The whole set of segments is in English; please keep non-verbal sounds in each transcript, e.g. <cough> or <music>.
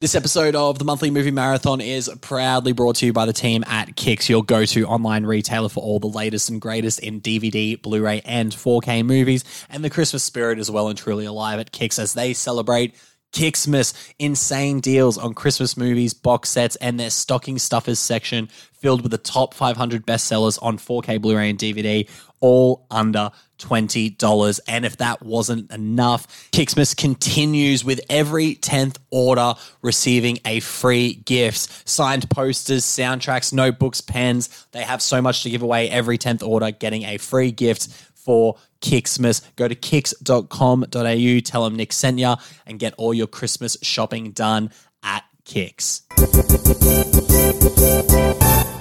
This episode of the Monthly Movie Marathon is proudly brought to you by the team at Kix, your go to online retailer for all the latest and greatest in DVD, Blu ray, and 4K movies. And the Christmas spirit is well and truly alive at Kix as they celebrate Kixmas, insane deals on Christmas movies, box sets, and their stocking stuffers section filled with the top 500 bestsellers on 4K Blu ray and DVD, all under $20. And if that wasn't enough, Kixmas continues with every 10th order receiving a free gift. Signed posters, soundtracks, notebooks, pens. They have so much to give away every 10th order, getting a free gift for Kixmas. Go to kix.com.au, tell them Nick sent ya, and get all your Christmas shopping done at Kix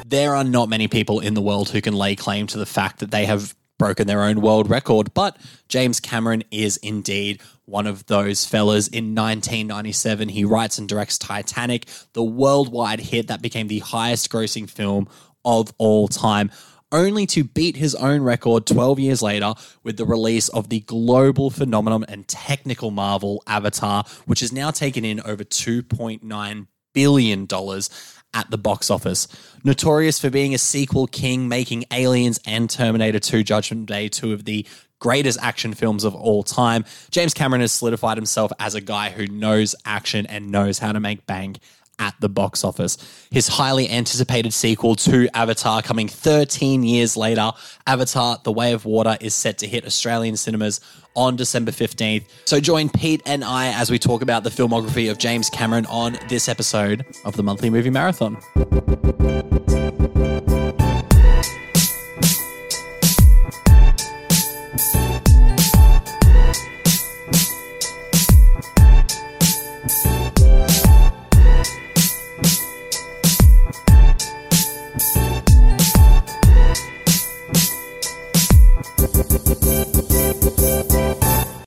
there are not many people in the world who can lay claim to the fact that they have broken their own world record, but James Cameron is indeed one of those fellas. In 1997, he writes and directs Titanic, the worldwide hit that became the highest grossing film of all time. Only to beat his own record 12 years later with the release of the global phenomenon and technical marvel Avatar, which has now taken in over $2.9 billion at the box office. Notorious for being a sequel king, making Aliens and Terminator 2 Judgment Day two of the greatest action films of all time, James Cameron has solidified himself as a guy who knows action and knows how to make bang at the box office. His highly anticipated sequel to Avatar, coming 13 years later, Avatar The Way of Water is set to hit Australian cinemas on December 15th. So join Pete and I as we talk about the filmography of James Cameron on this episode of the Monthly Movie Marathon.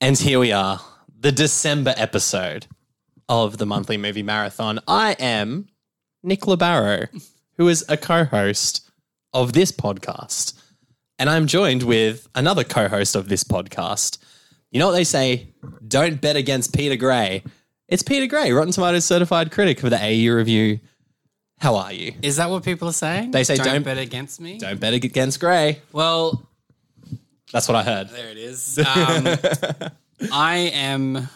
And here we are, the December episode of the monthly movie marathon. I am Nick Labaro, who is a co host of this podcast. And I'm joined with another co host of this podcast. You know what they say? Don't bet against Peter Gray. It's Peter Gray, Rotten Tomatoes certified critic for the AU review. How are you? Is that what people are saying? They say don't, don't- bet against me. Don't bet against Gray. Well, That's what I heard. there it is. <laughs> Um, I am.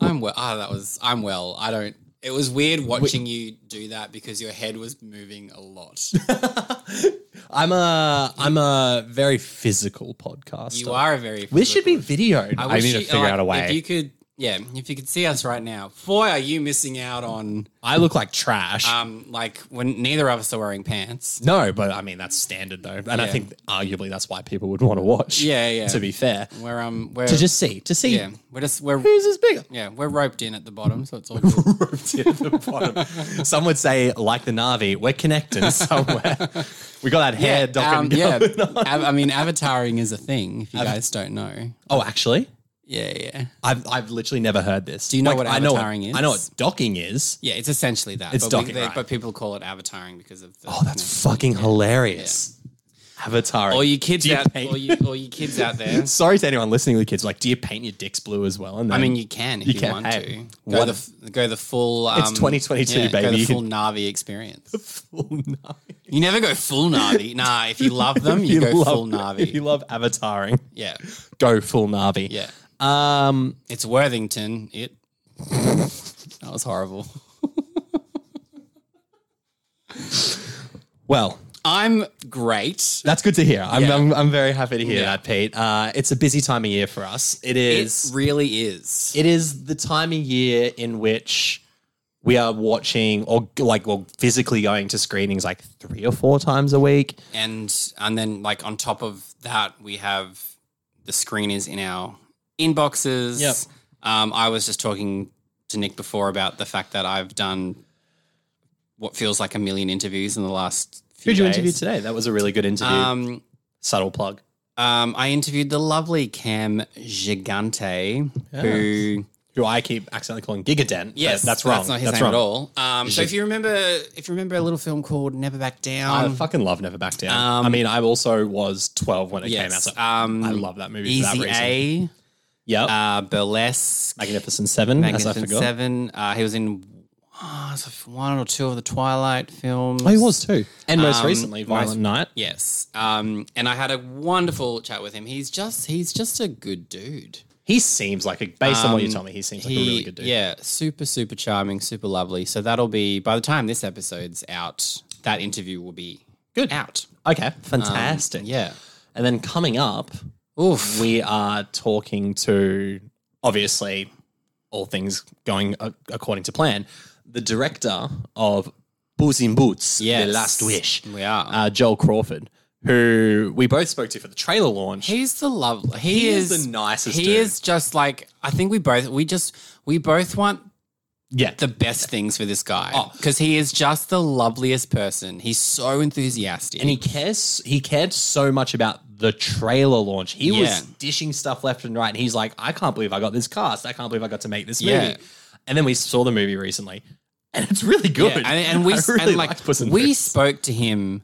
I'm well. Oh, that was. I'm well. I don't. It was weird watching you do that because your head was moving a lot. <laughs> I'm a I'm a very physical podcaster. You are a very. This should be physical- videoed. I, wish need to you- figure like, out a way. If you could, yeah, if you could see us right now, boy, are you missing out on I look like trash. um like when neither of us are wearing pants. no, but I mean that's standard though, and I Yeah. think arguably that's why people would want to watch. Yeah, yeah. To be fair, We're um we're to just see to see yeah we're just we're who's is bigger. <laughs> yeah we're roped in at the bottom, so it's all good. Roped in at the <laughs> bottom. Some would say, like the Navi, we're connecting somewhere. we got that hair Um, docking. <laughs> yeah, going. Av- I mean, avataring is a thing. If you guys don't know, Oh, actually, yeah, yeah, I've I've literally never heard this. Do you know what avataring I know is? I know what docking is. yeah. It's essentially that. It's but docking, right. But people call it avataring because of the. Oh, that's fucking hilarious. Avatar. All you kids Do you out, paint- all you, all you kids <laughs> out there. Sorry to anyone listening with kids. Like, do you paint your dicks blue as well? And I then- mean, you can if you, can, want hey, to go what the, f- go the full. Um, It's 2022, Go baby. the You full <laughs> can- Navi experience. full Navi. You never go <laughs> full Navi. Nah, if you love them, you, If go love, full If Navi. you love avataring, yeah, go full Navi. yeah. Um, It's Worthington. It. <laughs> That was horrible. well, I'm great. that's good to hear. I'm, Yeah. I'm, I'm very happy to hear Yeah. that, Pete. Uh, it's a busy time of year for us. It It is. really is. it is the time of year in which we are watching or like well physically going to screenings like three or four times a week. and and then like on top of that we have the screeners in our inboxes Yep. um, i was just talking to nick before about the fact that i've done what feels like a million interviews in the last few Who'd you days. interview today? That was a really good interview. um, Subtle plug. um, i interviewed the lovely cam gigante who Who I keep accidentally calling Gigadent. yes but that's wrong. that's not his name wrong. at all um, so if you remember if you remember a little film called never back down I fucking love Never Back Down. I mean, I also was 12 when it came out. um, yes So um, I love that movie for that easy reason. a Yep. uh, burlesque Magnificent Seven, as I Magnificent forgot. Seven. Uh, he was in oh, it's one or two of the Twilight films. Oh, he was too. And most recently, Um, Violent Night. Yes. Um, and I had a wonderful chat with him. He's just he's just a good dude. He seems like a, based on what you told me, he seems like a really good dude. Um, Yeah, super, super charming, super lovely. So that'll be by the time this episode's out, that interview will be good out. Okay, fantastic. Um, Yeah. And then coming up, Oof. we are talking to obviously all things going a- according to plan. The director of Boots in Boots, Yes. The Last Wish, We are. uh, Joel Crawford, who we both spoke to for the trailer launch. He's the lovely. He, He is, is the nicest He dude. is just like I think we both we just we both want yeah, the best things for this Oh. guy because he is just the loveliest person. He's so enthusiastic. and he cares. He cared so much about the trailer launch. He Yeah. was dishing stuff left and right, and he's like, "I can't believe I got this cast. I can't believe I got to make this Yeah. movie." And then we saw the movie recently, and it's really yeah, good. and, and <laughs> we I really and like liked Puss in we Boots. spoke to him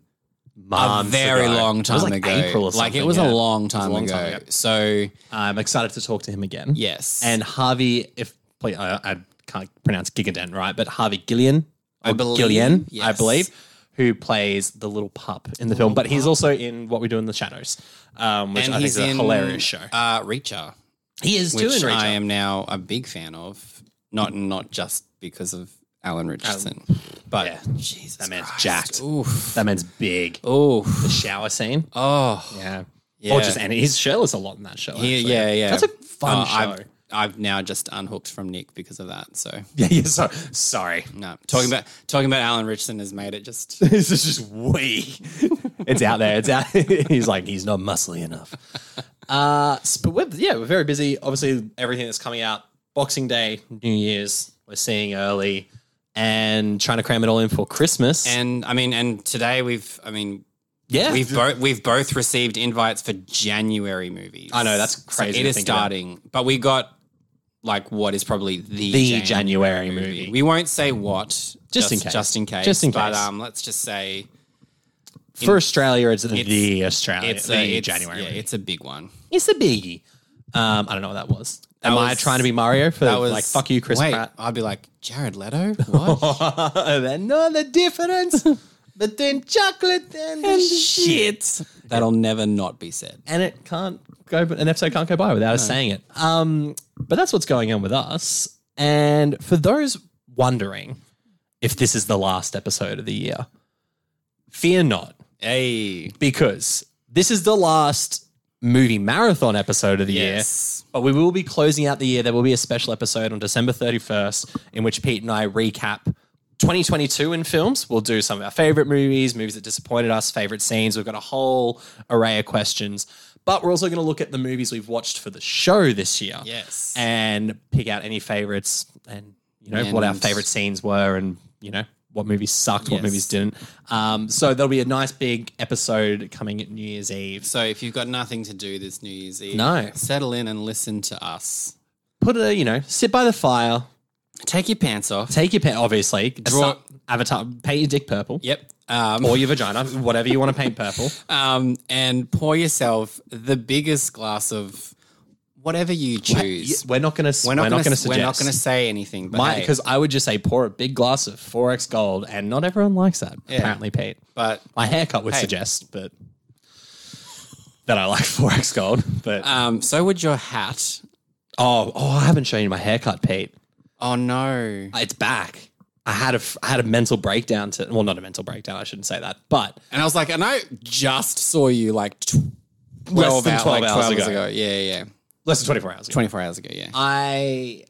a months very ago. long It was time like ago. April or like it something, was yeah. a long It was time a long ago. time ago. So I'm excited to talk to him again. yes, And Harvey, if please, I, I can't pronounce Gigaden right, but Harvey Gillian, I believe, Gillian, I yes. believe, who plays the little pup in the film, but he's also in What We Do in the Shadows, um, which Uh-huh. And I think he's is a in, hilarious show. Uh, Reacher, He is too which in I Reacher. am now a big fan of. Not not just because of Alan Richardson, but yeah. Jesus, That man's Christ. jacked. Oof. That man's big. Oof. The shower scene, Oh, yeah. Yeah. Or just and he's shirtless a lot in that show. yeah, actually. yeah, yeah. That's a fun Oh, show. I've, I've now just unhooked from Nick because of that. So <laughs> yeah, yeah. So, sorry, no, talking about talking about Alan Richardson has made it <laughs> just this is just way. <laughs> It's out there. It's out. <laughs> he's like, he's not muscly enough. Uh, s- but we're, yeah, we're very busy. Obviously, everything that's coming out, Boxing Day, New Year's, we're seeing early, and trying to cram it all in for Christmas. and I mean and today we've I mean yeah, we've both we've both received invites for January movies. I know, that's So crazy it to is think about. starting, but we got like what is probably the the Jan- January movie. We won't say what Just in case. just in case, Just in But case. um, let's just say for Australia, it's, the Australia. it's the a it's- January. Yeah, movie. it's a big one. It's a biggie. Um, I don't know what that was. Am I was- trying to be Mario for That was like fuck you, Chris wait, Pratt? I'd be like <laughs> Jared Leto. What? Another difference between chocolate and, the shit. That'll never not be said. and it can't go an episode can't go by without us saying it um but that's what's going on with us and for those wondering if this is the last episode of the year fear not Hey. because this is the last movie marathon episode of the Yes. year but we will be closing out the year there will be a special episode on december 31st in which pete and i recap 2022 in films we'll do some of our favorite movies movies that disappointed us favorite scenes we've got a whole array of questions but we're also going to look at the movies we've watched for the show this year Yes. and pick out any favorites and you know what our And- favorite scenes were and you know what movies sucked, what Yes. movies didn't. Um, so there'll be a nice big episode coming at New Year's Eve. so if you've got nothing to do this New Year's Eve, No. settle in and listen to us. Put a you know sit by the fire, Take your pants off. take your pen, obviously Draw- Asa- avatar, paint your dick purple Yep. Um, or your vagina, whatever you want to paint <laughs> purple. um, and pour yourself the biggest glass of whatever you choose. We're not going to We're not going to gonna- We're not going to suggest say anything, but, hey, because I would just say pour a big glass of Forex Gold, and not everyone likes that. Apparently, Pete. but My haircut would suggest, but that I like <laughs> Forex Gold. But um, so would your hat. Uh, oh, oh, I haven't shown you my haircut, Pete. Oh no! Uh, It's back. I had a I had a mental breakdown to well, not a mental breakdown. I shouldn't say that, but And I was like, and I just saw you like tw- less twelve, than hours, twelve like hours, 12 ago. Yeah, yeah, yeah. Less than twenty four hours ago. Twenty-four hours ago. Yeah. I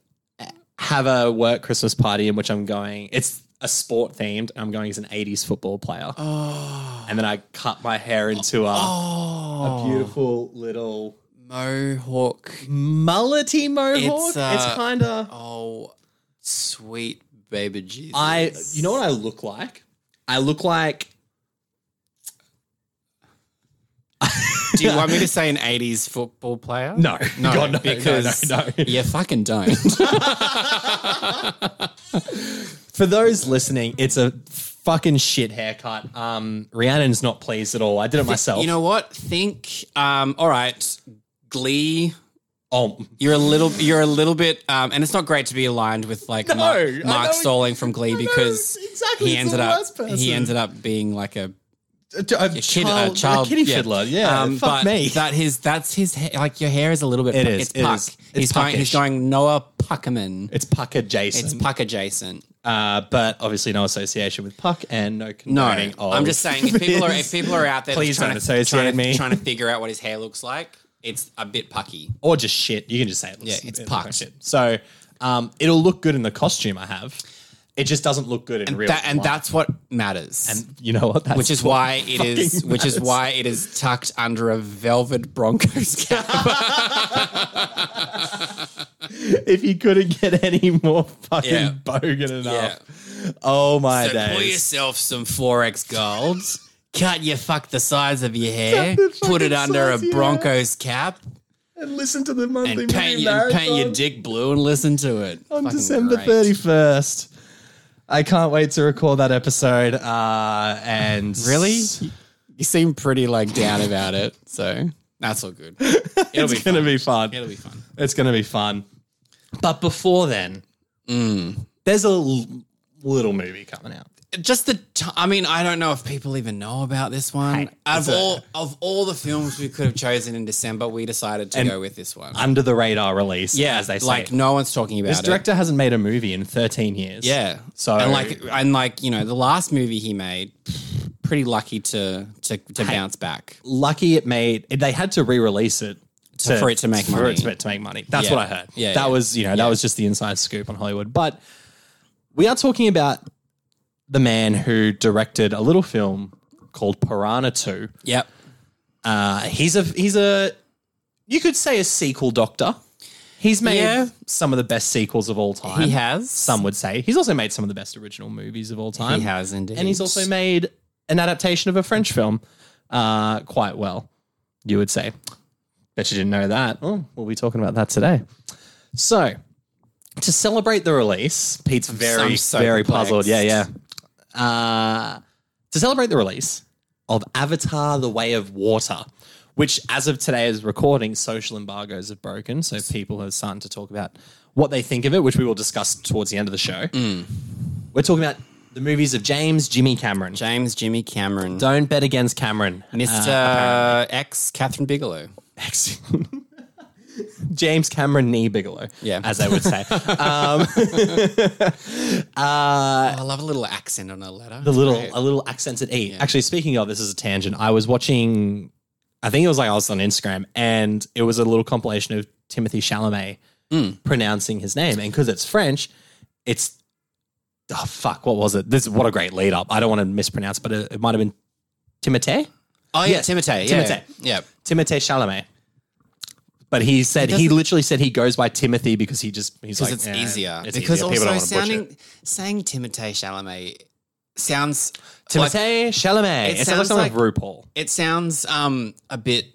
have a work Christmas party in which I'm going. It's a sport themed. I'm going as an '80s football player, Oh, and then I cut my hair into a, a oh, beautiful little mohawk. mullety mohawk. It's, It's, uh, kind of Oh, sweet baby Jesus. I you know what I look like? I look like do you want me to say an '80s football player? <laughs> no, no, God, no, because no, <laughs> no, no. <laughs> you fucking don't. <laughs> For those listening, it's a fucking shit haircut. Um, Rhiannon's not pleased at all. I did it myself. you know what? Think. Um, all right, Glee. Oh, You're a little, you're a little bit, um, and it's not great to be aligned with like I Mark, know Mark ex- Stalling from Glee because exactly, he it's ended the up, worst person. he ended up being like a a, a, a kid, child, a child, a kitty yeah. fiddler. Yeah, Uh, Um, fuck but me. That his, that's his, ha- like your hair is a little bit. It pu- is, It's it puck. is. It's he's going, puckish. he's going Noah Puckerman. it's Puck adjacent. It's puck adjacent. Uh, but obviously no association with Puck and no No, condoning of <laughs> I'm just saying if <laughs> people are his- if people are out there Please trying, don't to, associate trying, to, me. trying to figure out what his hair looks like, it's a bit pucky. or just shit. You can just say it. looks- Yeah, it's it looks like pucked. shit. So um, it'll look good in the costume I have. It just doesn't look good in real That, and life. that's what matters. And you know what? That's which is why it is fucking which is matters. why it is tucked under a velvet Broncos <laughs> cap. <laughs> if you couldn't get any more fucking Yeah. bogan enough. Oh my So pour days! yourself some forex gold. Cut your fuck the size of your hair. the Put it fucking under a size, yeah. Broncos cap And listen to the monthly and paint, movie your- and paint your marathon dick blue and listen to it on Fucking December great. thirty first. I can't wait to record that episode. Uh, and <laughs> Really? You seem pretty like down about it, so that's all good. It'll be it's gonna fun. be fun. It'll be fun. It's going to be fun. But before then, there's a l- little movie coming out. Just the, t- I mean, I don't know if people even know about this one. out it's of a- all of all the films we could have chosen in December, we decided to go with this one. Under the radar release, yeah, as they say. like no one's talking about this it. director hasn't made a movie in 13 years. yeah. So- and like and like you know the last movie he made, pretty lucky to to to bounce back. Lucky it made, they had to re release it. for it to make for money. it to, to make money. That's Yeah. what I heard. Yeah, that yeah. was, you know, that was just the inside scoop on Hollywood. But we are talking about the man who directed a little film called Piranha 2. Yep. Uh, he's a he's a you could say a sequel doctor. He's made Yeah. some of the best sequels of all time. He has. Some would say he's also made some of the best original movies of all time. He has indeed. and he's also made an adaptation of a French film uh, quite well. You would say. Bet you didn't know that. Oh, we'll be talking about that today. So, to celebrate the release, Pete's very I'm so very perplexed. puzzled. Yeah, yeah. Uh, to celebrate the release of Avatar: The Way of Water, which, as of today's recording, social embargoes have broken, so people are starting to talk about what they think of it, which we will discuss towards the end of the show. We're talking about the movies of James Jimmy Cameron. James Jimmy Cameron, Don't bet against Cameron, <laughs> Mr. Uh, X Catherine Bigelow. Excellent. James Cameron Nee Bigelow, Yeah. as they would say. Oh, I love a little accent on a letter. Uh, the little a little accented e. Actually, speaking of this is a tangent. I was watching, I think it was like I was on Instagram, and it was a little compilation of Timothy Chalamet Hmm. pronouncing his name, and because it's French, it's oh fuck, what was it? This what a great lead up. I don't want to mispronounce, but it, it might have been Timothée, Oh yeah, Timotei. Yeah. Timothée. Yeah. Timothée Chalamet. But he said he, literally said he goes by Timothy because he just he's like Because it's "Eh, easier. It's because easier. People don't also want to butcher it." sounding saying Timotei Chalamet sounds like, Timothée Chalamet. It It, sounds like someone sounds with RuPaul. it sounds um a bit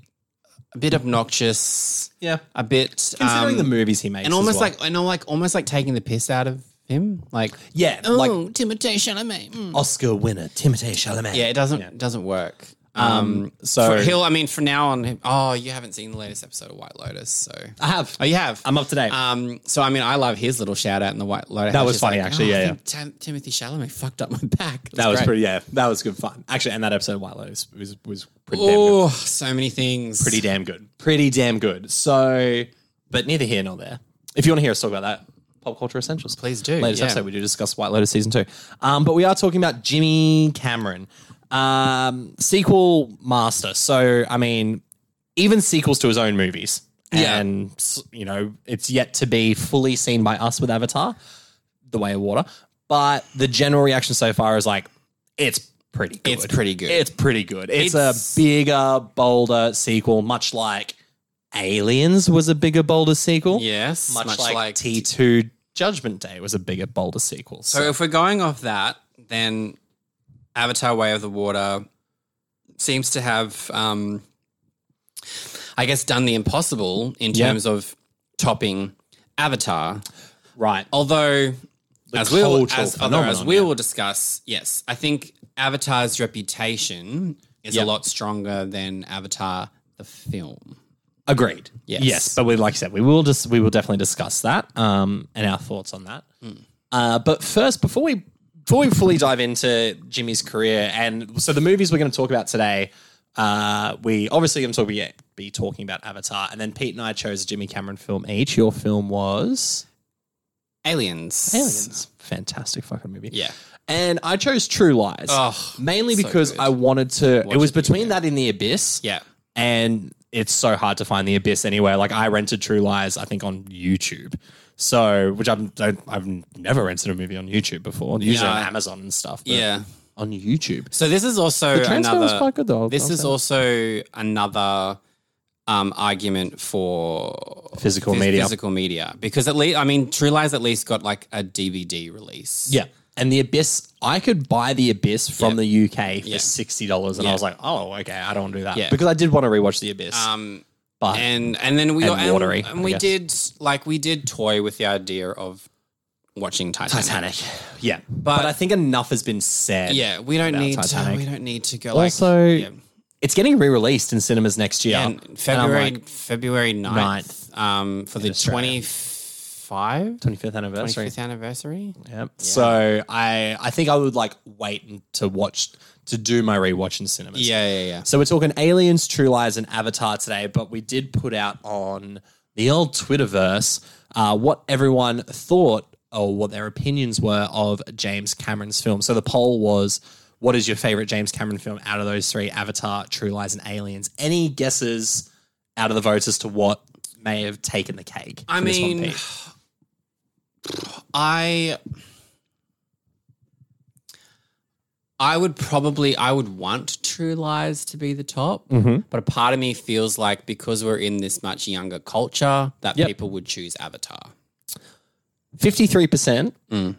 a bit obnoxious. Yeah. A bit Considering um, the movies he makes, and as almost well. like and all like almost like taking the piss out of him. Like yeah, oh like Timothée Chalamet. mm. Oscar winner Timothée Chalamet. Yeah, it doesn't it doesn't work. Um, so For- he'll. I mean, from now on, oh, you haven't seen the latest episode of White Lotus, so I have. oh, you have. Ah. I'm up to date. Um, so I mean, I love his little shout out in the White Lotus. That It's was just funny, actually, I yeah, think Tim- Timothy Chalamet fucked up my back. that was great. pretty. Yeah, that was good fun. Actually, and that episode of White Lotus was was pretty damn good. Oh, so many things. Pretty damn good. Pretty damn good. So, but neither here nor there. If you want to hear us talk about that, pop culture essentials, Please do, Latest yeah. episode we do discuss White Lotus season two. Um, but we are talking about Jimmy Cameron, um, sequel master. So I mean, even sequels to his own movies. Yeah. And, s- you know, it's yet to be fully seen by us with Avatar, The Way of Water. But the general reaction so far is like, it's pretty good. It's pretty good. It's pretty good. It's, It's- a bigger, bolder sequel, much like Aliens was a bigger, bolder sequel. Yes, Much, like, T2 Judgment Day was a bigger, bolder sequel. So, So if we're going off that, then Avatar: Way of the Water seems to have, um, I guess, done the impossible in Yeah. terms of topping Avatar. right. Although, as we will, cultural as, although as phenomenon, we yeah. will discuss, yes, I think Avatar's reputation is Yeah. a lot stronger than Avatar the film. Agreed. Yes. Yes. But we, like I said, we will just we will definitely discuss that um, and our thoughts on that. Uh, but first, before we before we fully dive into Jimmy's career, and so the movies we're going to talk about today, uh, we obviously going to talk, be, be talking about Avatar, and then Pete and I chose a Jimmy Cameron film each. Your film was Aliens. Aliens. Fantastic fucking movie. Yeah. And I chose True Lies Oh, mainly so because good. I wanted to. it was it, yeah. between that and The Abyss Yeah. and it's so hard to find the abyss anywhere. Like I rented True Lies, I think on YouTube. So, which I've don't, I've never rented a movie on YouTube before. Usually on Yeah. Amazon and stuff. but Yeah. on YouTube. So this is also The transfer was another. quite good though. This is also another um, argument for Physical media. Physical media, because at least I mean, True Lies at least got like a DVD release. yeah. And the abyss, I could buy the abyss from the UK for Yeah. sixty dollars, and I Yeah. was like, oh, okay, I don't want to do that Yeah. because I did want to rewatch the abyss, Um, but and and then we And got and, watery, and I we guess. did like we did toy with the idea of watching Titanic. Titanic, yeah. But, I think enough has been said. Yeah, we don't About need Titanic. to. We don't need to go. Also, like, yeah. it's getting re-released in cinemas next year. and I'm February like- February 9th, um, for the Australia. twenty five. 25th anniversary. 25th anniversary. Yep. So I I think I would like wait and- to watch to do my rewatch in cinemas. Yeah, yeah, yeah. So we're talking Aliens, True Lies, and Avatar today, but we did put out on the old Twitterverse uh, what everyone thought or what their opinions were of James Cameron's film. So the poll was. What is your favorite James Cameron film out of those three? Avatar, True Lies, and Aliens. Any guesses out of the votes as to what may have taken the cake? I for this one, mean, Pete? I I would probably I would want True Lies to be the top, Mm-hmm. but a part of me feels like because we're in this much younger culture that Yep. people would choose Avatar. 53%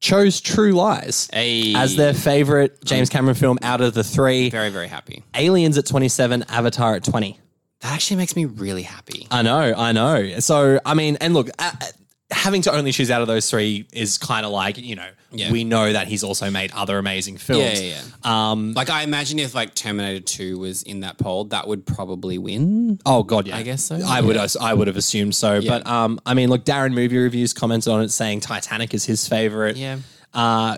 chose True Lies Hey, as their favorite James Cameron film out of the three. very very happy. Aliens at 27, Avatar at 20. That actually makes me really happy. I know, I know. So, I mean, and look, uh, uh, having to only choose out of those three is kind of like, you know, Yeah. we know that he's also made other amazing films. Yeah, yeah, yeah. Um, like I imagine if like Terminator Two was in that poll, that would probably win. Oh god, yeah. I guess so, I would as- I would have assumed so, but um I mean, look, Darren Movie Reviews commented on it saying Titanic is his favorite. Yeah. Uh,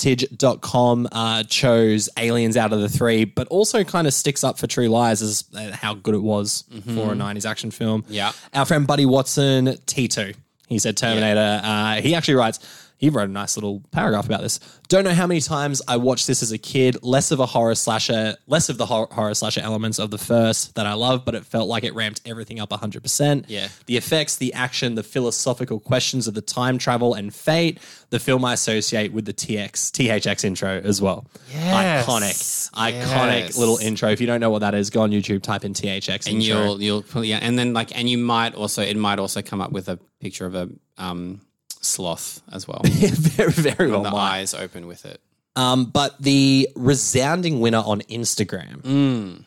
CoroCottage.com uh, chose Aliens out of the three, but also kind of sticks up for True Lies as uh, how good it was for a 90s action film. Mm-hmm. Yeah. Our friend Buddy Watson, T2, he said Terminator. Uh, he actually writes, he wrote a nice little paragraph about this. Don't know how many times I watched this as a kid. Less of a horror slasher, less of the hor- horror slasher elements of the first that I love, but it felt like it ramped everything up 100%. Yeah. The effects, the action, the philosophical questions of the time travel and fate, the film I associate with the TX, THX intro as well. Yes. Iconic, iconic Yes. little intro. If you don't know what that is, go on YouTube, type in THX intro. And you'll you'll pull- yeah, and then like and you might also it might also come up with a picture of a um sloth as well. <laughs> the very, very <laughs> well might. eyes open with it. Um, but the resounding winner on Instagram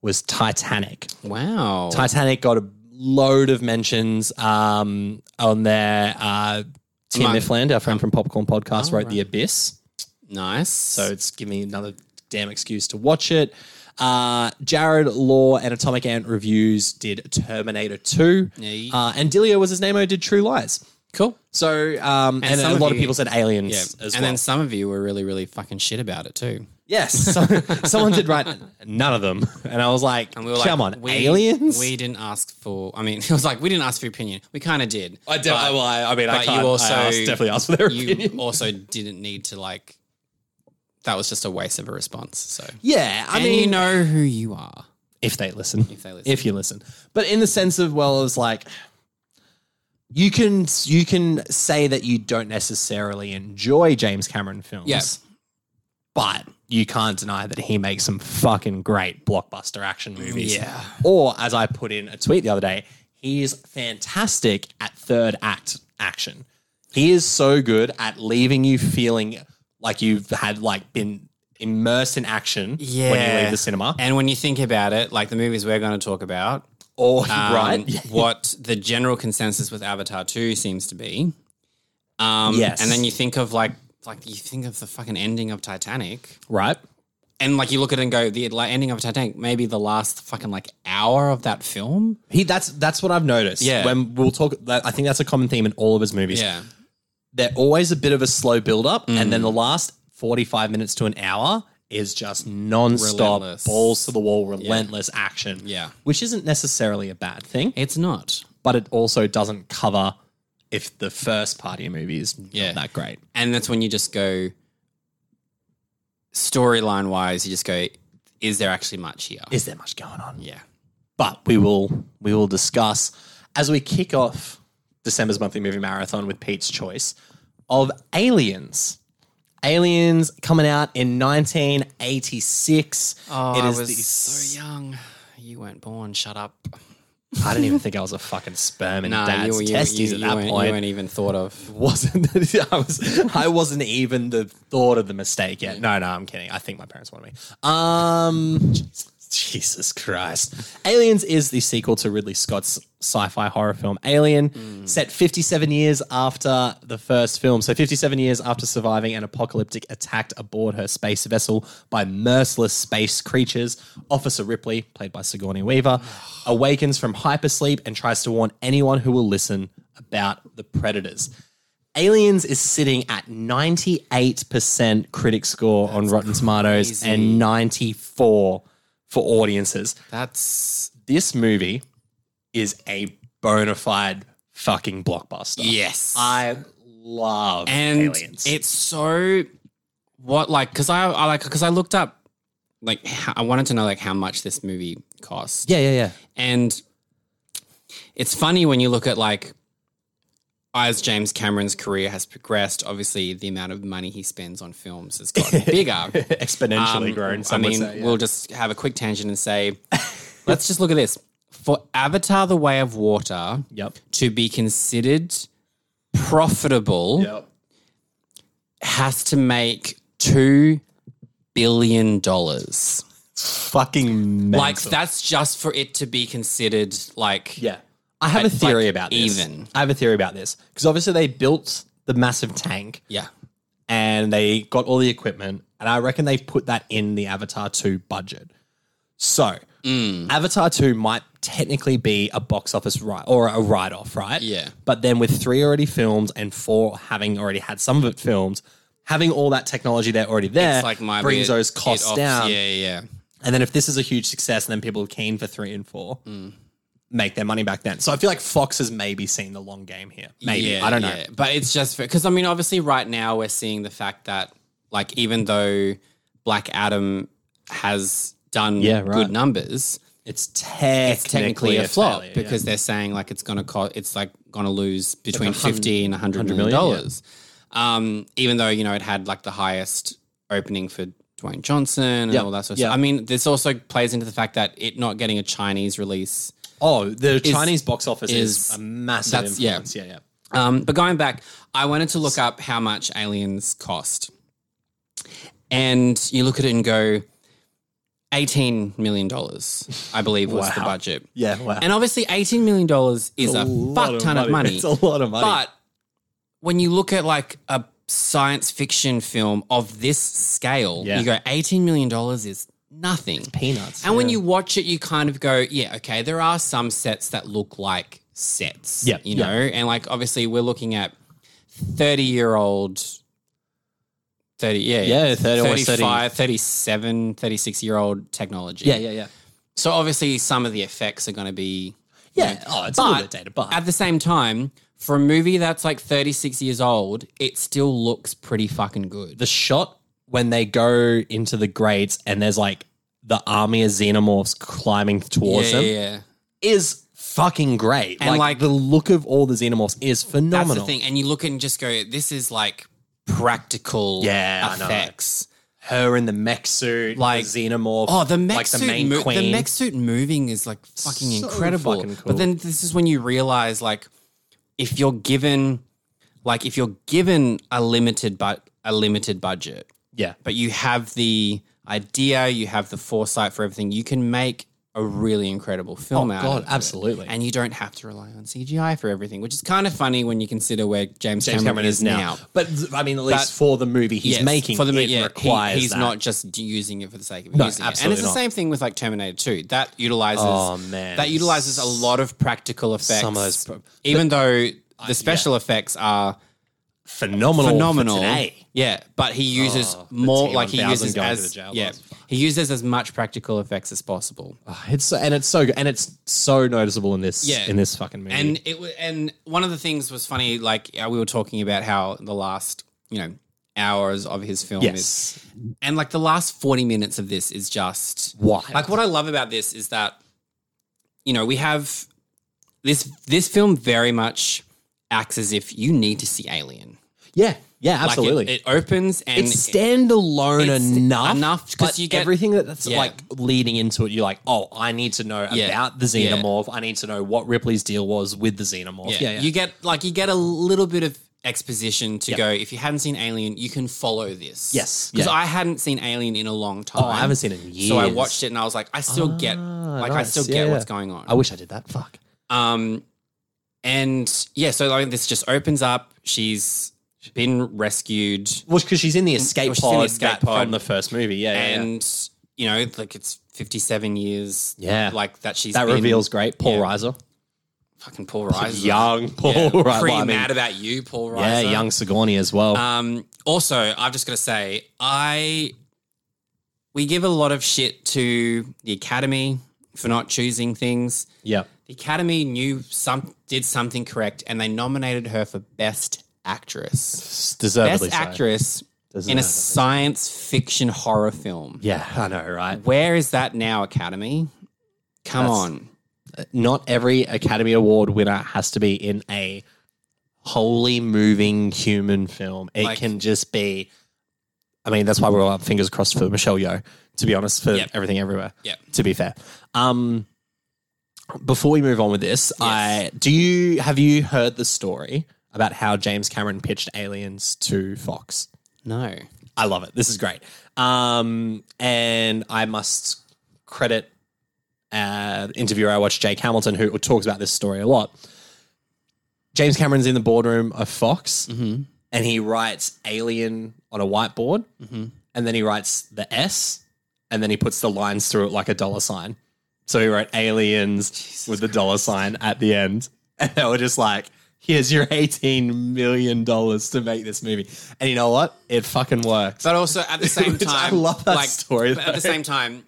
was Titanic. Wow. Titanic got a load of mentions um, on there. Uh, Tim Among- Oh, Mifflin, our friend from Popcorn Podcast, wrote The Abyss. nice. So it's giving me another damn excuse to watch it. Uh, Jared Law and Atomic Ant Reviews did Terminator 2. Yeah. Uh, and Dilio was his name, who did True Lies. cool. So, um, and, some a of lot of you- people said Aliens Yeah. as and well. then some of you were really really fucking shit about it too. Yes, <laughs> so, someone did write none of them, and I was like, And we were like, "Come on, we, aliens!" We didn't ask for. I mean, <laughs> it was like we didn't ask for your opinion. We kind of did. I did. I, well, I, I mean, I but you can't. also- I asked, definitely asked for their <laughs> You opinion. also didn't need to like. That was just a waste of a response. So Yeah, I and mean, you know who you are. if they listen, if they listen. if you listen, but in the sense of well, it's like you can you can say that you don't necessarily enjoy James Cameron films, Yeah. but you can't deny that he makes some fucking great blockbuster action movies. Yeah. Or as I put in a tweet the other day, he is fantastic at third act action. He is so good at leaving you feeling like you've had like been immersed in action when you Yeah. leave the cinema. And when you think about it, like the movies we're going to talk about, Or um, right. <laughs> what the general consensus with Avatar 2 seems to be. Um, Yes. And then you think of like, like you think of the fucking ending of Titanic. Right. and like you look at it and go, the like ending of Titanic, maybe the last fucking like hour of that film. He that's that's what I've noticed. Yeah. When we'll talk that I think that's a common theme in all of his movies. Yeah. They're always a bit of a slow build up and Mm. then the last 45 minutes to an hour is just non-stop Relentless. balls to the wall relentless action. Yeah. Which isn't necessarily a bad thing, It's not. but it also doesn't cover if the first part of your movie is Yeah. not that great. And that's when you just go storyline wise, you just go, is there actually much here? Is there much going on? yeah. but we will we will discuss as we kick off December's monthly movie marathon with Pete's choice of Aliens. Aliens coming out in 1986. Oh, I was the- so young. You weren't born. Shut up. I don't even think I was a fucking sperm in dad's testes at that weren't, point. you weren't even thought of. wasn't <laughs> I was I wasn't even the thought of the mistake yet. No, no, I'm kidding. I think my parents wanted me. Um Jesus Christ. Aliens is the sequel to Ridley Scott's sci-fi horror film Alien, set 57 years after the first film. So 57 years after surviving an apocalyptic attack aboard her space vessel by merciless space creatures, Officer Ripley, played by Sigourney <sighs> Weaver, awakens from hypersleep and tries to warn anyone who will listen about the predators. Aliens is sitting at 98% critic score on Rotten Tomatoes and 94 for audiences. That's This movie is a bona fide fucking blockbuster. yes. I love and Aliens. it's so what like because I, I like because I looked up like h- I wanted to know like how much this movie cost. yeah, yeah, yeah. And it's funny when you look at like as James Cameron's career has progressed, obviously the amount of money he spends on films has <laughs> gotten bigger. Exponentially Um, grown. I Some would mean, say, yeah. we'll just have a quick tangent and <laughs> say, let's just look at this. For Avatar: The Way of Water Yep. to be considered profitable, Yep. has to make two billion dollars. Fucking mental. Like that's just for it to be considered like Yeah. I have a Like- theory like about this. even. I have a theory about this. Because obviously they built the massive tank yeah. and they got all the equipment, and I reckon they put that in the Avatar 2 budget. So, Mm. Avatar 2 might technically be a box office write or a write off, right? Yeah. But then with three already filmed and four having already had some of it filmed, having all that technology there already there It's like my brings bit- those costs it off- down. Yeah, yeah. And then if this is a huge success, and then people are keen for three and four, Mm. make their money back then. So I feel like Fox has maybe seen the long game here. Maybe. Yeah, I don't know. yeah. But it's just because I mean, obviously, right now we're seeing the fact that like even though Black Adam has done Yeah, right. good numbers, It's technically, it's technically a flop failure, yeah. because they're saying like it's going to cost, it's like going to lose between hun- fifty and hundred million million, yeah. dollars. Um, even though you know it had like the highest opening for Dwayne Johnson and Yeah, all that sort of yeah. stuff. I mean, this also plays into the fact that it not getting a Chinese release. Oh, the Chinese box office is, is- a massive that's- yeah. influence. Yeah, yeah. Um, but going back, I wanted to look up how much aliens cost. And you look at it and go, $18 million, I believe was the Wow. budget. Yeah, wow. And obviously, $18 million is a, fuck ton of money. It's a lot of money. But when you look at like a science fiction film of this scale, Yeah. you go, $18 million is nothing. peanuts. And when you watch it, you kind of go, yeah, okay, there are some sets that look like sets. Yep, You yep. know? And like obviously we're looking at 30 year old 30 yeah Yeah, 30 almost 30. 35 37 36 year old technology yeah, yeah, yeah. so obviously some of the effects are going to be Yeah. Oh, it's a little bit dated, but at the same time for a movie that's like 36 years old it still looks pretty fucking good the shot when they go into the grates and there's like the army of xenomorphs climbing towards yeah, them yeah, yeah. is fucking great. And, like, like- the look of all the xenomorphs is phenomenal. That's the thing. And you look and just go, this is like practical Yeah, I know. effects. Her in the mech suit, Like- like xenomorph. Oh, the mech like suit, the main mo- queen. the mech suit moving is like fucking So incredible. fucking cool. But then this is when you realize, like, if you're given, like, if you're given a limited but a limited budget, yeah, but you have the idea, you have the foresight for everything, you can make a really incredible film Oh, out. God, of it. absolutely. And you don't have to rely on CGI for everything, which is kind of funny when you consider where James, James Cameron is now. But th- I mean, at least But- for the movie he's Yes, making, for the mo- it yeah, he- requires he's that. not just using it for the sake of No, using absolutely it. And it's not. the same thing with like Terminator 2. That utilizes Oh, man. that utilizes a lot of practical effects. Some of those pro- even though the special effects are phenomenal. phenomenal. For today. Yeah, but he uses Oh, the more like he T1000 uses going to as the jail yeah, bars. he uses as much practical effects as possible. Ah, It's so, and it's so good, and it's so noticeable in this Yeah. in this fucking movie. And it was, and one of the things was funny. Like uh, we were talking about how the last you know hours of his film is, yes, and like the last forty minutes of this is just why? like what I love about this is that you know we have this this film very much acts as if you need to see Alien. yeah, yeah, Like it- absolutely. it, opens and it's standalone it's enough, enough 'cause because you get- everything that- that's Yeah. like leading into it. You're like, oh, I need to know Yeah. about the Yeah. xenomorph. I need to know what Ripley's deal was with the xenomorph. Yeah. You get like you get a little bit of exposition to go. If you hadn't seen Alien, you can follow this. Yes. because Yeah. I hadn't seen Alien in a long time. oh, I haven't seen it in years. Ah, So I watched it and I was like, I still get, like, I nice. still Yeah, get yeah. what's going on. I wish I did that. Fuck. Um, and yeah, so like this just opens up. She's been rescued, Well, because she's in the escape Mm, Well, she's in pod, the escape that- pod. from the first movie. Yeah, yeah, yeah. and you know, like it's fifty-seven years. Yeah. like that. She's that been reveals great. Paul yeah. Reiser, fucking Paul <laughs> Reiser. young Paul Yeah, Reiser. pretty I mean, mad about you, Paul yeah, Reiser. young Sigourney as well. Um, also, I've just got to say, I we give a lot of shit to the Academy for not choosing things. yeah, The Academy knew some did something correct, and they nominated her for Best Actress, S- deservedly Best so. Actress in Deservedly a so. science fiction horror film. Yeah, I know, right? Where is that now, Academy? Come That's- on. Not every Academy Award winner has to be in a wholly moving human film. It Like- can just be. I mean, that's why we're all fingers crossed for Michelle Yeoh. To be honest, for Yep. everything everywhere. Yep. To be fair, um, before we move on with this, I do you have you heard the story about how James Cameron pitched Aliens to Fox? No. I love it. This is great. Um, and I must credit uh, interviewer I watched, Jake Hamilton, who talks about this story a lot. James Cameron's in the boardroom of Fox, and he writes "alien" on a whiteboard, and then he writes the S, and then he puts the lines through it like a dollar sign. So he wrote "aliens" with the dollar sign at the end, <laughs> and they were just like. Here's your eighteen million dollars to make this movie, and you know what? It fucking works. But also <laughs> at the same Which time, I love that like, story, But at the though. same time,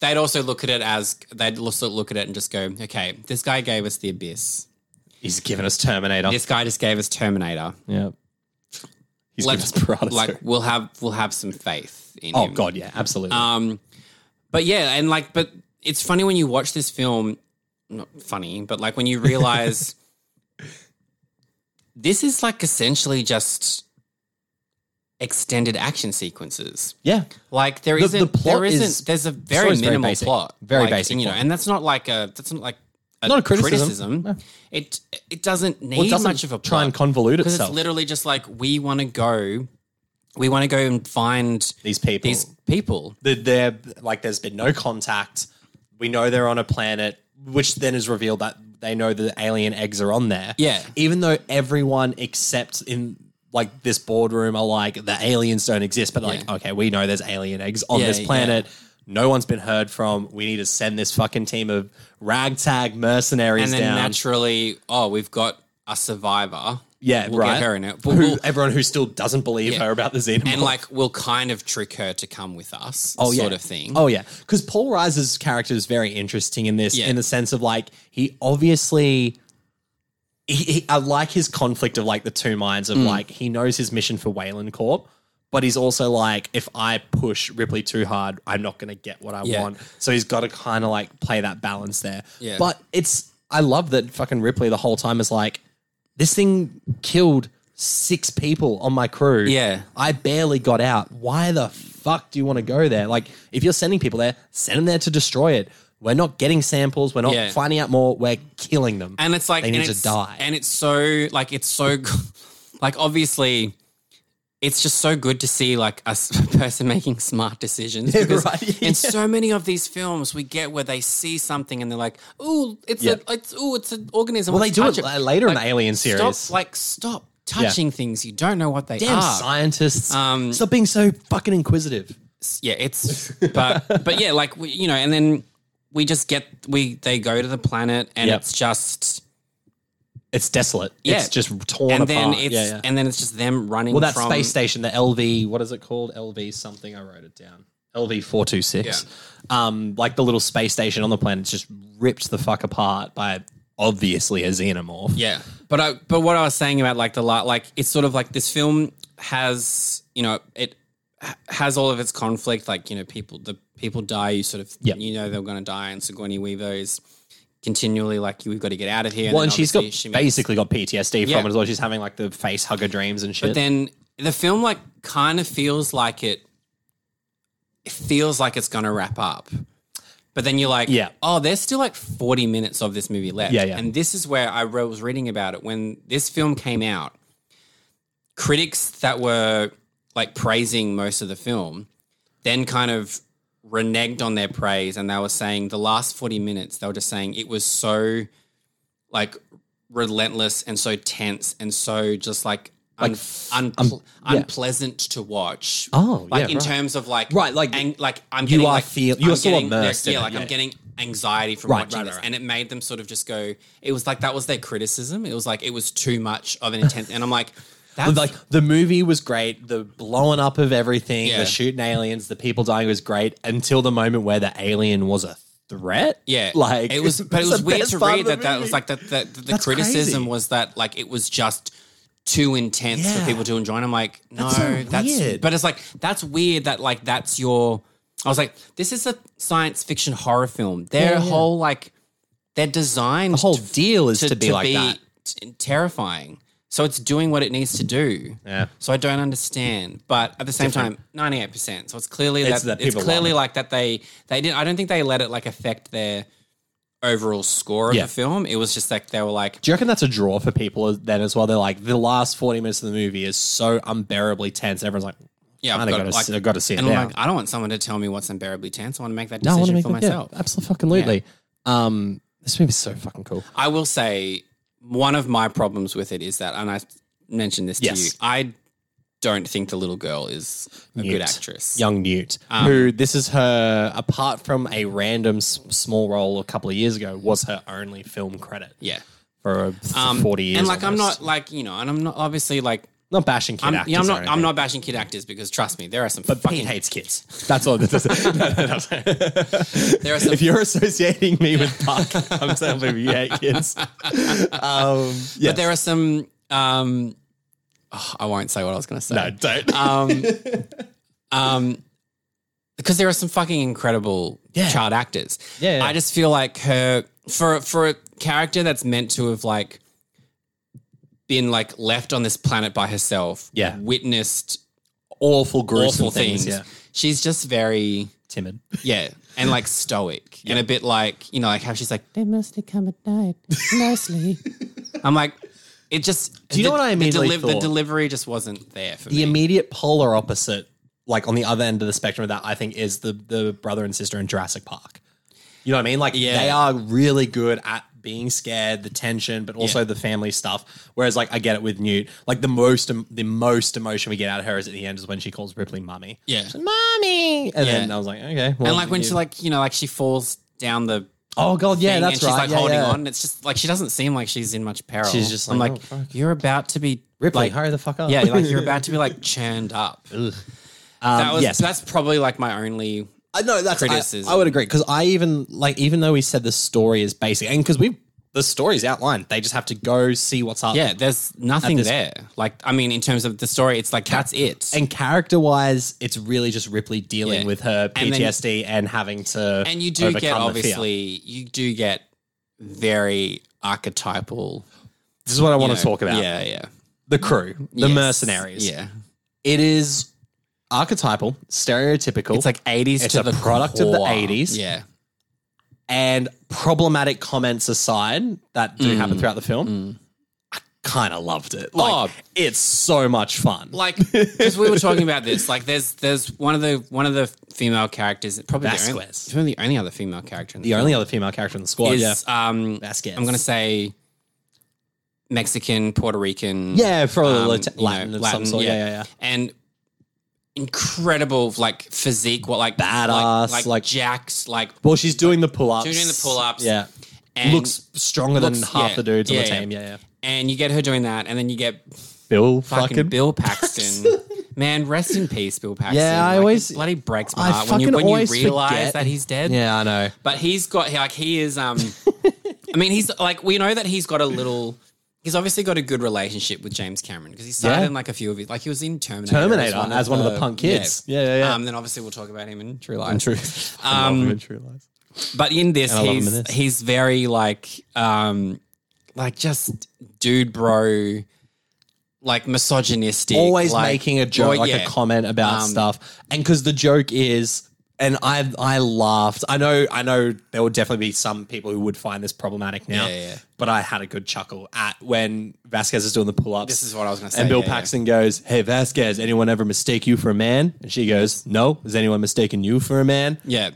they'd also look at it as they'd also look at it and just go, okay, this guy gave us the abyss. He's given us Terminator. This guy just gave us Terminator. Yeah. He's Let's given us Paradiso. like <laughs> we'll have we'll have some faith in oh him. god, yeah, absolutely. Um, but yeah, and like, but it's funny when you watch this film. Not funny, but like when <laughs> you realize this is like essentially just extended action sequences. yeah. Like there The- isn't, the plot there isn't. is- there's a story's very very minimal basic. plot, Very Like, basic you know, plot. and that's not like a that's not like a Not a criticism. No. It it doesn't need Well, it doesn't much of a plot try and convolute because it's itself. literally just like we want to go, we want to go and find these people. these people. The- they're like there's been no contact. We know they're on a planet, which then is revealed that they know the alien eggs are on there. Yeah. Even though everyone except in like this boardroom are like the aliens don't exist, but like, Yeah. okay, we know there's alien eggs on Yeah, this yeah. planet. No one's been heard from. We need to send this fucking team of ragtag mercenaries And then down. naturally, oh, we've got a survivor. Yeah, we'll right. get her in it. But Who, <laughs> we'll, everyone who still doesn't believe Yeah. her about the xenomorph. and like we'll kind of trick her to come with us, oh, sort yeah. of thing. Oh, yeah. Because Paul Reiser's character is very interesting in this, Yeah. in the sense of like, he obviously. He, he, I like his conflict of like the two minds Mm. of like, he knows his mission for Wayland Corp. But he's also like, if I push Ripley too hard, I'm not going to get what I Yeah. want. So he's got to kind of like play that balance there. Yeah. But it's, I love that fucking Ripley the whole time is like, this thing killed six people on my crew. Yeah. I barely got out. Why the fuck do you want to go there? Like, if you're sending people there, send them there to destroy it. We're not getting samples. We're not Yeah. finding out more. We're killing them. and it's like They and need to it's- die. <laughs> and it's so like it's so g- like obviously it's just so good to see like a s- <laughs> person making <laughs> smart decisions because right. in so many of these films we get where they see something and they're like, "Ooh, it's Yeah. a it's ooh, it's an organism." Well, they let's do touch it la- later in the Alien series. Stop, like stop touching things you don't know what they Damn are. scientists! ah, Um, Stop being so fucking inquisitive. yeah, it's but but yeah, like we, you know, and then we just get we they go to the planet and Yep. it's just It's desolate. Yeah. It's just torn and apart. then it's yeah, yeah. and then it's just them running. well, that from, space station, the LV, what is it called? LV something. I wrote it down. LV four two six. Um, like the little space station on the planet, just ripped the fuck apart by obviously a xenomorph. Yeah, but I but what I was saying about like the la- like it's sort of like this film has you know it ha- has all of its conflict like you know people the people die you sort of Yeah. you know they're going to die and Sigourney Weaver is continually like we've got to get out of here. Well, then and she's got obviously she makes- basically got PTSD Yeah. from it as well. She's having like the face hugger dreams and shit. But then the film like kind of feels like it, it feels like it's going to wrap up. But then you're like, Yeah. oh, there's still like 40 minutes of this movie left. Yeah, yeah. And this is where I re- was reading about it. When this film came out, critics that were like praising most of the film then kind of reneged on their praise and they were saying the last 40 minutes, they were just saying it was so like relentless and so tense and so just like, un- un- um, yeah. unpleasant to watch. Oh, like yeah, in right. terms of like Right, like- ang- like I'm You getting, are like, feel- I'm you are so getting- immersed in Yeah, it, like yeah. I'm getting anxiety from Right, watching right, this, right. and it made them sort of just go. It was like that was their criticism. It was like it was too much of an intense, and I'm like, that's like the movie was great, the blowing up of everything, Yeah. the shooting aliens, the people dying was great until the moment where the alien was a threat. Yeah, like it was, but it it's was the weird best to part of read the that that movie. was like that. that, that the That's criticism crazy. was that like it was just too intense Yeah. for people to enjoy. And I'm like, no, That's so that's, weird. but it's like that's weird that like that's your. I was like, this is a science fiction horror film. Their Yeah, yeah. whole like, their design, the whole deal is to, be like that. terrifying. So it's doing what it needs to do. Yeah. So I don't understand, but at the same time, ninety eight percent. So it's clearly It's that, that it's people clearly love like that they they didn't. I don't think they let it like affect their overall score of Yeah. the film. It was just like they were like, Do you reckon that's a draw for people as- then as well? They're like the last forty minutes of the movie is so unbearably tense. Everyone's like, yeah, I've got to, like- I've got to see it and I'm now. like, I don't want someone to tell me what's unbearably tense. I want to make that I decision want to make for them- yeah, myself. absolutely, fucking lootly. Um, this movie's so fucking cool. I will say one of my problems with it is that, and I mentioned this to Yes. you, I don't think the little girl is a good actress. Young Newt, Ah. who this is her, apart from a random s- small role a couple of years ago, was her only film credit Yeah. Um, for, for 40 years. And like, I'm almost. not like, you know, and I'm not obviously like, not bashing kid I'm, actors. yeah, I'm or not. I'm anything. not bashing kid actors because trust me, there are some But Pete fucking hates <laughs> kids. That's all. This is. <laughs> No, no, no. there are <laughs> some if you're associating me with Buck, I'm telling you, you hate kids. <laughs> Um, yeah, But there are some. Um, oh, I won't say what I was going to say. no, don't. <laughs> Um, um, because there are some fucking incredible Yeah. child actors. Yeah, yeah. I just feel like her for for a character that's meant to have like been like left on this planet by herself. Yeah. witnessed awful, gruesome awful things. Yeah, She's just very timid. yeah, and like stoic and a bit like you know like how she's like they mostly come at night <laughs> mostly. I'm like, it just. Do you know what I immediately The, the thought? delivery just wasn't there for the me. immediate polar opposite, like on the other end of the spectrum of that, I think is the the brother and sister in Jurassic Park. You know what I mean? Like Yeah. they are really good at being scared, the tension, but also Yeah. the family stuff. Whereas, like I get it with Newt. Like the most em- the most emotion we get out of her is at the end is when she calls Ripley mummy. Yeah. She's like, mommy. And then Yeah. I was like, okay. Well, And like when you- she like you know like she falls down the. oh god, yeah, thing that's and she's right. like Yeah, holding yeah. on. and It's just like she doesn't seem like she's in much peril. She's just I'm like, like, oh, fuck. you're about to be Ripley, like, hurry the fuck up. yeah, like <laughs> you're about to be like churned up. that was Um, yes. that's probably like my only. I know that's I- criticism. I, would agree because I even like even though we said the story is basic and because we the story's outlined, they just have to go see what's up. Yeah, there's nothing this- there. Like I mean, in terms of the story, it's like that's it. And character wise, it's really just Ripley dealing Yeah. with her And then- PTSD and, having to and you do overcome get the fear. obviously you do get very archetypal. This is what I want you to know, talk about. Yeah, yeah. The crew, the Yes. mercenaries. Yeah, It is archetypal, stereotypical. it's like eighties. It's to a the product of the core. 80s. Yeah, Mm. and problematic comments aside that do happen throughout the film, I kind of loved it. Like, Oh. it's so much fun. like because we were talking about this like there's there's one of the one of the female characters probably the only, Vasquez. probably the only other female character in the, the only other female character in the squad, film yeah, is um Vasquez. I'm gonna say Mexican Puerto Rican yeah, probably um, Lat- you know, Latin, of some sort. Yeah, yeah, yeah. and incredible like physique what like Badass, like, like- like jacks like Well, she's doing the pull ups. She's doing the pull-ups. Yeah, and looks stronger than looks- half yeah, the dudes on the yeah, team. Yeah, yeah. and you get her doing that and then you get Bill fucking, fucking <laughs> Bill Paxton. Man, rest in peace, Bill Paxton. Yeah, I Like, it always- bloody breaks my I heart when you fucking when you always realize forget. that he's dead. Yeah, I know. But he's got like he is um I mean he's like we know that he's got a little he's obviously got a good relationship with James Cameron because he started Yeah. in like a few of his like he was in Terminator. Terminator as one of the punk kids. Yeah, yeah, yeah. Um then obviously we'll talk about him in True In Lies. truth. <laughs> Um, I love him <laughs> in True Lies. But in this I love him in he's this. he's very like um like just dude bro like misogynistic always like- making a joke, Oh, like yeah. Um, a comment about stuff, and because the joke is, and I I laughed. I know I know there would definitely be some people who would find this problematic now, Yeah, yeah. but I had a good chuckle at when Vasquez is doing the pull ups. This is what I was going to say. And Bill yeah, yeah. Paxton goes, "Hey Vasquez, anyone ever mistake you for a man?" And she goes, "No, has anyone mistaken you for a man?" Yeah.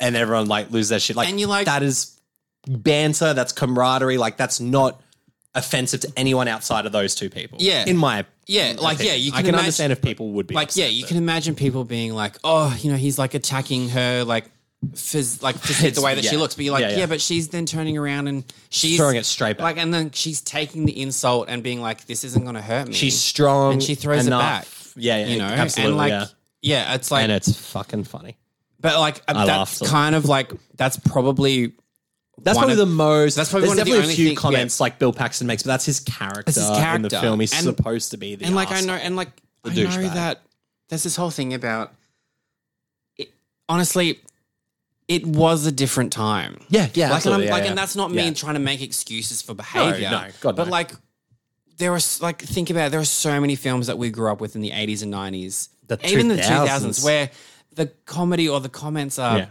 And everyone like loses their shit. Like, And you're like- that is banter. That's camaraderie. Like that's not offensive to anyone outside of those two people. Yeah. in my Yeah, like, yeah, you I can can imagine- understand if people would be Like, yeah, upset, you but- can imagine people being like, oh, you know, he's like attacking her, like, phys- like phys- the It's- way that she yeah. looks. But you're like, Yeah, yeah, yeah. but she's then turning around and she's Throwing it straight back. Like, and then she's taking the insult and being like, this isn't going to hurt me. She's strong and she throws enough. it back. Yeah, yeah, you know, absolutely. and like, yeah. yeah, it's like, and it's fucking funny. but like, laughed that's a lot. kind of like, that's probably That's One probably of- the most. that's probably there's one of the definitely only a few thing- comments like Bill Paxton makes, but that's his character, his in the character. film. He's And- supposed to be the and like I asshole. know, and like I know douchebag. that there's this whole thing about. It, honestly, it was a different time. Yeah, yeah, like, and, I'm, absolutely, yeah, like yeah. and that's not me Yeah. trying to make excuses for behavior. no, God, but no. like there are s- like think about it, there are so many films that we grew up with in the 80s and 90s, The even the 2000s. 2000s, where the comedy or the comments are. Yeah.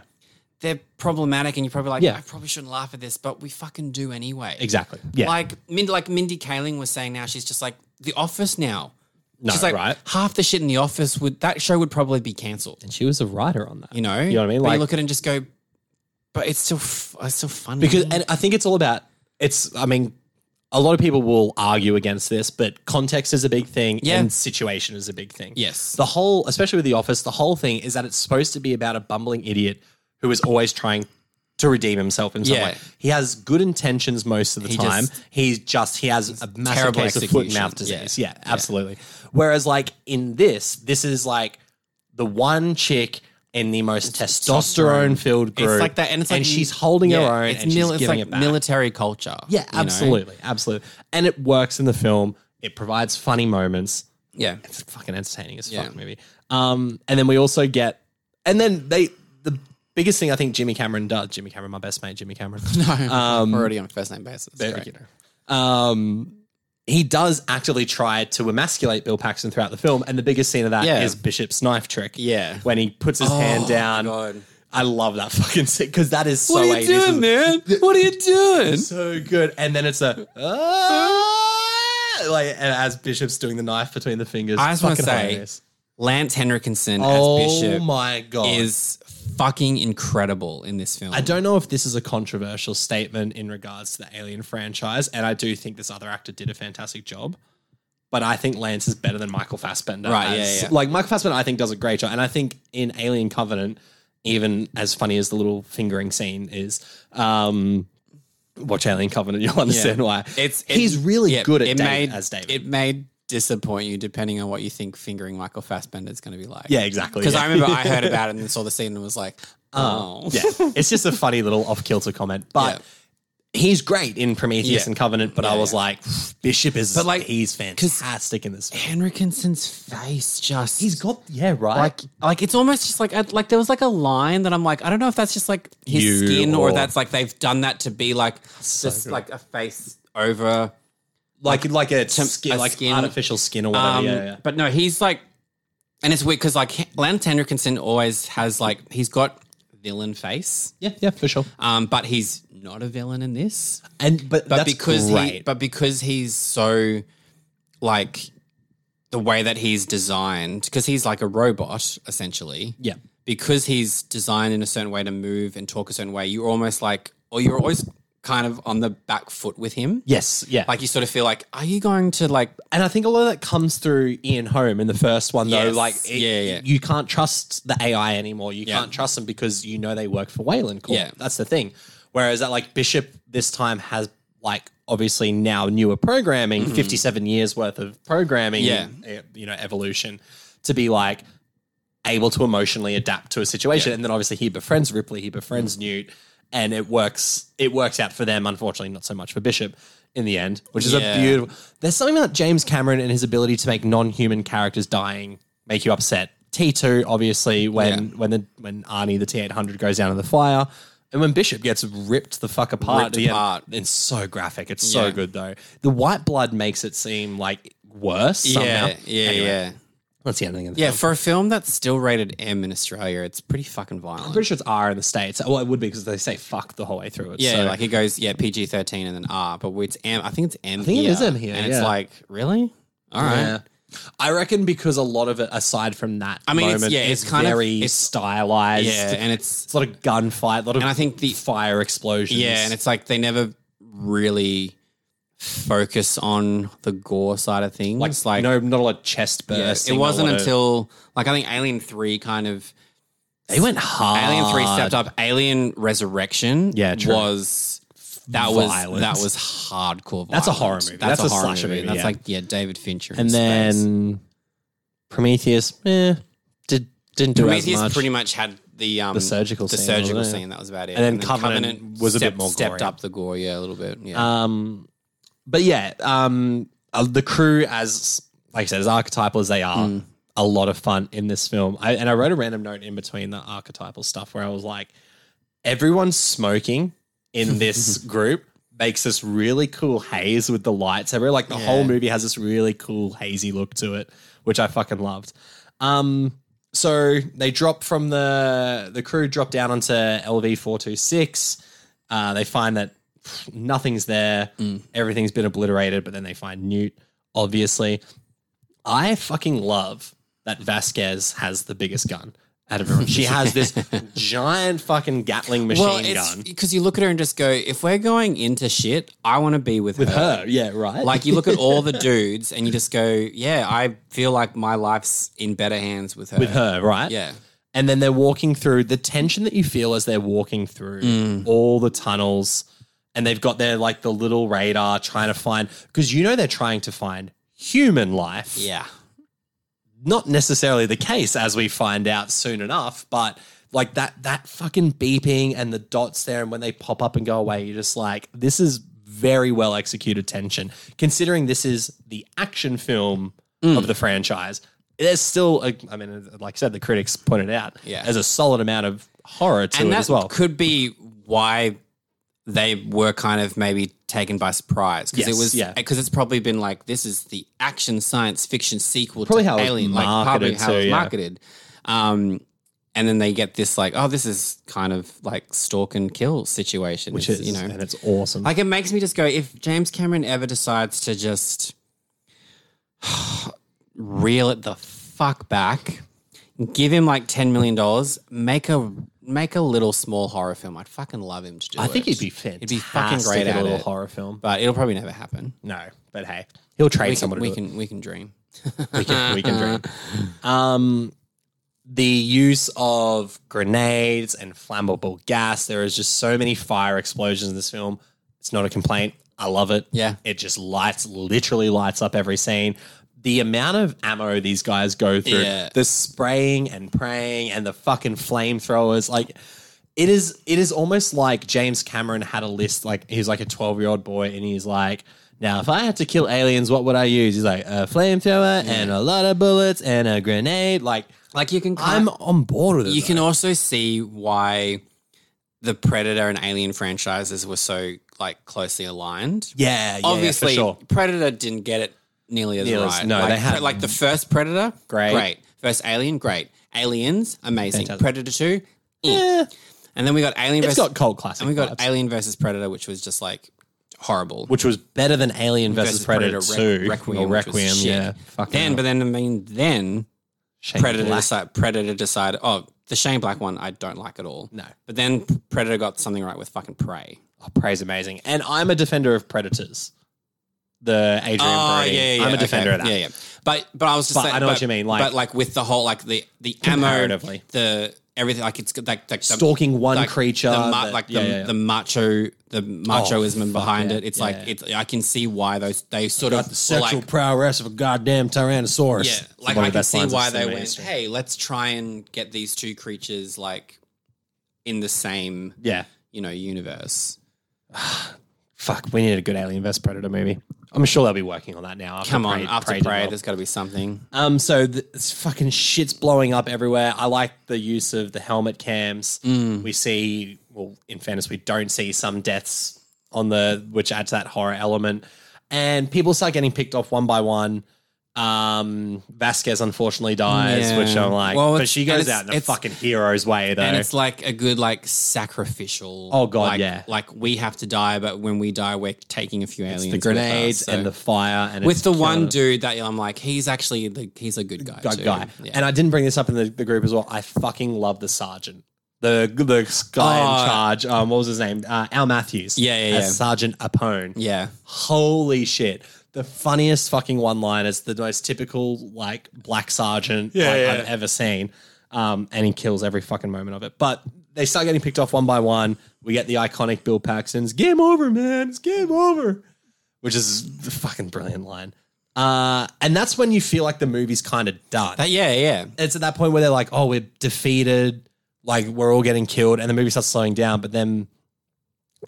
They're problematic, and you're probably like, Yeah. I probably shouldn't laugh at this, but we fucking do anyway. exactly. Yeah, Like Mind, like Mindy Kaling was saying now, she's just like the office now. No, she's like right. half the shit in the office would that show would probably be cancelled. she was a writer on that. You know? you know what I mean? But Like you look at it and just go, but it's still f- it's still funny. because and I think it's all about it's I mean a lot of people will argue against this, but context is a big thing Yeah. and situation is a big thing. Yes. The whole especially with the office, the whole thing is that it's supposed to be about a bumbling idiot who is always trying to redeem himself in some Yeah. way. He has good intentions most of the He time. just- He's just he has a massive terrible case of foot and execution. mouth Yeah. disease. Yeah, absolutely. Whereas like in this, this is like the one chick in the most testosterone filled group. it's like that, and it's like she's holding yeah, her own It's, and she's mil- it's giving like it back. military culture. yeah, you know? absolutely, absolutely, and it works in the film. It provides funny moments. <laughs> Yeah, It's fucking entertaining as fuck Yeah. movie. Um, and then we also get, and then they the biggest thing I think Jimmy Cameron does. Jimmy Cameron, my best mate, Jimmy Cameron. <laughs> Um, We're already on a first name basis. Great. you know. Um, he does actively try to emasculate Bill Paxton throughout the film, and the biggest scene of that is Yeah. Bishop's knife trick. Yeah. Oh when he puts his hand down. God. I love that fucking scene because that is so. What are 80s, you isn't doing, it? man? What are you doing? so good. And then it's a "Ah," like and as Bishop's doing the knife between the fingers. I just want to Fucking say, hilarious. Lance Henriksen oh as Bishop my god, is fucking incredible in this film. I don't know if this is a controversial statement in regards to the Alien franchise, and I do think this other actor did a fantastic job. But I think Lance is better than Michael Fassbender. Right, yeah, as- yeah. Like Michael Fassbender, I think does a great job, and I think in Alien Covenant, even as funny as the little fingering scene is, um, watch Alien Covenant, you'll understand why. It's it- he's really yeah, good at it David, may- as David. It may disappoint you depending on what you think fingering Michael Fassbender is going to be like. yeah, exactly. because yeah. I remember <laughs> I heard about it and saw the scene and was like, oh, Uh, yeah, it's just a funny little off kilter comment, but. Yeah. He's great in Prometheus Yeah. and Covenant, but I Yeah, was yeah. like, Bishop is like, like he's fantastic in this. Film. Henriksen's face just He's got yeah right. like like it's almost just like I, like there was like a line that I'm like I don't know if that's just like his You skin or, or- that's like they've done that to be like just good. like a face over. like like a, skin, a like skin. artificial skin or whatever. Um, Oh, yeah, yeah. But no, he's like, and it's weird because like Lance Henriksen always has like he's got villain face. Yeah, yeah, for sure. Um, but he's not a villain in this. And but, But that's because great. he but because he's so like the way that he's designed, because he's like a robot, essentially. yeah, Because he's designed in a certain way to move and talk a certain way, you're almost like or you're always kind of on the back foot with him. yes, yeah. Like you sort of feel like, are you going to like and I think a lot of that comes through Ian Home in the first one, though. Yes. Like, it- Yeah, yeah. you can't trust the AI anymore. You Yeah. can't trust them because you know they work for Wayland Corp. Yeah. That's the thing. Whereas that, like, Bishop this time has, like, obviously now newer programming, 57 years worth of programming, Mm-hmm. Yeah. eh, you know, evolution to be like, able to emotionally adapt to a situation. And then obviously he befriends Ripley, he Mm. befriends Newt, and it works. It works out for them. Unfortunately, not so much for Bishop in the end, which is Yeah. a beautiful. There's something about James Cameron and his ability to make non-human characters dying make you upset. T2 obviously when when the when Arnie the T800 goes down in the fire. And when Bishop gets ripped the fuck apart, Ripped at the end, apart. it's so graphic. It's so Yeah. good though. The white blood makes it seem like worse. somehow. Yeah, yeah, Anyway, yeah. That's the ending of the Yeah, for a film that's still rated M in Australia, it's pretty fucking violent. pretty sure it's R in the states. Well, it would be because they say fuck the whole way through it. yeah, so. like it goes yeah PG thirteen and then R, but it's M. I think it's M. I think it here, is M here, and yeah. it's like really all right. Yeah. I reckon because a lot of it, aside from that, I mean, it's- moment, yeah, is it's kind of- very it's- stylized. Yeah, it's and it's a lot of gunfight, a lot of and I think the fire explosions. yeah, and it's like they never really focus on the gore side of things. Like, no, not a lot of chest yeah, bursts. it wasn't until like I think Alien Three kind of they went hard. Alien Three stepped up. Alien Resurrection Ah, Yeah, true. was. That was Violent. that was hardcore. That's a violent. horror movie. That's That's, a a horror slasher movie. movie, That's yeah. like yeah, David Fincher. in and space. then Prometheus, eh, did didn't do Prometheus as much. pretty much had the um, The surgical the scene, surgical wasn't it? scene. That was about it. And then Covenant was a bit stepped- more stepped gory. up the gore, yeah, a little bit. Yeah, Um, but yeah, um, uh, the crew as like I said, as archetypal as they are, a lot of fun in this film. I, and I wrote a random note in between the archetypal stuff where I was like, everyone smoking in this group makes this really cool haze with the lights everywhere. Like the whole movie has this really cool hazy look to it, which I fucking loved. Um, so they drop from the the crew drop down onto LV four two six. Uh, they find that pff, nothing's there, Mm. everything's been obliterated. But then they find Newt, obviously. I fucking love that Vasquez has the biggest gun out of <laughs> everyone. She has this giant fucking Gatling machine well, gun. it's because you look at her and just go, if we're going into shit, I want to be with, her. Her, yeah, right. Like you look at <laughs> all the dudes and you just go, yeah, I feel like my life's in better hands with her. with her, right? yeah, And then they're walking through the tension that you feel as they're walking through Mm. all the tunnels, and they've got their like the little radar trying to find because you know they're trying to find human life. yeah, not necessarily the case as we find out soon enough but like that that fucking beeping and the dots there and when they pop up and go away you're just like this is very well executed tension considering this is the action film Mm. of the franchise there's still a, i mean like i said the critics pointed out Yeah. there's a solid amount of horror to and it that as well could be why they were kind of maybe taken by surprise because Yes, it was yeah. because it's probably been like this is the action science fiction sequel Probably to how it was Alien, like probably marketed how too, it was yeah. marketed. Um, and then they get this like, oh, this is kind of like stalk and kill situation, which It's- you know, and it's awesome like it makes me just go, if James Cameron ever decides to just <sighs> reel it the fuck back, give him like ten million dollars, make a make a little small horror film. I'd fucking love him to do i it. think it'd be fantastic It'd be fucking great at at a little it. horror film but it'll probably never happen. no but hey he'll trade We can someone to we do it. can, we can dream. we can we can drink. Um, the use of grenades and flammable gas. There is just so many fire explosions in this film. It's not a complaint. I love it. Yeah. it just lights literally lights up every scene. The amount of ammo these guys go through, Yeah. the spraying and praying, and the fucking flamethrowers, like. It is it is almost like James Cameron had a list like he's like a 12-year-old boy and he's like now if I had to kill aliens what would I use he's like a flamethrower and a lot of bullets and a grenade like Like you can I'm on board with it. you though. can also see why the Predator and Alien franchises were so like closely aligned. yeah, yeah, obviously yeah, for sure. Predator didn't get it nearly as Nearly as- right. no, like, they had- like the first Predator, Great. great. First Alien, great. Aliens, amazing. Fantastic. Predator two, eh. Yeah. And then we got Alien It's versus got cult classic. and we got vibes, Alien versus Predator, which was just like horrible. which was better than Alien versus, Versus Predator, Predator, Two Re- Requiem, or which was Requiem. shit. Yeah, fucking then, hell. but then I mean, then Shane Predator Black. decided. Predator decided. Oh, the Shane Black one, I don't like at all. No. but then Predator got something right with fucking Prey. Oh, Prey's amazing, and I'm a defender of Predators. The Adrian Brody. I'm a defender okay. of that. Ah, Yeah, yeah. But but I was just But saying, I know what but- you mean, like- but like with the whole like the the ammo, Comparatively. the everything like it's got like, like the- Stalking one like creature, the ma- that- like the, yeah, yeah, yeah. the macho, the machoism fuck behind yeah. it. It's Yeah, like yeah. it's I can see why those they sort of were like prowess of a goddamn Tyrannosaurus. yeah, like One of the I can best see lines why I've they seen in went. history. Hey, let's try and get these two creatures like in the same Yeah. you know universe. Fuck, we need a good Alien vs Predator movie. I'm sure they'll be working on that now. After Come on, Prey- after Prey Prey, did well. there's got to be something. Um, so th- this fucking shit's blowing up everywhere. I like the use of the helmet cams. Mm. We see, well, in fairness, we don't see some deaths on the which adds that horror element, and people start getting picked off one by one. Um, Vasquez unfortunately dies, Yeah. which I'm like, Well, but it's- she goes and out in a it's- fucking hero's way though. And it's like a good like sacrificial. Oh, God, like, yeah. Like we have to die, but when we die, we're taking a few aliens. the grenades with us, so- and the fire, and with it's the one killing- dude that I'm like, he's actually the he's a good guy. good too. guy. Yeah. And I didn't bring this up in the, the group as well. I fucking love the sergeant. The the guy in Oh. charge. Um, what was his name? Uh, Al Matthews. Yeah, yeah, as yeah. Sergeant Apone. yeah. Holy shit. The funniest fucking one liners, the most typical like black sergeant like, yeah, I've ever seen. Um, and he kills every fucking moment of it. But they start getting picked off one by one. We get the iconic Bill Paxton's game over, man. It's game over. Which is the fucking brilliant line. Uh, and that's when you feel like the movie's kind of done That- yeah, yeah. it's at that point where they're like, oh, we're defeated, like we're all getting killed, and the movie starts slowing down, but then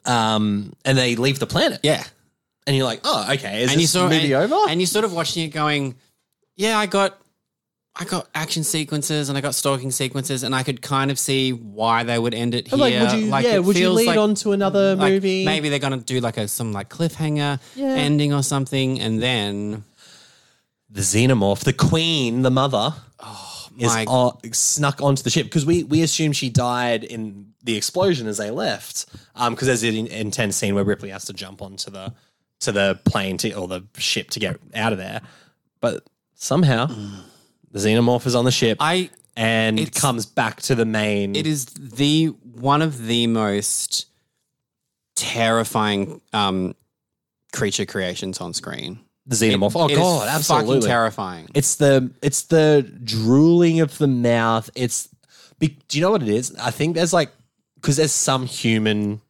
um and they leave the planet. Yeah. And you're like, oh, okay, is And you this sort of movie and, over? and you're sort of watching it going, Yeah, I got I got action sequences and I got stalking sequences and I could kind of see why they would end it here. I'm like, would you yeah, it would you feels lead like- on to another like, movie? Maybe they're gonna do like a some like cliffhanger Yeah. ending or something, and then the xenomorph, the queen, the mother, is Oh my- o- snuck onto the ship because we we assume she died in the explosion as they left. Um, because there's an in- intense scene where Ripley has to jump onto the to the plane to or the ship to get out of there, but somehow the xenomorph is on the ship Mm. I and it's- comes back to the main. it is the one of the most terrifying um creature creations on screen. the xenomorph. oh It is god, absolutely fucking terrifying. It's the it's the drooling of the mouth. It's be, do you know what it is? I think there's like because there's some human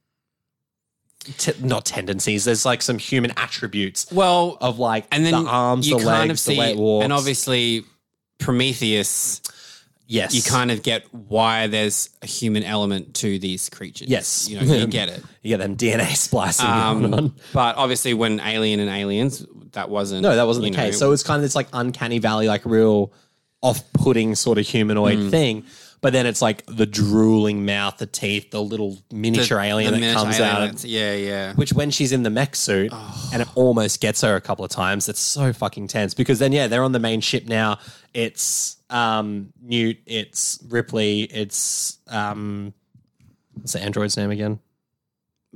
te- not tendencies. There's like some human attributes well, of like and then the arms, you the kind legs, of see, the way it walks. and obviously Prometheus. yes, You kind of get why there's a human element to these creatures. Yes. you know <laughs> you get it. you get them DNA <laughs> splicing going on. Um, but obviously, when Alien and Aliens, that wasn't. No, that wasn't the you know, case. So it's kind of this like uncanny valley, like real off-putting sort of humanoid Mm. thing. But then it's like the drooling mouth, the teeth, the little miniature alien the that miniature comes out. aliens. Yeah, yeah. which when she's in the mech suit and it almost gets her a couple of times, it's so fucking tense because then yeah, they're on the main ship now. It's um Newt, it's Ripley, it's um what's the android's name again?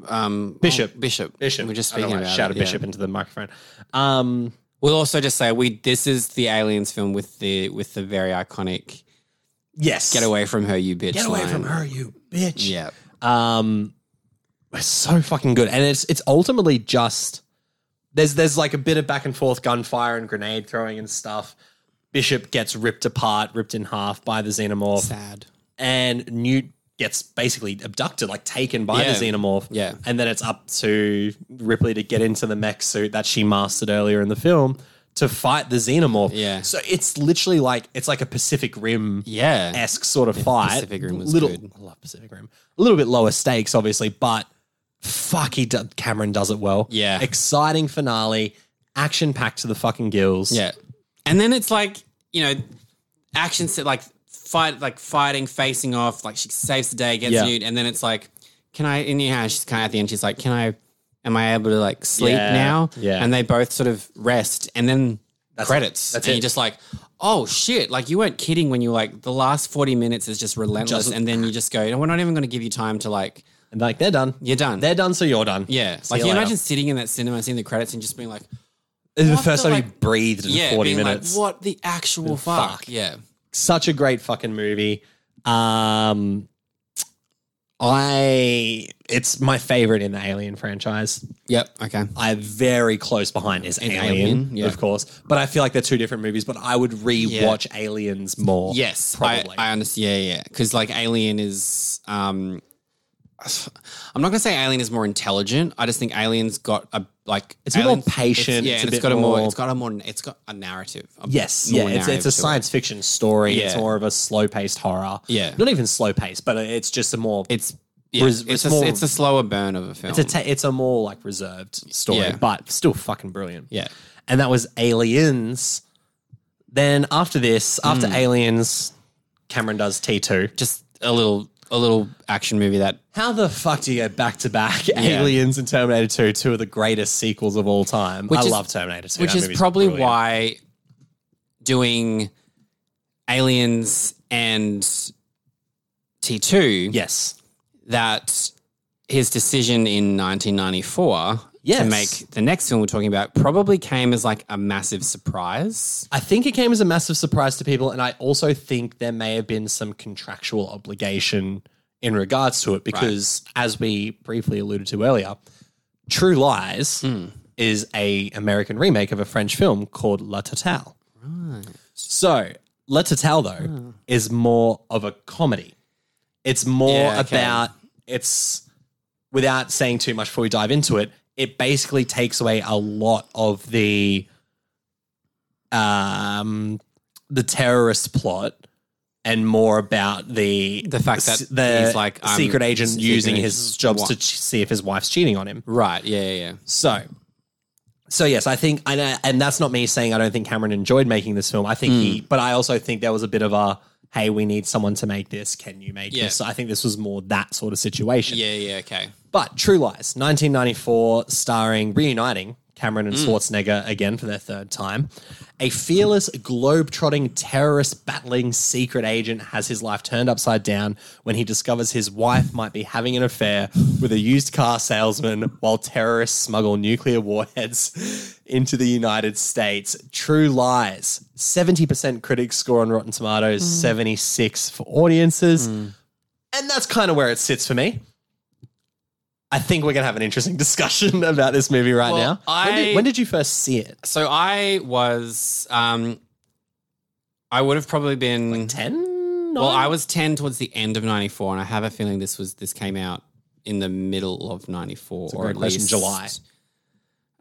Um, Bishop. oh, Bishop, Bishop. We're just I don't speaking know why I about shouted it, yeah. Bishop into the microphone. Um We'll also just say we. This is the Aliens film with the with the very iconic yes. "Get away from her, you bitch!" Get away from line. her, you bitch. Yeah, Um, it's so fucking good, and it's it's ultimately just there's there's like a bit of back and forth gunfire and grenade throwing and stuff. Bishop gets ripped apart, ripped in half by the xenomorph, sad. and Newt gets basically abducted, like taken by Yeah. the xenomorph. Yeah. and then it's up to Ripley to get into the mech suit that she mastered earlier in the film to fight the xenomorph. Yeah. so it's literally like it's like a Pacific Rim Yeah, esque sort of fight. Pacific Rim was little, good. I love Pacific Rim. A little bit lower stakes, obviously, but fuck, he do- Cameron does it well. Yeah. exciting finale, action packed to the fucking gills. yeah. And then it's like you know, action set like fight, like fighting, facing off. Like she saves the day, gets Yeah. nude, and then it's like, can I? And yeah, she's kind of at the end. She's like, can I? Am I able to like sleep Yeah. now? Yeah. And they both sort of rest, and then That's- credits. that's and it. you're just like, oh shit, like you weren't kidding when you were like, the last 40 minutes is just relentless. Just- and then you just go, you know, we're not even going to give you time to like, And like they're done. you're done. They're done, so you're done. yeah. See Like you later. imagine sitting in that cinema and seeing the credits and just being like, This is the What first the, time you like- breathed in yeah, 40 being like, minutes. what the actual fuck? fuck. Yeah. Such a great fucking movie. Um, I it's my favorite in the Alien franchise. Yep. Okay. I very close behind is Alien, Alien, yeah. of course, but I feel like they're two different movies. But I would re-watch Aliens more. Yes, probably. I, I understand. Yeah, yeah. Because like Alien is, um, I'm not gonna say Alien is more intelligent. I just think Alien's got a like It's a bit more Alien's- patient, It's, yeah, it's a and it's bit got a more, more- It's got a more. It's got a narrative. a yes, more yeah. It's, it's narrative a to it. science fiction story. It's Yeah. more of a slow-paced horror. Yeah. not even slow-paced, but it's just a more. It's yeah, Res- it's, it's a, more- it's a slower burn of a film. it's a ta it's a more like reserved story, Yeah. but still fucking brilliant. yeah. and that was Aliens. Then after this, after Aliens, Cameron does T two. Just a little a little action movie that How the fuck do you go back to <laughs> back Aliens and Terminator two, two of the greatest sequels of all time? I is- love Terminator two, which That is movie's probably brilliant. why doing aliens and T2 Yes, that his decision in 1994 Yes. to make the next film we're talking about probably came as like a massive surprise. I think it came as a massive surprise to people, and I also think there may have been some contractual obligation in regards to it because, as we briefly alluded to earlier, True Lies is a American remake of a French film called La Totale. So La Totale though Hmm. is more of a comedy. It's more Yeah, okay. about it's without saying too much before we dive into it. It basically takes away a lot of the um, the terrorist plot and more about the The fact that the he's like, I'm secret agent secret using agent. his jobs to What? ch- see if his wife's cheating on him. Right. Yeah. Yeah. yeah. So, so yes, I think, and, I- and that's not me saying I don't think Cameron enjoyed making this film. I think he, but I also think there was a bit of a, hey, we need someone to make this. Can you make Yeah. this? So I think this was more that sort of situation. Yeah. Yeah. Okay. But True Lies, 1994, starring reuniting Cameron and Schwarzenegger again for their third time. A fearless, globe-trotting, terrorist-battling secret agent has his life turned upside down when he discovers his wife might be having an affair with a used car salesman while terrorists smuggle nuclear warheads into the United States. True Lies, 70% critics score on Rotten Tomatoes, 76 for audiences. And that's kind of where it sits for me. I think we're going to have an interesting <laughs> discussion about this movie right Well, now. when, did, I- when did you first see it? So I was, um, I would have probably been, 10? well, I was 10 towards the end of 94 and I have a feeling this was, this came out in the middle of 94 or great at question. least July.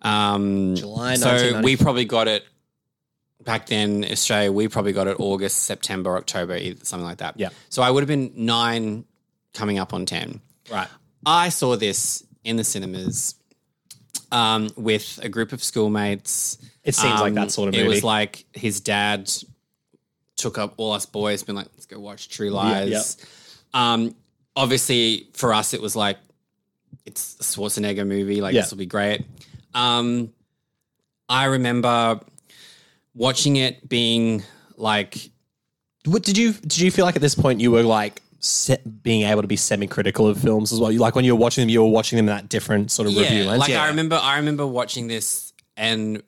Um, July So 1994. we probably got it back then, Australia, we probably got it August, September, October, either- something like that. Yeah. So I would have been nine coming up on 10. Right. I saw this in the cinemas um, with a group of schoolmates. It seems like Um, that sort of It movie. was like his dad took up all us boys, been like, let's go watch True Lies. yeah. Um, obviously, for us, it was like, it's a Schwarzenegger movie. Like, Yeah. this will be great. Um, I remember watching it being like, what did you did you feel like at this point you were like se- being able to be semi-critical of films as well? You, like when you were watching them, you were watching them in that different sort of review lens. Like I remember, I remember watching this and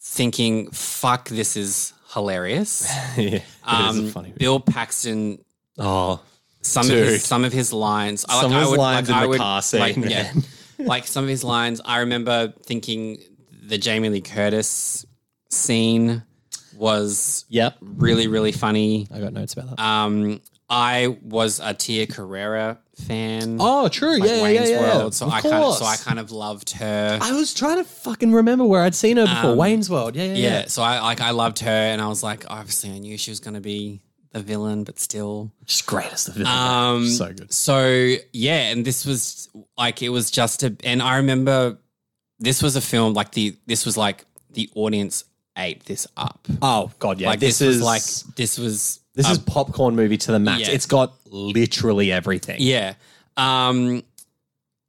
thinking, "Fuck, this is <laughs> hilarious." <laughs> yeah, it Um, is a funny. Movie. Bill Paxton, Oh, some of Dude. his some of his lines, I- Some of I his would- lines in I the would- car scene, like, yeah, man. <laughs> like some of his lines. I remember thinking the Jamie Lee Curtis scene was yep. really, really funny. I got notes about that. Um, I was a Tia Carrera fan. oh, true. like yeah, yeah, Wayne's yeah, yeah. World, so Of I kind of so course. I kind of loved her. I was trying to fucking remember where I'd seen her before. Wayne's World. Yeah, yeah, yeah. Um, yeah, so I like I loved her, and I was like, obviously, I knew she was going to be the villain, but still, She's great as the villain. um, so good. So yeah, and this was like it was just a, and I remember this was a film like the this was like the audience ate this up. Oh god, yeah. Like this, this, was is like this was this is popcorn movie to the max. yeah. It's got literally everything. Yeah. Um,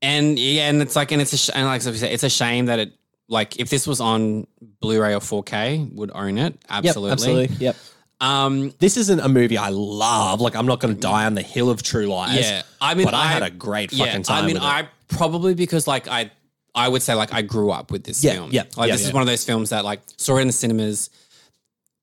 and yeah, and it's like, and it's a sh- and like so we said, it's a shame that it like if this was on Blu-ray or 4K, would own it absolutely. Yep. Um, This isn't a movie I love. Like, I'm not going to die on the hill of True Lies. Yeah, I mean, but I, I- had a great fucking yeah, time. I mean, with it. I probably because like I, I would say like I grew up with this Yeah, film. yeah, like yeah, this yeah. is one of those films that like saw it in the cinemas,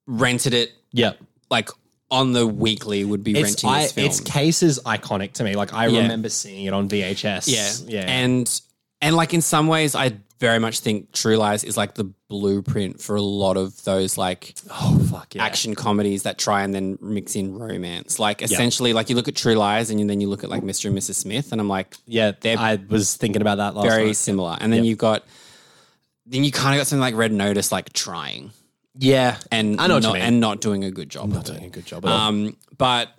rented it Yep. like on the weekly would be It's, renting I, this film. it's cases iconic to me. Like, I Yeah. remember seeing it on VHS. Yeah. Yeah. And and like in some ways I very much think True Lies is like the blueprint for a lot of those like oh, fuck yeah. action comedies that try and then mix in romance. Like essentially like you look at True Lies and then you look at like Mr. and Mrs. Smith and I'm like Yeah. They're I was thinking about that last very night. similar. And then you've got then you kind of got something like Red Notice like trying Yeah. and I know what you not mean. and not doing a good job. Not of it. doing a good job at all. Um but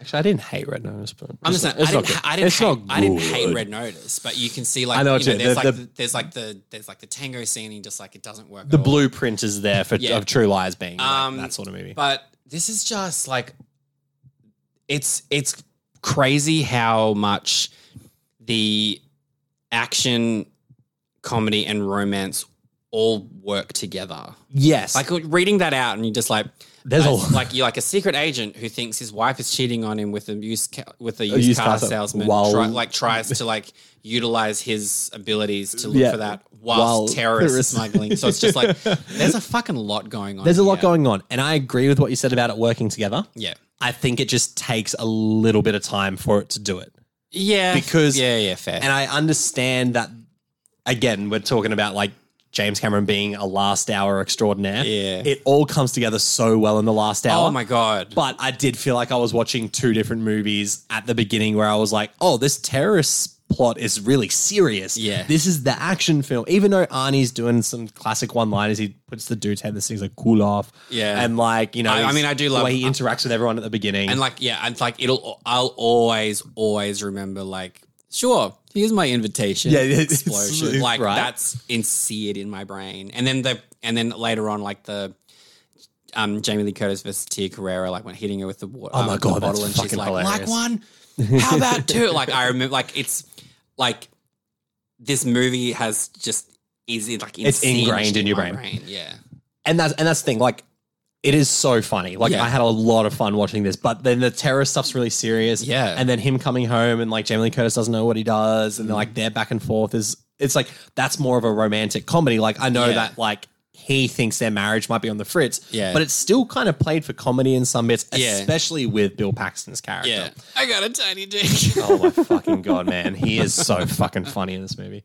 Actually, I didn't hate Red Notice, but I'm just saying, I didn't, ha- I, didn't hate, I didn't hate Red Notice, but you can see like, I know what you know, you- there's, the- like the- the, there's like the there's like the tango scene and just like it doesn't work. The at all. blueprint is there for Yeah. of True Lies being like, Um, that sort of movie. But this is just like it's it's crazy how much the action, comedy, and romance all work together. yes, Like reading that out, and you just like There's a lot. like you're like a secret agent who thinks his wife is cheating on him with a used ca- with a used, used car, car sal- salesman. while- try, like tries to like utilize his abilities to look Yeah. for that whilst While terrorist terrorists- smuggling. So it's just like <laughs> there's a fucking lot going on. there's a lot here. going on, and I agree with what you said about it working together. Yeah, I think it just takes a little bit of time for it to do it, yeah, Because- yeah, yeah, fair. and I understand that. Again, we're talking about like James Cameron being a last hour extraordinaire. Yeah. it all comes together so well in the last hour. oh my god, But I did feel like I was watching two different movies at the beginning where I was like, oh, this terrorist plot is really serious. Yeah. This is the action film. Even though Arnie's doing some classic one liners, he puts the dude's head, this thing's like cool off. Yeah. And like, you know, I- I he's- mean, I do the love- way he interacts with everyone at the beginning. and <laughs> like yeah, and like it'll I'll always always remember like sure here's my invitation. Yeah, <laughs> it's- explosion. Like right. that's inseared in my brain. And then the and then later on like the. Um, Jamie Lee Curtis versus Tia Carrera, like when hitting her with the water. Oh my God, that's bottle, and she's fucking like, like hilarious. one, <laughs> how about two? Like I remember, like it's like this movie has just is it like It's insinged ingrained in your my brain. Yeah, and that's and that's the thing, like it is so funny. Like Yeah. I had a lot of fun watching this, but then the terror stuff's really serious. Yeah. And then him coming home and like Jamie Lee Curtis doesn't know what he does, and like their back and forth is it's like that's more of a romantic comedy. Like I know Yeah. that like he thinks their marriage might be on the fritz. Yeah. But it's still kind of played for comedy in some bits, Yeah. especially with Bill Paxton's character. yeah. I got a tiny dick. <laughs> Oh my fucking god, man! He is so fucking funny in this movie.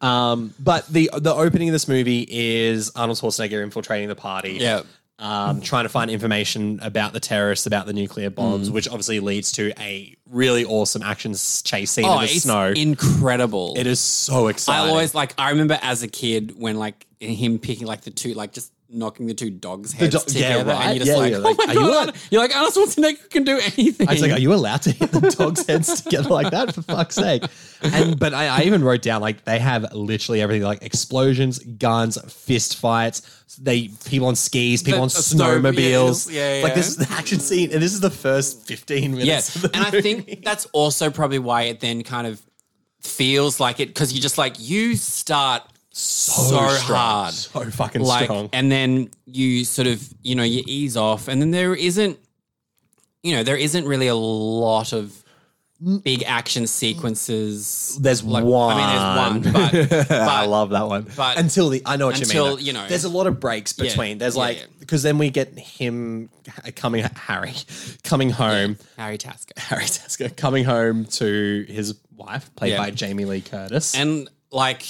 Um, but the the opening of this movie is Arnold Schwarzenegger infiltrating the party, Yeah. um, trying to find information about the terrorists, about the nuclear bombs, Mm. which obviously leads to a really awesome action s- chase scene Oh, in the it's snow. incredible. it is so exciting. I always like. I remember as a kid when like him picking like the two, like just knocking the two dogs' heads do- yeah, together, right. and you're just Yeah, like, yeah, "Oh like, my are you god!" on- You're like, Arnold Schwarzenegger can do anything. I was like, "Are you allowed to hit the dogs' heads together like that? For fuck's sake!" And but I, I even wrote down like they have literally everything like explosions, guns, fist fights. They people on skis, people The- on the snowmobiles. snowmobiles. Yeah, Like yeah. this is the action scene, and this is the first fifteen minutes. <laughs> yes, <laughs> of and the I movie. think that's also probably why it then kind of feels like it because you just like you start so, strong, hard, so fucking like, eh, strong. and then you sort of you know you ease off, and then there isn't, you know, there isn't really a lot of. Big action sequences. There's Like, one. I mean, there's one, but <laughs> I <laughs> but- love that one. but- until the, I know what you mean. until, though. you know- there's a lot of breaks between. There's yeah, like yeah. because then we get him coming, Harry coming home. Harry Tasker. <laughs> Harry Tasker coming home to his wife, played Yeah. by Jamie Lee Curtis. And like,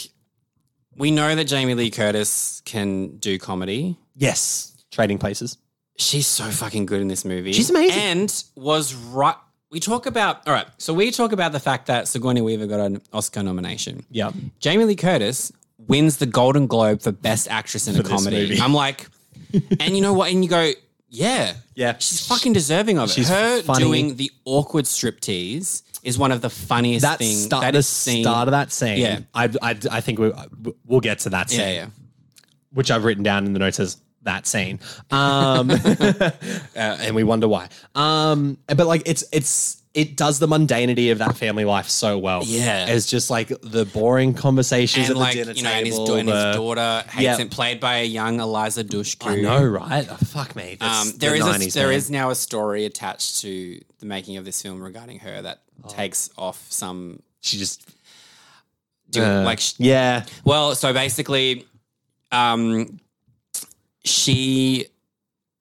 we know that Jamie Lee Curtis can do comedy. yes, trading places. She's so fucking good in this movie. She's amazing. And was right. We talk about, all right, so we talk about the fact that Sigourney Weaver got an Oscar nomination. Yeah, Jamie Lee Curtis wins the Golden Globe for Best Actress in a this Comedy. movie. I'm like, and you know what? And you go, yeah. yeah. She's fucking deserving of it. She's Her funny. doing the awkward striptease is one of the funniest that things. start, that the is seen. start of that scene. Yeah. I, I, I think we we'll get to that scene, yeah, yeah. which I've written down in the notes as that scene, <laughs> um, <laughs> uh, and we wonder why. Um, but like it's it's it does the mundanity of that family life so well. Yeah. it's just like the boring conversations and at like the dinner you know, and his, table. da- and his the- daughter hates Yeah. him, played by a young Eliza Dushku. I know, right? Oh, fuck me. Um, there is a, there is now a story attached to the making of this film regarding her that takes off some she just do, uh, like sh- yeah. well. So basically, um, she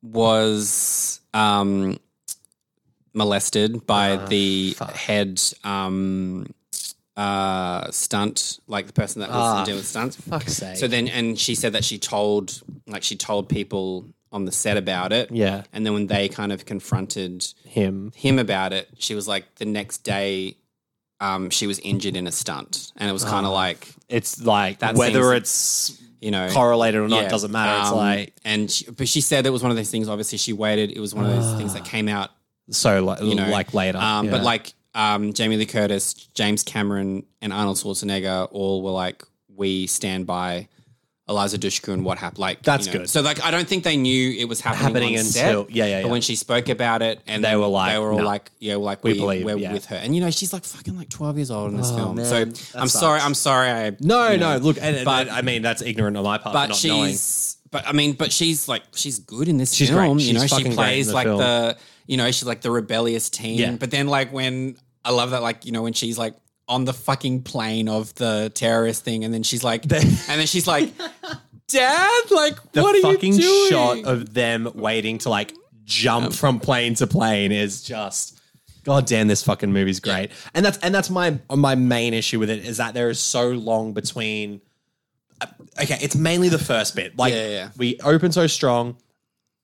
was um, molested by Ah, the head um, uh, stunt, like the person that was Ah, doing stunts. Fuck's sake. So then, and she said that she told, like, she told people on the set about it. yeah, And then when they kind of confronted him. him about it, she was like, the next day, um, she was injured in a stunt. And it was kind of Ah. like, It's like That whether seems- it's you know, correlated or not yeah, doesn't matter. it's um, like and she, but she said it was one of those things. Obviously, she waited. It was one of those Ah. things that came out, so like, you know, like later. Um, But Yeah. like, um, Jamie Lee Curtis, James Cameron, and Arnold Schwarzenegger all were like, we stand by. Eliza Dushku and what happened? Like That's you know. good. So like, I don't think they knew it was happening, Happening on until- set, yeah, yeah, But yeah. when she spoke about it, and They were like, they were all "Nah, like, yeah, we're like we, believe, we're yeah." Oh, with her, and you know, she's like fucking like twelve years old in this film. man, so I'm that sorry, sucks. I'm sorry, I no, no. Look, and, and- but- and I mean that's ignorant on my part. for but not she's knowing. but I mean, but she's like she's good in this She's film. great. You know, She's she fucking great in plays the like film. the you know she's like the rebellious teen. Yeah. But then like when I love that like you know when she's like on the fucking plane of the terrorist thing, and then she's like, and then <laughs> she's like, Dad, like the what are fucking you doing? shot of them waiting to like jump from plane to plane is just god damn this fucking movie's great and that's and that's my my main issue with it is that there is so long between uh, okay it's mainly the first bit like Yeah, yeah. we open so strong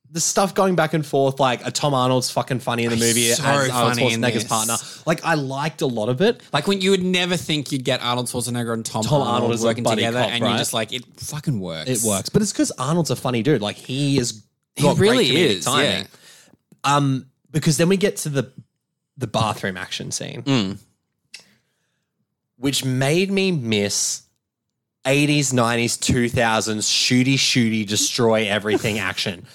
the stuff going back and forth like uh, Tom Arnold's fucking funny in the movie so as Arnold funny in Schwarzenegger's this. partner like I liked a lot of it like when you would never think you'd get Arnold Schwarzenegger and Tom, Tom Arnold, Arnold as a working buddy together, cop, and right? you're just like, it fucking works. it works but it's because Arnold's a funny dude like he is He got great really comedic is. timing. Yeah. Um, because then we get to the the bathroom action scene, which made me miss. 80s, 90s, 2000s, shooty, shooty, destroy everything action.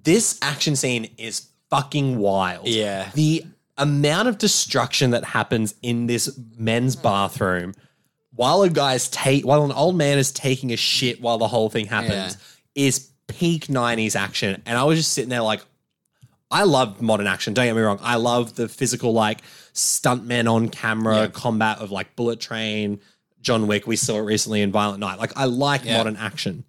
This action scene is fucking wild. Yeah. The amount of destruction that happens in this men's bathroom while a guy's take while an old man is taking a shit while the whole thing happens is peak 90s action. And I was just sitting there like, I love modern action. Don't get me wrong. I love the physical, like stuntmen on camera Yeah. combat of like Bullet Train, John Wick. We saw it recently in Violent Night. Like I like Yeah. modern action,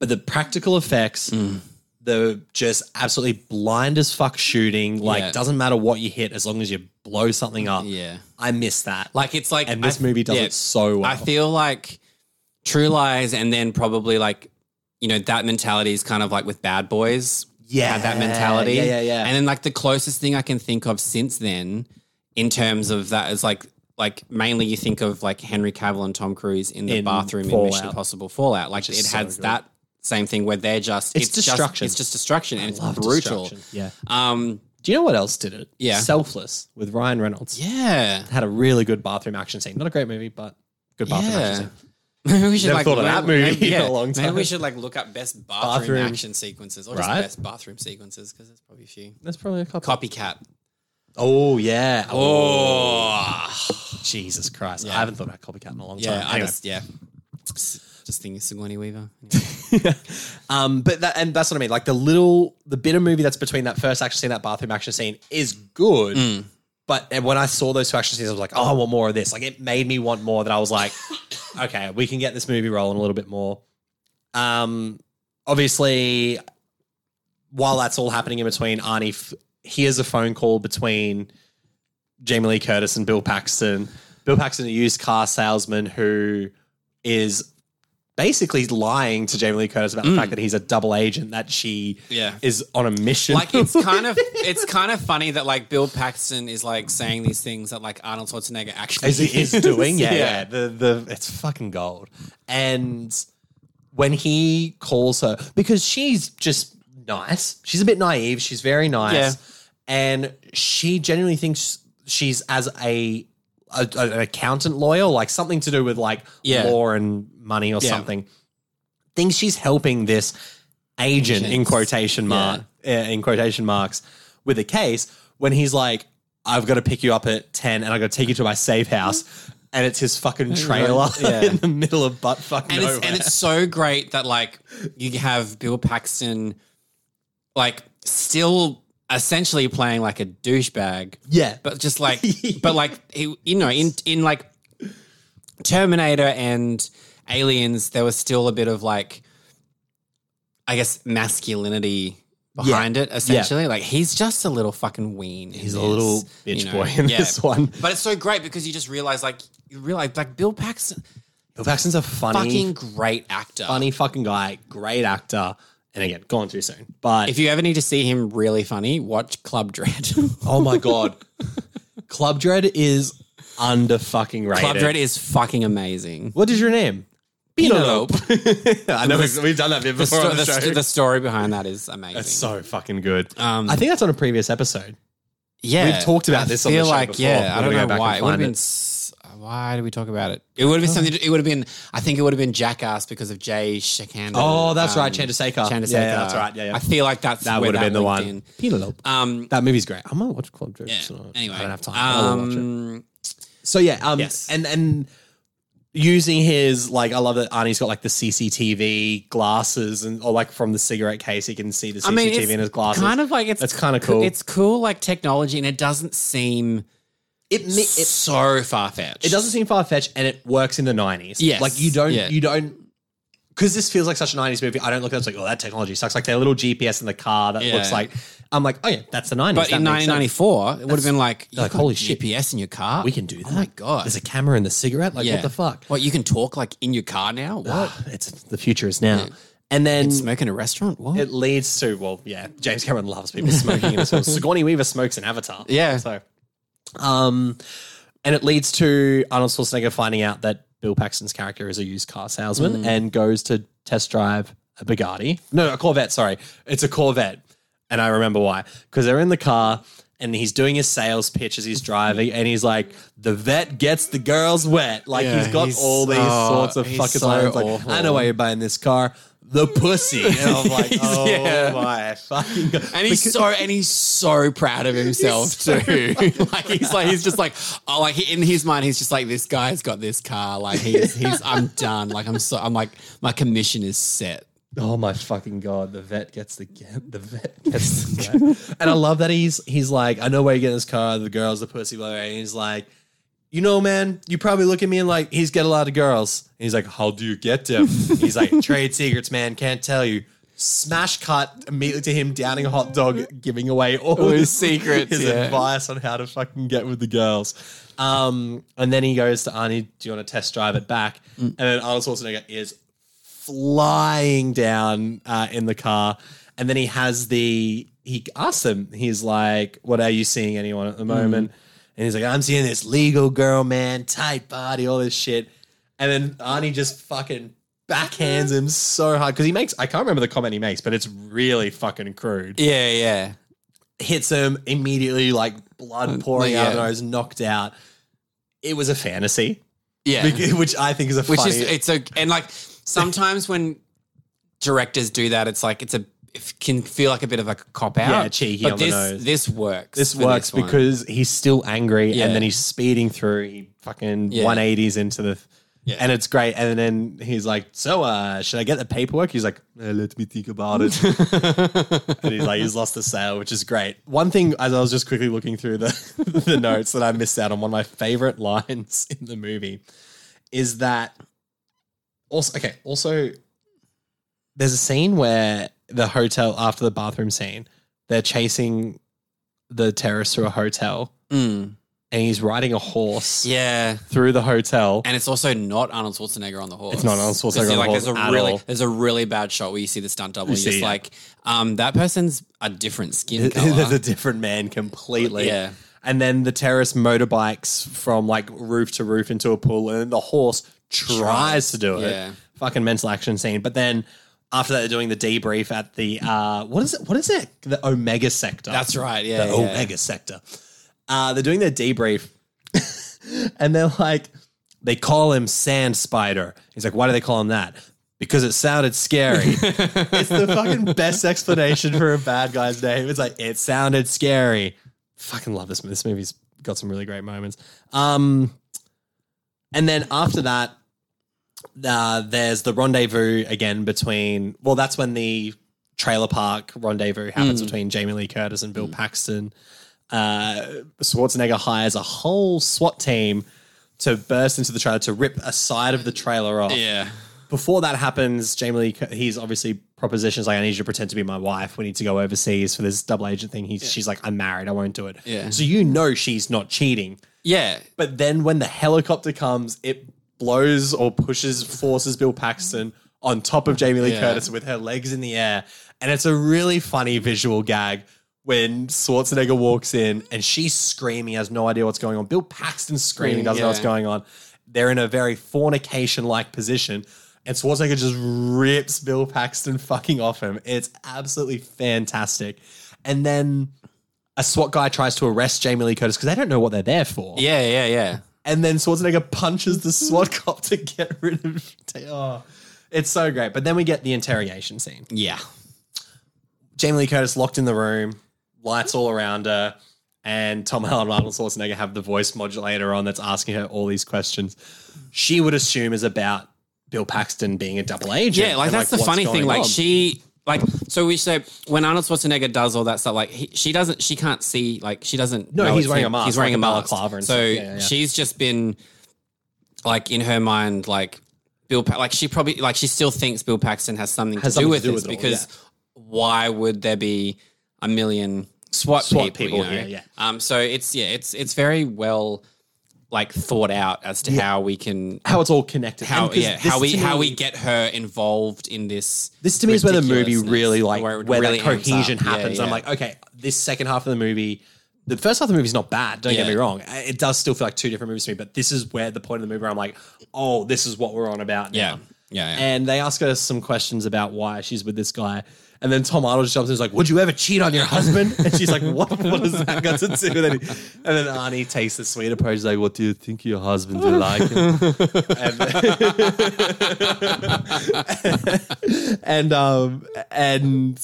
but the practical effects, Mm. the just absolutely blind as fuck shooting. Like Yeah. doesn't matter what you hit as long as you blow something up. Yeah. I miss that. Like it's like and this I- movie does yeah. it so well. I feel like True Lies, and then probably like you know that mentality is kind of like with Bad Boys. Yeah. had that mentality. Yeah, yeah, yeah. And then like the closest thing I can think of since then, in terms of that, is like like mainly you think of like Henry Cavill and Tom Cruise in the In bathroom in Mission Fallout. Impossible Fallout. Like is it so has good. that same thing where they're just It's destruction. Just, it's just destruction and Love it's brutal. destruction. Yeah. Um, Do you know what else did it? Yeah. Selfless with Ryan Reynolds. yeah, had a really good bathroom action scene. Not a great movie, but good bathroom yeah. action scene. <laughs> Maybe we should Never thought of that movie <laughs> maybe- in a long Maybe we time. should like look up best bathroom, Bathroom. action sequences or just Right. best bathroom sequences because there's probably a few. That's probably a couple. Copycat. Oh yeah. Oh, Jesus Christ! I Yeah. haven't thought about copycat in a long yeah. time. I Anyway. just yeah. Just just thinking <laughs> Sigourney Weaver. um, but that, and that's what I mean. Like the little, the bit of movie that's between that first action scene, that bathroom action scene, is good. But and when I saw those two action scenes, I was like, oh, I want more of this. Like it made me want more. That I was <laughs> like, okay, we can get this movie rolling a little bit more. Um, obviously, while that's all happening in between, Arnie f- hears a phone call between Jamie Lee Curtis and Bill Paxton. Bill Paxton, a used car salesman who is basically lying to Jamie Lee Curtis about the fact that he's a double agent that she Mm. Yeah. is on a mission. Like it's kind of it's kind of funny that like Bill Paxton is like saying these things that like Arnold Schwarzenegger actually as he is <laughs> <laughs> doing. Yeah, yeah. Yeah. The the it's fucking gold. And when he calls her, because she's just nice. She's a bit naive. She's very nice, Yeah. and she genuinely thinks she's as a, a- a- an accountant lawyer, like something to do with like Yeah. law and money or Yeah. something. Thinks she's helping this agent in Agents. quotation mark uh, in quotation marks with a case when he's like, I've got to pick you up at ten and I've got to take you to my safe house. And it's his fucking trailer <laughs> Yeah. in the middle of butt fuck and nowhere. it's and it's so great that like you have Bill Paxton, like still essentially playing like a douchebag, yeah, but just like <laughs> but like he, you know, in in like Terminator and Aliens, there was still a bit of like, I guess masculinity behind it. Essentially, like he's just a little fucking ween. he's a little bitch boy in this one. But it's so great because you just realize, like, you realize, like, Bill Paxton, Bill Paxton's a funny, fucking great actor. funny fucking guy, great actor. And again, gone too soon. But If you ever need to see him really funny, watch Club Dread. <laughs> oh my god, Club Dread is under fucking rated. Club Dread is fucking amazing. What is your name? Penelope. <laughs> I know we've, we've done that before. The, sto- on the the, show. st- the story behind that is amazing. That's so fucking good. Um, I think that's on a previous episode. yeah, we've talked about I this on the Feel show like before. yeah, Gotta I go don't back know why. and It would find have been. it. s- uh, Why did we talk about it? It would have been something. It would have been. I think it would have been Jackass because of Jay Shakanda. Oh, that's right, Chanda Chanda Sekhar. Chanda Yeah, Sekhar. yeah, that's right. Yeah, yeah. I feel like that's That where would have been the linked one. in. Penelope. Um, that movie's great. I'm gonna watch Club Dread. yeah. tonight. Anyway, I don't have time. I'll watch it. Um, So yeah, um, Yes. and and using his like, I love that Arnie's got like the CCTV glasses and or like from the cigarette case, he can see the CCTV I mean, it's in his glasses. kind of like it's That's kinda cool. It's cool, like technology, and it doesn't seem it, mi- it so far fetched. it doesn't seem far fetched, and it works in the nineties. Yes. like you don't Yeah. you don't. Because this feels like such a 90s movie. I don't look at it it's like, oh, that technology sucks. Like their little GPS in the car that Yeah. looks like, I'm like, oh, yeah, that's the 90s. But That in makes sense. 1994, it would have been like, you Like, got holy shit. GPS in your car. we can do that. Oh my god. There's a camera in the cigarette. Like, Yeah. what the fuck? What you can talk like in your car now? What? Ah, It's The future is now. And then Smoking a restaurant? What? it leads to, well, yeah, James Cameron loves people smoking in his films. Sigourney Weaver smokes in Avatar. yeah. So, um, and it leads to Arnold Schwarzenegger finding out that Bill Paxton's character is a used car Mm. salesman and goes to test drive a Bugatti. No, a Corvette. Sorry, it's a Corvette, and I remember why because they're in the car. And he's doing his sales pitch as he's driving, and he's like, "The vet gets the girls wet." Like Yeah, he's got he's- all these oh, sorts of he's fucking so lines. Like, awful. I know why you're buying this car, the pussy. And I'm <laughs> like, "Oh Yeah. my fucking!" God. and he's so and he's so <laughs> proud of himself too. <laughs> like he's like he's just like oh like he, in his mind he's just like this guy's got this car like he's he's <laughs> I'm done like I'm so I'm like my commission is set. Oh my fucking god! The vet gets the get, the vet gets the <laughs> vet. and I love that he's he's like, I know where you get this car. The girls, the pussy, blah blah. blah." And he's like, you know, man, you probably look at me and like, he's got a lot of girls. And he's like, how do you get them? he's <laughs> like, trade secrets, man. Can't tell you. Smash cut immediately to him downing a hot dog, giving away all his his secrets, his yeah. advice on how to fucking get with the girls. Um, and then he goes to Arnie, do you want to test drive it back? Mm. And then Arnold Schwarzenegger is flying down uh, in the car. And then he has the, he asks him, he's like, What are you seeing anyone at the Mm. moment? And he's like, I'm seeing this legal girl, man, tight body, all this shit. And then Arnie just fucking backhands him so hard because he makes, I can't remember the comment he makes, but it's really fucking crude. Yeah, yeah. Hits him immediately, like blood pouring out of Uh, yeah. nose, knocked out. It was a fantasy, Yeah. <laughs> which I think is a which funny. is it's a and like sometimes when directors do that, it's like it's a it can feel like a bit of like a cop out. Yeah, cheeky But on the this nose. this works. This for works one. because he's still angry Yeah. and then he's speeding through. He fucking Yeah. 180s into the. Yeah. And it's great. And then he's like, So, uh, should I get the paperwork? He's like, "Uh, Let me think about <laughs> it. and he's like, He's lost the sale, which is great. One thing, as I was just quickly looking through the, <laughs> the notes that I missed out on, one of my favorite lines <laughs> in the movie is that also okay also there's a scene where the hotel after the bathroom scene they're chasing the terrorist through a hotel Mm. and he's riding a horse yeah. through the hotel And it's also not Arnold Schwarzenegger on the horse. It's not Arnold Schwarzenegger Because, on the horse like, There's a at really, all. there's a really bad shot where you see the stunt double. You and you're see, just yeah. like, um, that person's a <laughs> different skin color. <laughs> there's a different man completely Yeah. and then the terrorist motorbikes from like roof to roof into a pool and then the horse tries, Tries, to do it yeah. fucking mental action scene but then after that they're doing the debrief at the uh what is it what is it the omega sector That's right. Yeah. the yeah. Omega sector. Uh, they're doing their debrief, <laughs> and they're like, they call him Sand Spider. He's like, why do they call him that? because it sounded <laughs> scary. it's the fucking best explanation for a bad guy's name. It's like it sounded scary. Fucking love this. mo- This movie's got some really great moments. Um, and then after that, uh, there's the rendezvous again between. Well, that's when the trailer park rendezvous Hmm. happens between Jamie Lee Curtis and Bill Paxton. Uh, Schwarzenegger hires a whole SWAT team to burst into the trailer to rip a side of the trailer off Yeah. before that happens, Jamie Lee, he's obviously propositions like, I need you to pretend to be my wife. We need to go overseas for this double agent thing. He's, She's like, I'm married. I won't do it. Yeah. So you know she's not cheating. Yeah. But then when the helicopter comes, it blows or pushes, forces Bill Paxton on top of Jamie Lee Yeah. Curtis with her legs in the air. And it's a really funny visual gag when Schwarzenegger walks in and she's screaming, has no idea what's going on. Bill Paxton's screaming, doesn't know what's Yeah. going on. They're in a very fornication like position. And Schwarzenegger just rips Bill Paxton fucking off him. It's absolutely fantastic. And then a SWAT guy tries to arrest Jamie Lee Curtis because they don't know what they're there for. Yeah. Yeah. Yeah. And then Schwarzenegger punches the SWAT cop to get rid of. Oh, it's so great. But then we get the interrogation scene. Yeah. Jamie Lee Curtis locked in the room, lights all around her, and Tom Holland and Arnold Schwarzenegger have the voice modulator on that's asking her all these questions. She would assume is about Bill Paxton being a double agent. Yeah, like and, that's the what's funny going thing. Like on. she, like so we so when Arnold Schwarzenegger does all that stuff, like he, she doesn't, she can't see, like she doesn't. No, know he's it's wearing him. a mask, He's wearing like a a mask. balaclava and so stuff. Yeah, yeah, yeah. she's just been, like in her mind, like Bill, pa- like she probably, like she still thinks Bill Paxton has something Has to something do to with do this with it all, because why would there be a million SWAT, SWAT people? people you know? here, yeah. Um. So it's yeah, it's it's very well, like thought out as to how we can how it's all connected. how And 'cause yeah, this how we to how me- we get her involved in this. This to me is where the movie ridiculousness, really like where where, it that amps up. cohesion Yeah, happens. yeah. I'm like, oh, okay, this second half of the movie, the first half of the movie's not bad. Don't get Yeah. me wrong; I- it does still feel like two different movies to me. But this is where the point of the movie where I'm like, oh, this is what we're on about. yeah, Now. yeah, yeah. And they ask her some questions about why she's with this guy. And then Tom Arnold just jumps in and is like, Would you ever cheat on your husband? <laughs> And she's like, What what has that got to do with anything? And then Arnie takes the sweet approach, he's like, What do you think of your husband? Do you like him? And, <laughs> and um and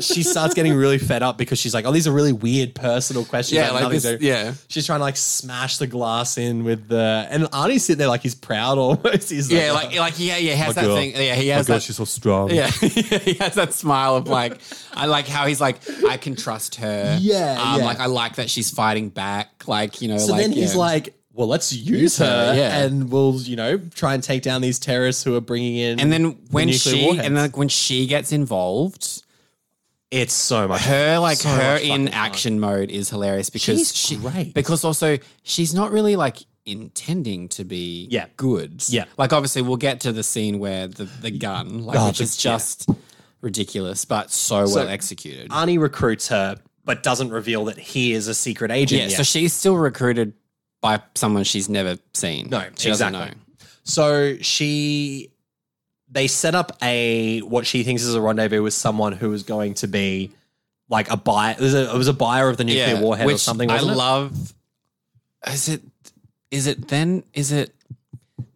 she starts getting really fed up because she's like, Oh, these are really weird personal questions. Yeah, that have like nothing to this- do- yeah. She's trying to like smash the glass in with the and Arnie's sitting there like he's proud almost. He's yeah, like like yeah, yeah, has that God. thing. Yeah, he has that. so strong. <laughs> Yeah, he has that smile of like, I like how he's like, I can trust her. Yeah, um, yeah. like I like that she's fighting back. Like you know, So like, then he's yeah. like, well, let's use her yeah. and we'll, you know, try and take down these terrorists who are bringing in. and then the when nuclear she warheads." and then like, when she gets involved, it's so much. her like so her much fucking in fun. action mode is hilarious because She's she great. because also she's not really like intending to be Yeah. good Yeah. like obviously we'll get to the scene where the the gun like Oh, which the- is just ridiculous but so, well executed Arnie recruits her, but doesn't reveal that he is a secret agent. yeah, yet. so she's still recruited by someone she's never seen No, she exactly. doesn't know So she, they set up a what she thinks is a rendezvous with someone who is going to be like a buyer. It was a, it was a buyer of the nuclear yeah warhead which or something. I Wasn't it? love is it is it then is it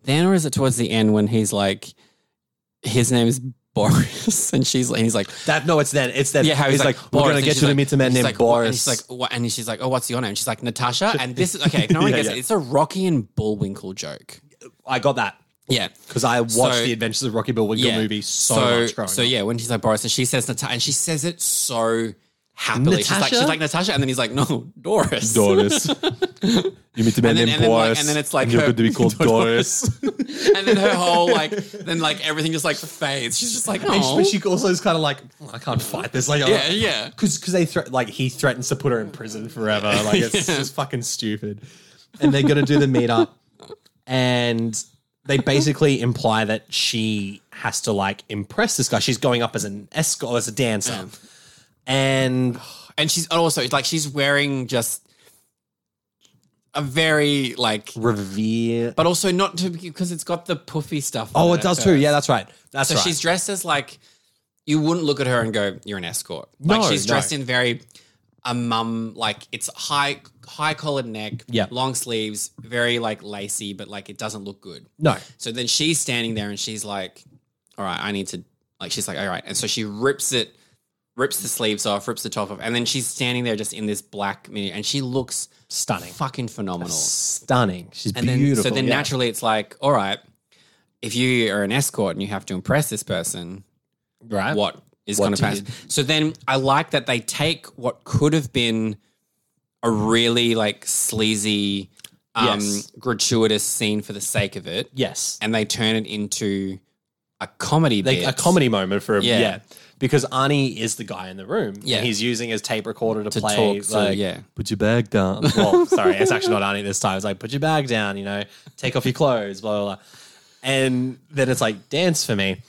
then or is it towards the end when he's like his name is Boris <laughs> and she's like he's like that. No, it's then. It's then. yeah, how he's, like, we're Boris. going to And get she's you to like- meet a man she's named like, what- Boris. And she's like, what? And she's like, oh, what's your name? She's like, Natasha. And this is okay. If no one <laughs> Yeah, gets yeah. it, it's a Rocky and Bullwinkle joke. I got that. Yeah. because I watched So- the Adventures of Rocky Bullwinkle Yeah. movie so, much growing so up. yeah, when she's like Boris, and she says Natasha, and she says it so happily. She's like, Natasha? she's like Natasha, and then he's like, no, Doris. <laughs> Doris. you meet a man And then- named and then, like- Boris. and then it's like you're her- going to be <laughs> called Doris. and then her whole like, then like everything just like fades. She's just like, And she- oh, but she also is kind of like, "Oh, I can't fight this. Like, yeah, <laughs> yeah. because they thre- like he threatens to put her in prison <laughs> forever. Like it's just fucking stupid. And they're gonna do the meetup, and they basically imply that she has to like impress this guy. She's going up as an escort, as a dancer, and And she's also like, she's wearing just a very like revere. but also not to because it's got the puffy stuff. Oh, on it does too. Yeah, that's right. That's So right. she's dressed as like you wouldn't look at her and go, "You're an escort." No, like she's no. dressed in very a mum like it's high high collared neck, Yeah. long sleeves, very like lacy, but like it doesn't look good. no. So then she's standing there and she's like, all right, I need to like she's like, all right. And so she rips it, rips the sleeves off, rips the top off, and then she's standing there just in this black mini and she looks Stunning. fucking phenomenal. Stunning. She's And then so then naturally it's like, all right, if you are an escort and you have to impress this person, right? what is What going to do you- pass. So then I like that they take what could have been a really like sleazy, um, Yes. gratuitous scene for the sake of it, Yes. and they turn it into a comedy. Like bit. a comedy moment for him. Yeah. Yeah. Because Arnie is the guy in the room. and Yeah. he's using his tape recorder to, to play. talk. So like, yeah, Put your bag down. <laughs> well, sorry, it's actually not Arnie this time. It's like, put your bag down, you know, take off your clothes, blah, blah, blah. And then it's like, dance for me.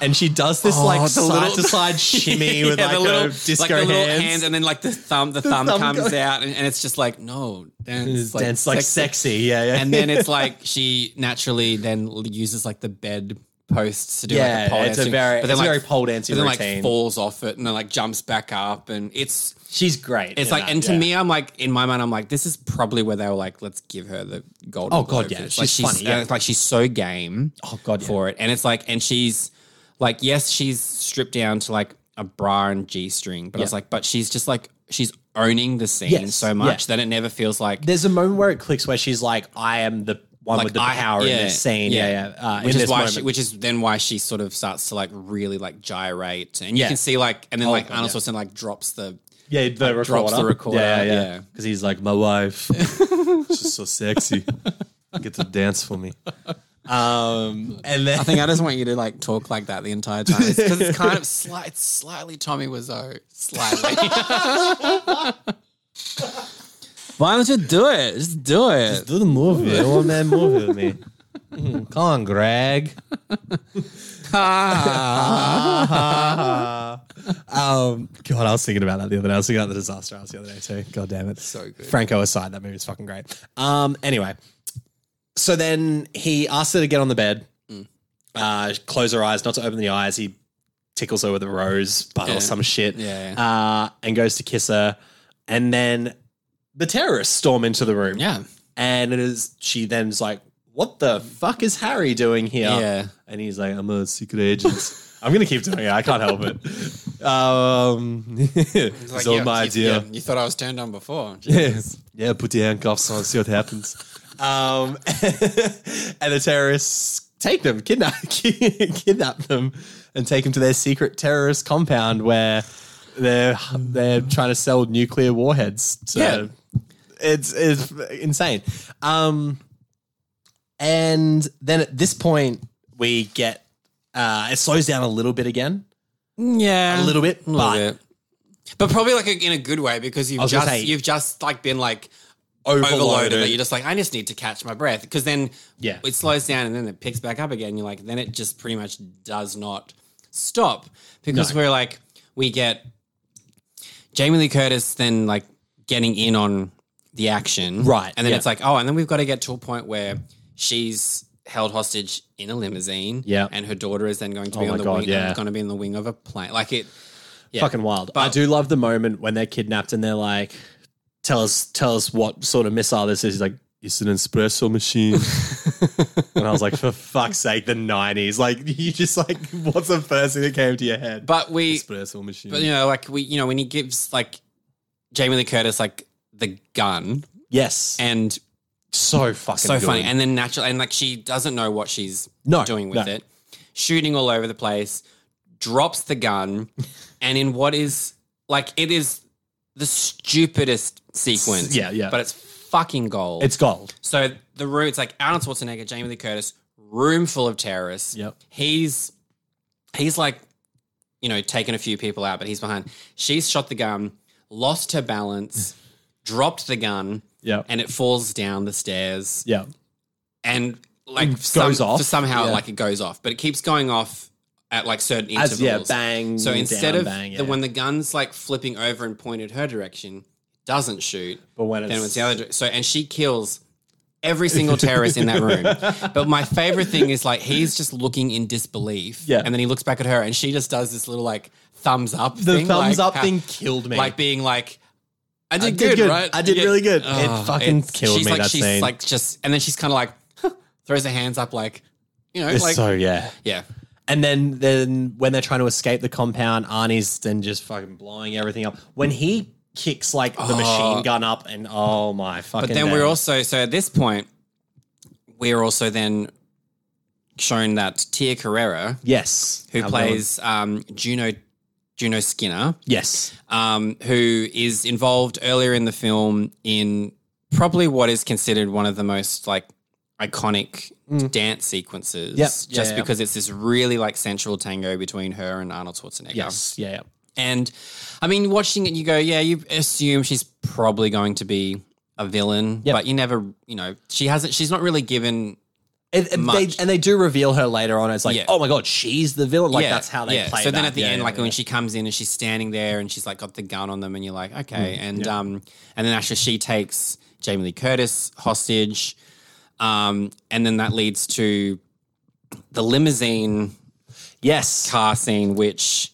And she does this Oh, like the little- side to side <laughs> shimmy with Yeah, like the a little disco like the little hands. hand, and then like the thumb, the, thumb, thumb comes goes- out, and, and it's just like no dance, like, dance like sexy. Yeah, yeah. and then <laughs> it's like she naturally then uses like the bed posts to do yeah, like a pole it's a dancing, very, but it's then a very like pole dancing but then routine. like falls off it and then like jumps back up and it's She's great. it's in like that, and to yeah. me I'm like in my mind I'm like this is probably where they were like let's give her the golden Oh, God, Globe yeah, for this. she's like she's funny, yeah. and it's like she's so game oh god, for for it and it's like and she's like yes she's stripped down to like a bra and g string but I was Yeah. like but she's just like she's owning the scene Yes, so much yeah. that it never feels like there's a moment where it clicks where she's like, I am the one Like, with the I- power yeah, in this scene. Yeah, yeah. Uh, in which is this why moment. she, which is then why she sort of starts to like really like gyrate and you Yeah. Oh, can see like and then like God, Arnold yeah. Schwarzenegger like drops the yeah, the recorder. drops the recorder, Yeah, yeah. yeah. Because he's like, my <laughs> wife. She's so sexy. Get to dance for me. Um, and then I think I just want you to like talk like that the entire time because it's kind <laughs> of slight, it's slightly Tommy Wiseau, slightly. <laughs> Why don't you do it? Just do it. Do the movie. um I want that movie with me. Mm, Come on, Greg. Ah. Um, God, I was thinking about that the other day. I was thinking about the disaster house the other day too. God damn it. So good. Franco aside, that movie's fucking great. Um, anyway. So then he asks her to get on the bed, Mm. uh, close her eyes, not to open the eyes. He tickles her with a rose bud Yeah. or some shit. Yeah. Uh, and goes to kiss her. And then the terrorists storm into the room. yeah. And it is she then's like, What the fuck is Harry doing here? Yeah. And he's like, I'm a secret agent. I'm gonna keep doing it. I can't help it. Um, <laughs> it's all my idea. You, thought I was turned on before. Yeah. yeah, put the handcuffs on, see what happens. Um, <laughs> and the terrorists take them, kidnap, <laughs> kidnap them, and take them to their secret terrorist compound where they're they're trying to sell nuclear warheads. So Yeah. it's it's insane. Um, and then at this point, we get uh, it slows down a little bit again, Yeah. a little bit, but bit. But probably like in a good way because you've was gonna just say- you've just like been like overloaded. overloaded that you're just like I just need to catch my breath because then Yeah. it slows down and then it picks back up again. You're like then it just pretty much does not stop because we're like we get Jamie Lee Curtis then like getting in on the action Right, and then yeah. it's like oh and then we've got to get to a point where she's held hostage in a limousine Yeah. Oh and her daughter is then going to be my on the God, wing yeah. going to be in the wing of a plane like it <laughs> fucking wild. I do love the moment when they're kidnapped and they're like, "Tell us, tell us what sort of missile this is." He's like, It's an espresso <laughs> machine. and I was like, "For fuck's sake, the '90s!" Like, you just like, <laughs> what's the first thing that came to your head? but we espresso machine. But you know, like we, you know, when he gives like Jamie Lee Curtis like the gun, yes, and so fucking so good. funny, and then natural, and like she doesn't know what she's No, doing with no. it, shooting all over the place, drops <laughs> the gun, and in what is like it is the stupidest sequence, Yeah, yeah. but it's fucking gold. it's gold. So the room, it's like Arnold Schwarzenegger, Jamie Lee Curtis, room full of terrorists. Yep. He's he's like, you know, taking a few people out, but he's behind. She's shot the gun, lost her balance, dropped the gun, Yep. and it falls down the stairs. Yeah, And like It some- goes off. For somehow Yeah. like it goes off. But it keeps going off at like certain intervals. as yeah, bang. so instead down, of bang, the, yeah. when the gun's like flipping over and pointed her direction, doesn't shoot but when then it's, it was the other. So and she kills every single terrorist in that <laughs> room. But my favorite thing is like he's just looking in disbelief. Yeah. And then he looks back at her and she just does this little like thumbs up the thing. thumbs like, up ha- thing killed me. Like being like I did, I did good, good. right? I did really good. It fucking it's- killed she's me, Like, that she's scene. <laughs> like just and then she's kind of like throws her hands up like you know it's like so yeah. yeah. And then, then when they're trying to escape the compound, Arnie's then just fucking blowing everything up. When he kicks like the machine gun up, and oh my fucking! But then we're day. also so at this point, we're also then shown that Tia Carrera, yes, who Our plays um, Juno Juno Skinner, villain. yes, um, who is involved earlier in the film in probably what is considered one of the most like iconic dance sequences. Mm. Yep. Just Yeah, yeah. because it's this really like sensual tango between her and Arnold Schwarzenegger. yes, yeah, yeah. And I mean, watching it, you go, yeah, you assume she's probably going to be a villain, Yep. but you never, you know, she hasn't, she's not really given. It, it- they, Much. and they do reveal her later on. It's like, Yeah. oh my god, she's the villain. Like yeah, that's how they yeah. play. So then that. at the Yeah, end, yeah, like yeah. when she comes in and she's standing there and she's like got the gun on them, and you're Mm, like, okay. and um, and then actually she takes Jamie Lee Curtis hostage, um, and then that leads to the limousine yes, car scene, which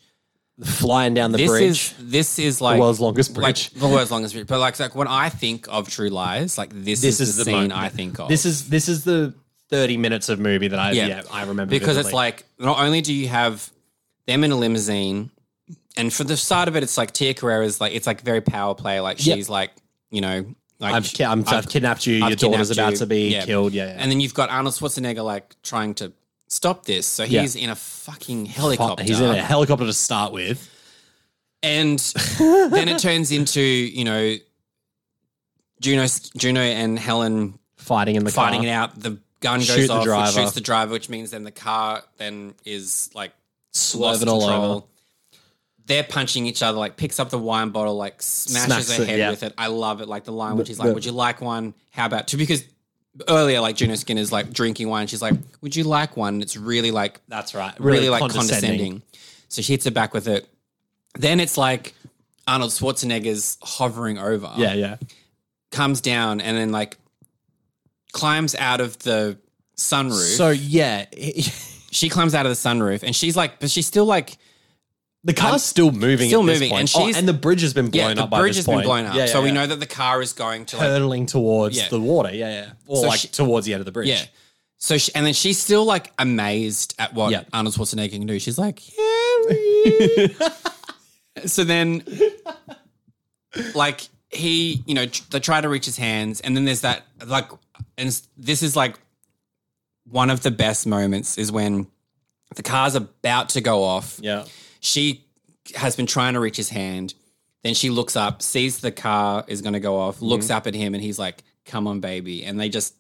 flying down the this bridge. is this is like world's longest like, bridge. the world's longest bridge. But like, like when I think of True Lies, like this, this is, the, scene moment. I think of. This is this is the thirty minutes of movie that I yeah, I remember because it's vividly. like not only do you have them in a limousine, and for the start of it, it's like Tia Carrera's like it's like very power play. Like she's Yep. like you know like I've, ki- I'm, I've, kidnapped you. I've your daughter's kidnapped about you. to be Yeah. killed. Yeah, yeah. and then you've got Arnold Schwarzenegger like trying to stop this. So Yeah. he's in a fucking Fu- helicopter. He's in a helicopter to start with. And then it turns into, you know, Juno Juno and Helen <laughs> Fighting in the fighting car. it out. The gun goes Shoot the off, driver. it shoots the driver, which means then the car then is like lost Swerving all control. over. They're punching each other, like picks up the wine bottle, like smashes Smacks her it, head yeah. with it. I love it. Like the line, which is like, "Would you like one? How about two? Because earlier, like Juno Skinner's like drinking wine. She's like, "Would you like one?" And it's really like That's right. really, like condescending. So she hits her back with it. Then it's like Arnold Schwarzenegger's hovering over. Yeah, yeah. Comes down and then like climbs out of the sunroof. So yeah, she climbs out of the sunroof and she's like, but she's still like, <laughs> the car's still moving. still at this moving, point. and Oh, she's- and the bridge has been yeah, blown the up. by bridge this has been point. blown up. Yeah, so yeah, we yeah. know that the car is going to like, hurtling towards Yeah. the water. Yeah, yeah. Or So like she- towards the end of the bridge. yeah. So she, and then she's still like amazed at what Yeah. Arnold Schwarzenegger can do. She's like, Harry. <laughs> so then, like he, you know, tr- they try to reach his hands, and then there's that like, and s- this is like one of the best moments is when the car's about to go off. <laughs> yeah. She has been trying to reach his hand. Then she looks up, sees the car is going to go off, looks Mm-hmm. up at him, and he's like, "Come on, baby!" And they just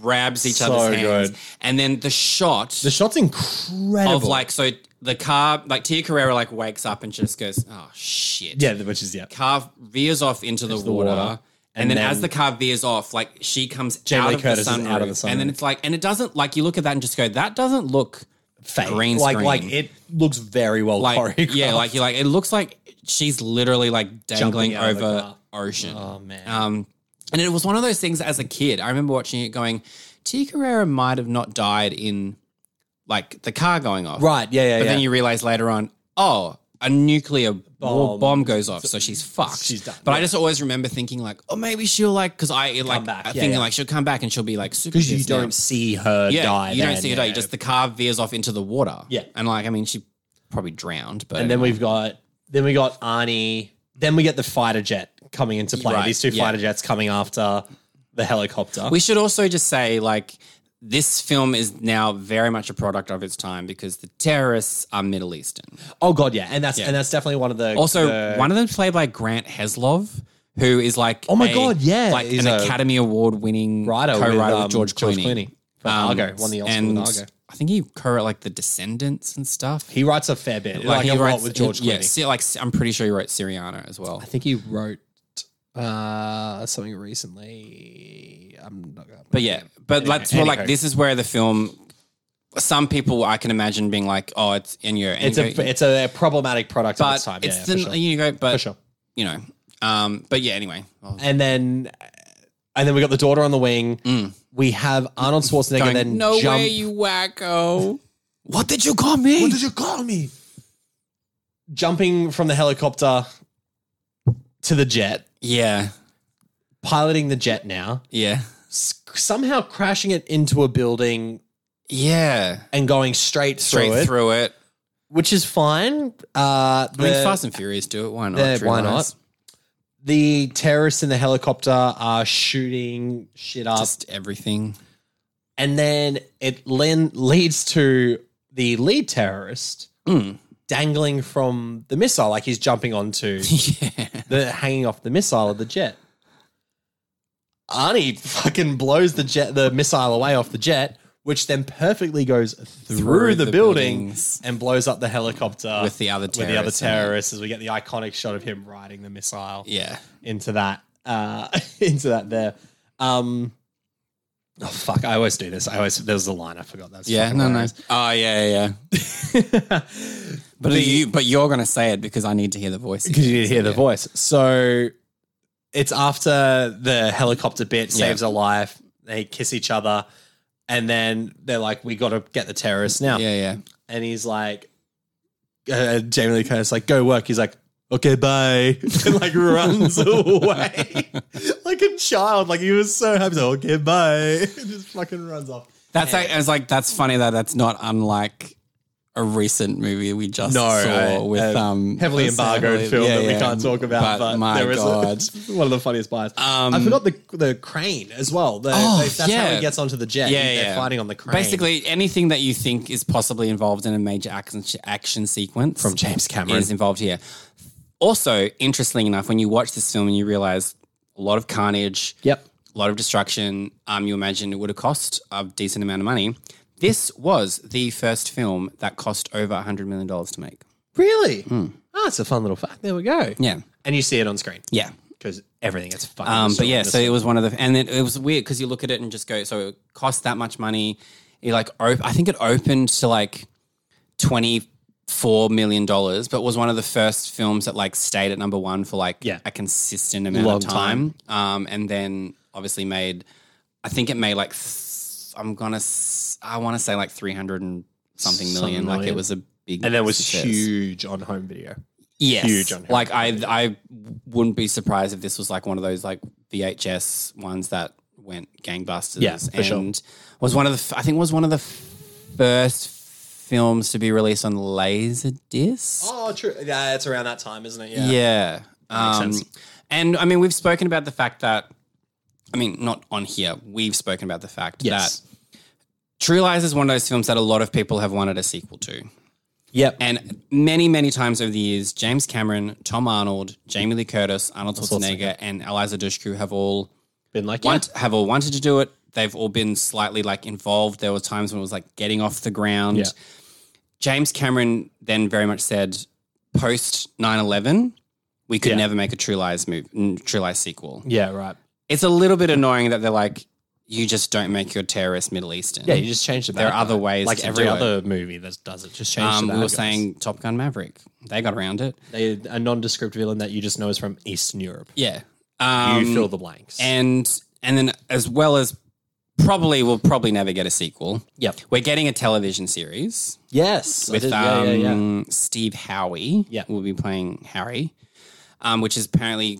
grabs each So other's hands, good. and then the shot The shot's incredible. of like so the car like Tia Carrera like wakes up and just goes, "Oh shit!" yeah, which is yeah. Car veers off into the, the water, water. and, And then, then- as the car veers off, like she comes Jamie out, Lee of Curtis the is sunroof, out of the and then sunroof. it's like, and it doesn't like you look at that and just go, "That doesn't look." Fake. green like screen. like it looks very well like choreographed. yeah, like you like it looks like she's literally like dangling Jumping out of the over car. ocean. <laughs> oh man. Um, and it was one of those things as a kid. I remember watching it going, Tia Carrera might have not died in like the car going off, right. Yeah, yeah. But yeah. then you realize later on, oh, a nuclear bomb, Bomb. bomb goes off, so she's fucked. She's done, But I yeah. just always remember thinking like, oh, maybe she'll like because I like back, yeah, thinking yeah. like she'll come back and she'll be like super. because you pissed now. don't see her yeah, die. you don't then, see her yeah, die. yeah. Just the car veers off into the water. Yeah. and like I mean, she probably drowned, but and then we've got then we got Arnie. Then we get the fighter jet coming into play. Right, These two yeah. fighter jets coming after the helicopter. We should also just say, like, this film is now very much a product of its time because the terrorists are Middle Eastern. oh god, yeah, and that's and that's definitely one of the Also, the- one of them played by Grant Heslov, who is like, Oh my God, yeah, like he's an a Academy Award winning writer co-writer with, um, George Clooney. For Um, Argo won the Oscar and with Argo. I think he co-wrote like The Descendants and stuff. He writes a fair bit, like, a lot with George he- yeah, Clooney. si- like I'm pretty sure he wrote Syriana as well. I think he wrote uh, something recently. I'm not. gonna- But yeah, but like, anywho. like this is where the film. Some people I can imagine being like, "Oh, it's in your." and It's you a go- it's a problematic product of but its time. it's e- yeah, for the, sure. you go, but For sure. you know, um, but yeah, anyway, I'll- and then and then we got the daughter on the wing. We have Arnold Schwarzenegger mm, going, then no jump. way, <laughs> you wacko! what did you call me? you call me? jumping from the helicopter to the jet, yeah, piloting the jet now, yeah, s- somehow crashing it into a building Yeah. and going straight through Straight it, through it. which is fine. Uh, I mean, the- Fast and Furious do it. Why not? Yeah, True why Lies. not? the terrorists in the helicopter are shooting shit up, Just everything. and then it len- leads to the lead terrorist Mm. <laughs> dangling from the missile, like he's jumping onto <laughs> yeah. the hanging off the missile of the jet. Arnie fucking blows the jet, the missile away off the jet, which then perfectly goes through, Through the, the building buildings. and blows up the helicopter With the other with the other terrorists in it. terrorists. As we get the iconic shot of him riding the missile Yeah. into that, uh, <laughs> into that there. Um, oh fuck! I always do this. I always there's a line I forgot. That's Yeah. fucking No, no. hilarious. <laughs> Oh, yeah, yeah. But you, but you're going to say it because I need to hear the voice. because you need to hear the voice. So it's after the helicopter bit saves her life. They kiss each other, and then they're like, "We got to get the terrorists now." Yeah, yeah. And he's like, uh, "Jamie Lee Curtis, like, go work." He's like, "Okay, bye," <laughs> and like runs <laughs> away <laughs> like a child. Like he was so happy. He's like, okay, bye. <laughs> And just fucking runs off. That's like, I was like, that's funny that that's not unlike a recent movie we just saw I- with uh, um heavily what's that? embargoed Heavily- film yeah, that we yeah. can't talk about. But, my there is a- god, <laughs> it's one of the funniest buys. Um, I forgot the the crane as well. The, Oh, they- that's how yeah. he gets onto the jet. Yeah, He- they're yeah. fighting on the crane. basically anything that you think is possibly involved in a major action action sequence from James Cameron. is involved here. Also, interestingly enough, when you watch this film and you realize a lot of carnage, Yep. a lot of destruction, um, you imagine it would have cost a decent amount of money. This was the first film that cost over hundred million dollars to make. Really? Oh, that's a fun little fact. There we go. Hmm. Yeah, And you see it on screen yeah. because everything gets fun. Um, but yeah, so it was one of the, and it, it was weird because you look at it and just go, so it cost that much money. It like, op- I think it opened to like twenty four million dollars, but was one of the first films that like stayed at number one for like Yeah. a consistent amount Long of time. Um, and then obviously made, I think it made like, th- I'm gonna, s- I want to say like three hundred and something million. Like it million. was a big, and that was success. huge on home video. Yes. Huge on like I I wouldn't be surprised if this was like one of those like VHS ones that went gangbusters. Yeah, for sure. and was one of the f- I think was one of the first films to be released on Laserdisc. Oh, true. Yeah, it's around that time, isn't it? Yeah. Um, And I mean, we've spoken about the fact that, I mean, not on here, we've spoken about the fact Yes. that True Lies is one of those films that a lot of people have wanted a sequel to. Yep. And many, many times over the years, James Cameron, Tom Arnold, Jamie Lee Curtis, Arnold Schwarzenegger, and Eliza Dushku have all Been like, want, have all wanted to do it. They've all been slightly like involved. There were times when it was like getting off the ground. Yeah. James Cameron then very much said, post 9-11, we could Yeah. never make a True Lies move, mm, True Lies sequel. yeah, right. It's a little bit annoying that they're like, you just don't make your terrorist Middle Eastern. Yeah, you just change the. there are bad guy. other ways. like to every do it. other movie that does it. Just change. the Um, we bad were guys. saying Top Gun Maverick. They got around it. They, a nondescript villain that you just know is from Eastern Europe. Yeah. Um, you fill the blanks. and and then as well as probably we'll probably never get a sequel. Yep. We're getting a television series Yes. I with did. um, yeah, yeah, yeah. Steve Howie. Yeah. Will be playing Harry. Um, which is apparently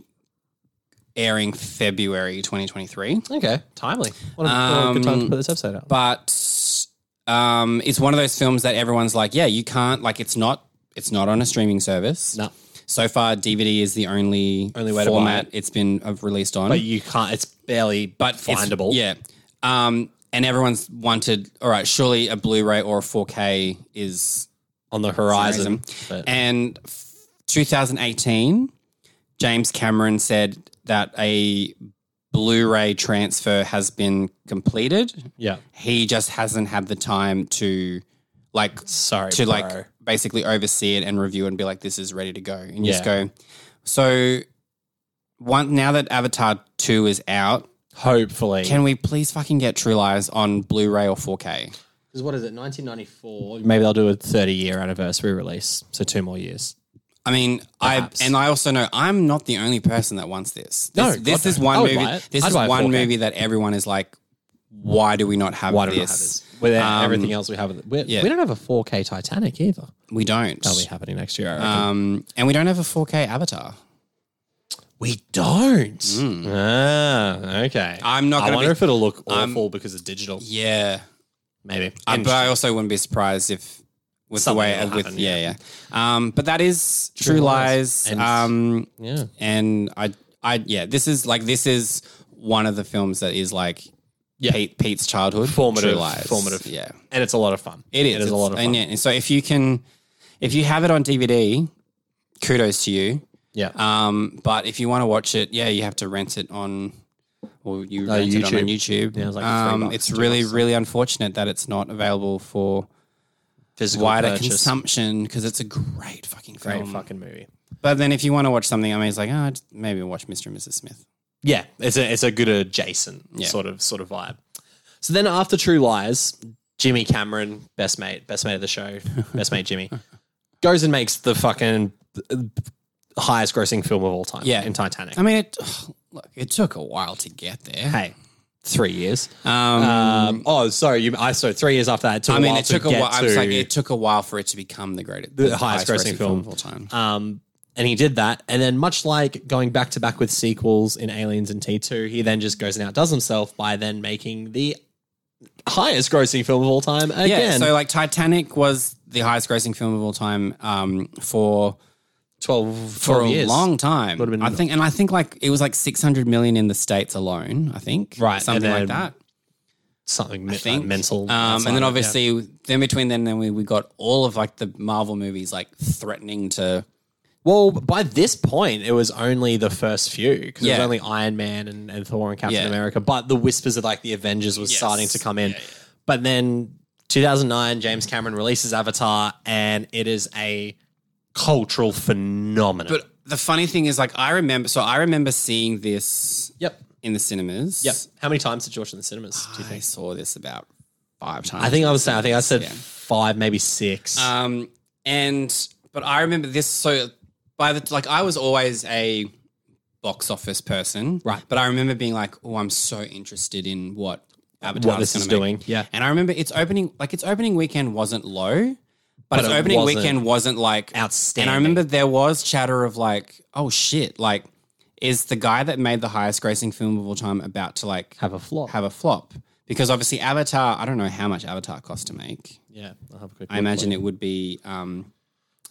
airing February 2023. Okay. Timely. What a, what a good time to put this episode out. um, but um, it's one of those films that everyone's like, yeah, you can't like it's not it's not on a streaming service. No. So far, DVD is the only, Only way to buy format it. has been uh, released on. But you can't. It's barely but It's- findable. yeah. Um, and everyone's wanted. All right, surely a Blu-ray or a 4K is on the horizon. reason. But- And f- 2018, James Cameron said that a Blu-ray transfer has been completed. Yeah. He just hasn't had the time to like Sorry. to bro. like basically oversee it and review and be like, this is ready to go. And you just Yeah. go. So one now that Avatar 2 is out, Hopefully. can we please fucking get True Lies on Blu-ray or 4K? Because what is it? 1994. Maybe they'll do a 30 year anniversary release. So two more years. I mean, Perhaps. I and I also know I'm not the only person that wants this. No, this, this God, is no. I one would movie. buy it. This I'd is buy a one 4K. movie that everyone is like, why do we not have Why do this? we not have this? With Um, everything else we have, we yeah. we don't have a 4K Titanic either. We don't. That'll be happening next year. I reckon. Um, and we don't have a 4K Avatar. we don't. hmm. Ah, okay. I'm not I gonna wonder be- if it'll look awful because it's digital. Yeah, Maybe. I- And but I also wouldn't be surprised if with Something the way will with happen, yeah, yeah. Um, but that is True, Lies. Lies. And- um, Yeah. and I, I yeah, this is like this is one of the films that is like Pete, Pete's childhood. Formative, True Lies. formative. Yeah, and it's a lot of fun. it is. It is a It's- lot of fun. And, yeah, and so if you can, if you have it on DVD, kudos to you. yeah. Um, but if you want to watch it, yeah, you have to rent it on. Well, you Uh, rent it on, YouTube. YouTube. Yeah, it was like three um, bucks, it's two really, bucks. really unfortunate that it's not available for Physical wider purchase. consumption because it's a great fucking Great film. fucking movie. But then if you want to watch something, I mean, it's like, oh, just maybe watch Mr. and Mrs. Smith. Yeah, it's a it's a good adjacent Yeah. sort of sort of vibe. So then after True Lies, Jimmy Cameron, best mate, best mate of the <laughs> show, best mate Jimmy, goes and makes the fucking uh, highest grossing film of all time. Yeah. Um, in Titanic. I mean, it, <sighs> look, it took a while to get there. hey, three years. Um, Um, oh, sorry, you. I so three years after that. It took I mean, a while it took to a get while. I was to- like, it took a while for it to become the greatest, The highest grossing film. of all time. Um, and he did that. And then, much like going back to back with sequels in Aliens and T2, he then just goes and outdoes himself by then making the highest grossing film of all time again. Yeah, so like Titanic was the highest grossing film of all time um, for 12, for 12 a years. long time. Would've been- I think, and I think like it was like six hundred million in the states alone. I think Right, and something like then that. Something I me- think like mental. Um, outside and of then it, obviously, then between then, then we, we got all of like the Marvel movies like threatening to. yeah. Well, by this point, it was only the first few because it Yeah. was only Iron Man and, and Thor and Captain Yeah. America. But the whispers of like the Avengers was Yes. starting to come in. But then 2009, James Cameron releases Avatar, and it is a cultural phenomenon. But the funny thing is, like, I remember. So I remember seeing this Yep. in the cinemas. Yep. How many times did you watch it in the cinemas? Do you I think? saw this about five times. I think I was saying. I think I said Yeah. five, maybe six. Um, and but I remember this. So by the like, I was always a box office person, Right. But I remember being like, oh, I'm so interested in what Avatar what this is gonna make." doing? Yeah. And I remember its opening, like its opening weekend wasn't low, but, its it opening wasn't weekend wasn't like Outstanding. And I remember there was chatter of like, oh shit, like is the guy that made the highest grossing film of all time about to like Have a flop. have a flop? Because obviously Avatar, I don't know how much Avatar cost to make. yeah. I'll have a quick I imagine it would be um,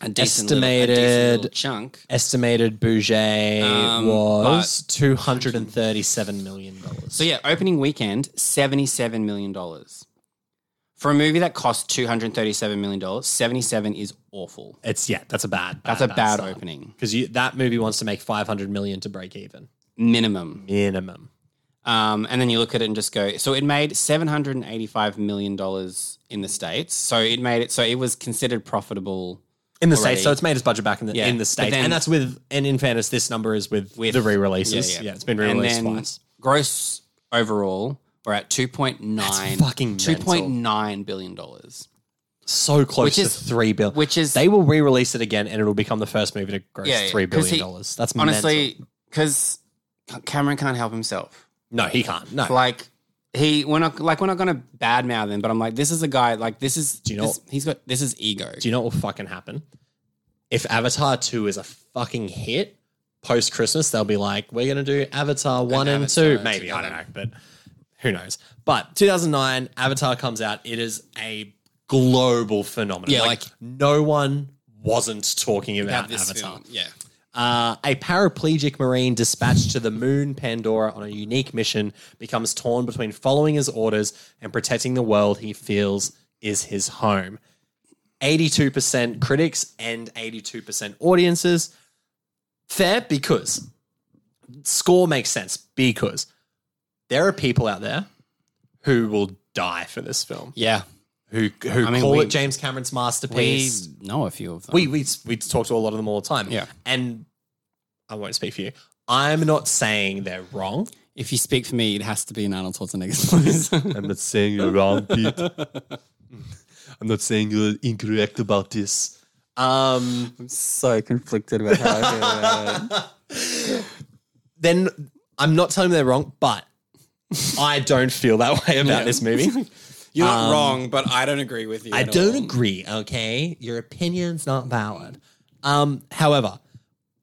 a decent little, a decent Estimated- little chunk. Estimated Bouget Um, was two hundred and thirty-seven million dollars. So yeah, opening weekend, seventy-seven million dollars for a movie that cost two hundred thirty-seven million dollars. Seventy-seven is awful. it's yeah, that's a bad. That's a bad opening because that movie wants to make five hundred million to break even minimum. minimum. Um, and then you look at it and just go. So it made seven hundred and eighty-five million dollars in the states. So it made it. So it was considered profitable. In the Already. states, so it's made its budget back in the Yeah. in the But states, then- and that's with. And in fairness, this number is with, the re-releases. Yeah, it's been re-released And then twice. Gross overall, we're at two point nine. That's fucking mental. two point nine billion dollars. So close Which to is- three billion. which is- they will re-release it again, and it will become the first movie to gross Yeah, yeah, three 'cause he- billion dollars. That's mental. honestly because Cameron can't help himself. no, he can't. No, Like he, we're not like we're not gonna badmouth him, but I'm like, this is a guy. Like this is, Do you know- this- he's got this is ego. do you know what will fucking happen? If Avatar 2 is a fucking hit post Christmas, they'll be like, we're going to do Avatar 1 and, Avatar 2. Maybe, I don't know, together. but who knows. But 2009, Avatar comes out. It is a global phenomenon. Yeah, like- no one wasn't talking about this Avatar. film. Yeah, Uh, a paraplegic Marine dispatched to the moon Pandora on a unique mission becomes torn between following his orders and protecting the world he feels is his home. 82% critics and 82% audiences. Fair because score makes sense because there are people out there who will die for this film, yeah. who, who mean, call we- it James Cameron's We masterpiece know a few of them. we we we talk to a lot of them all the time. Yeah. and I won't speak for you. I'm not saying they're wrong. if you speak for me, it has to be an <laughs> Arnold Schwarzenegger. voice. I'm not saying you're wrong, Pete. I'm not saying you're incorrect about this. Um, I'm so conflicted about how I feel about it. then I'm not telling them they're wrong, but I don't feel that way about this <laughs> movie. You're not wrong, but I don't agree with you. Um, I at all. don't agree. Okay, your opinion's not valid. Um, however,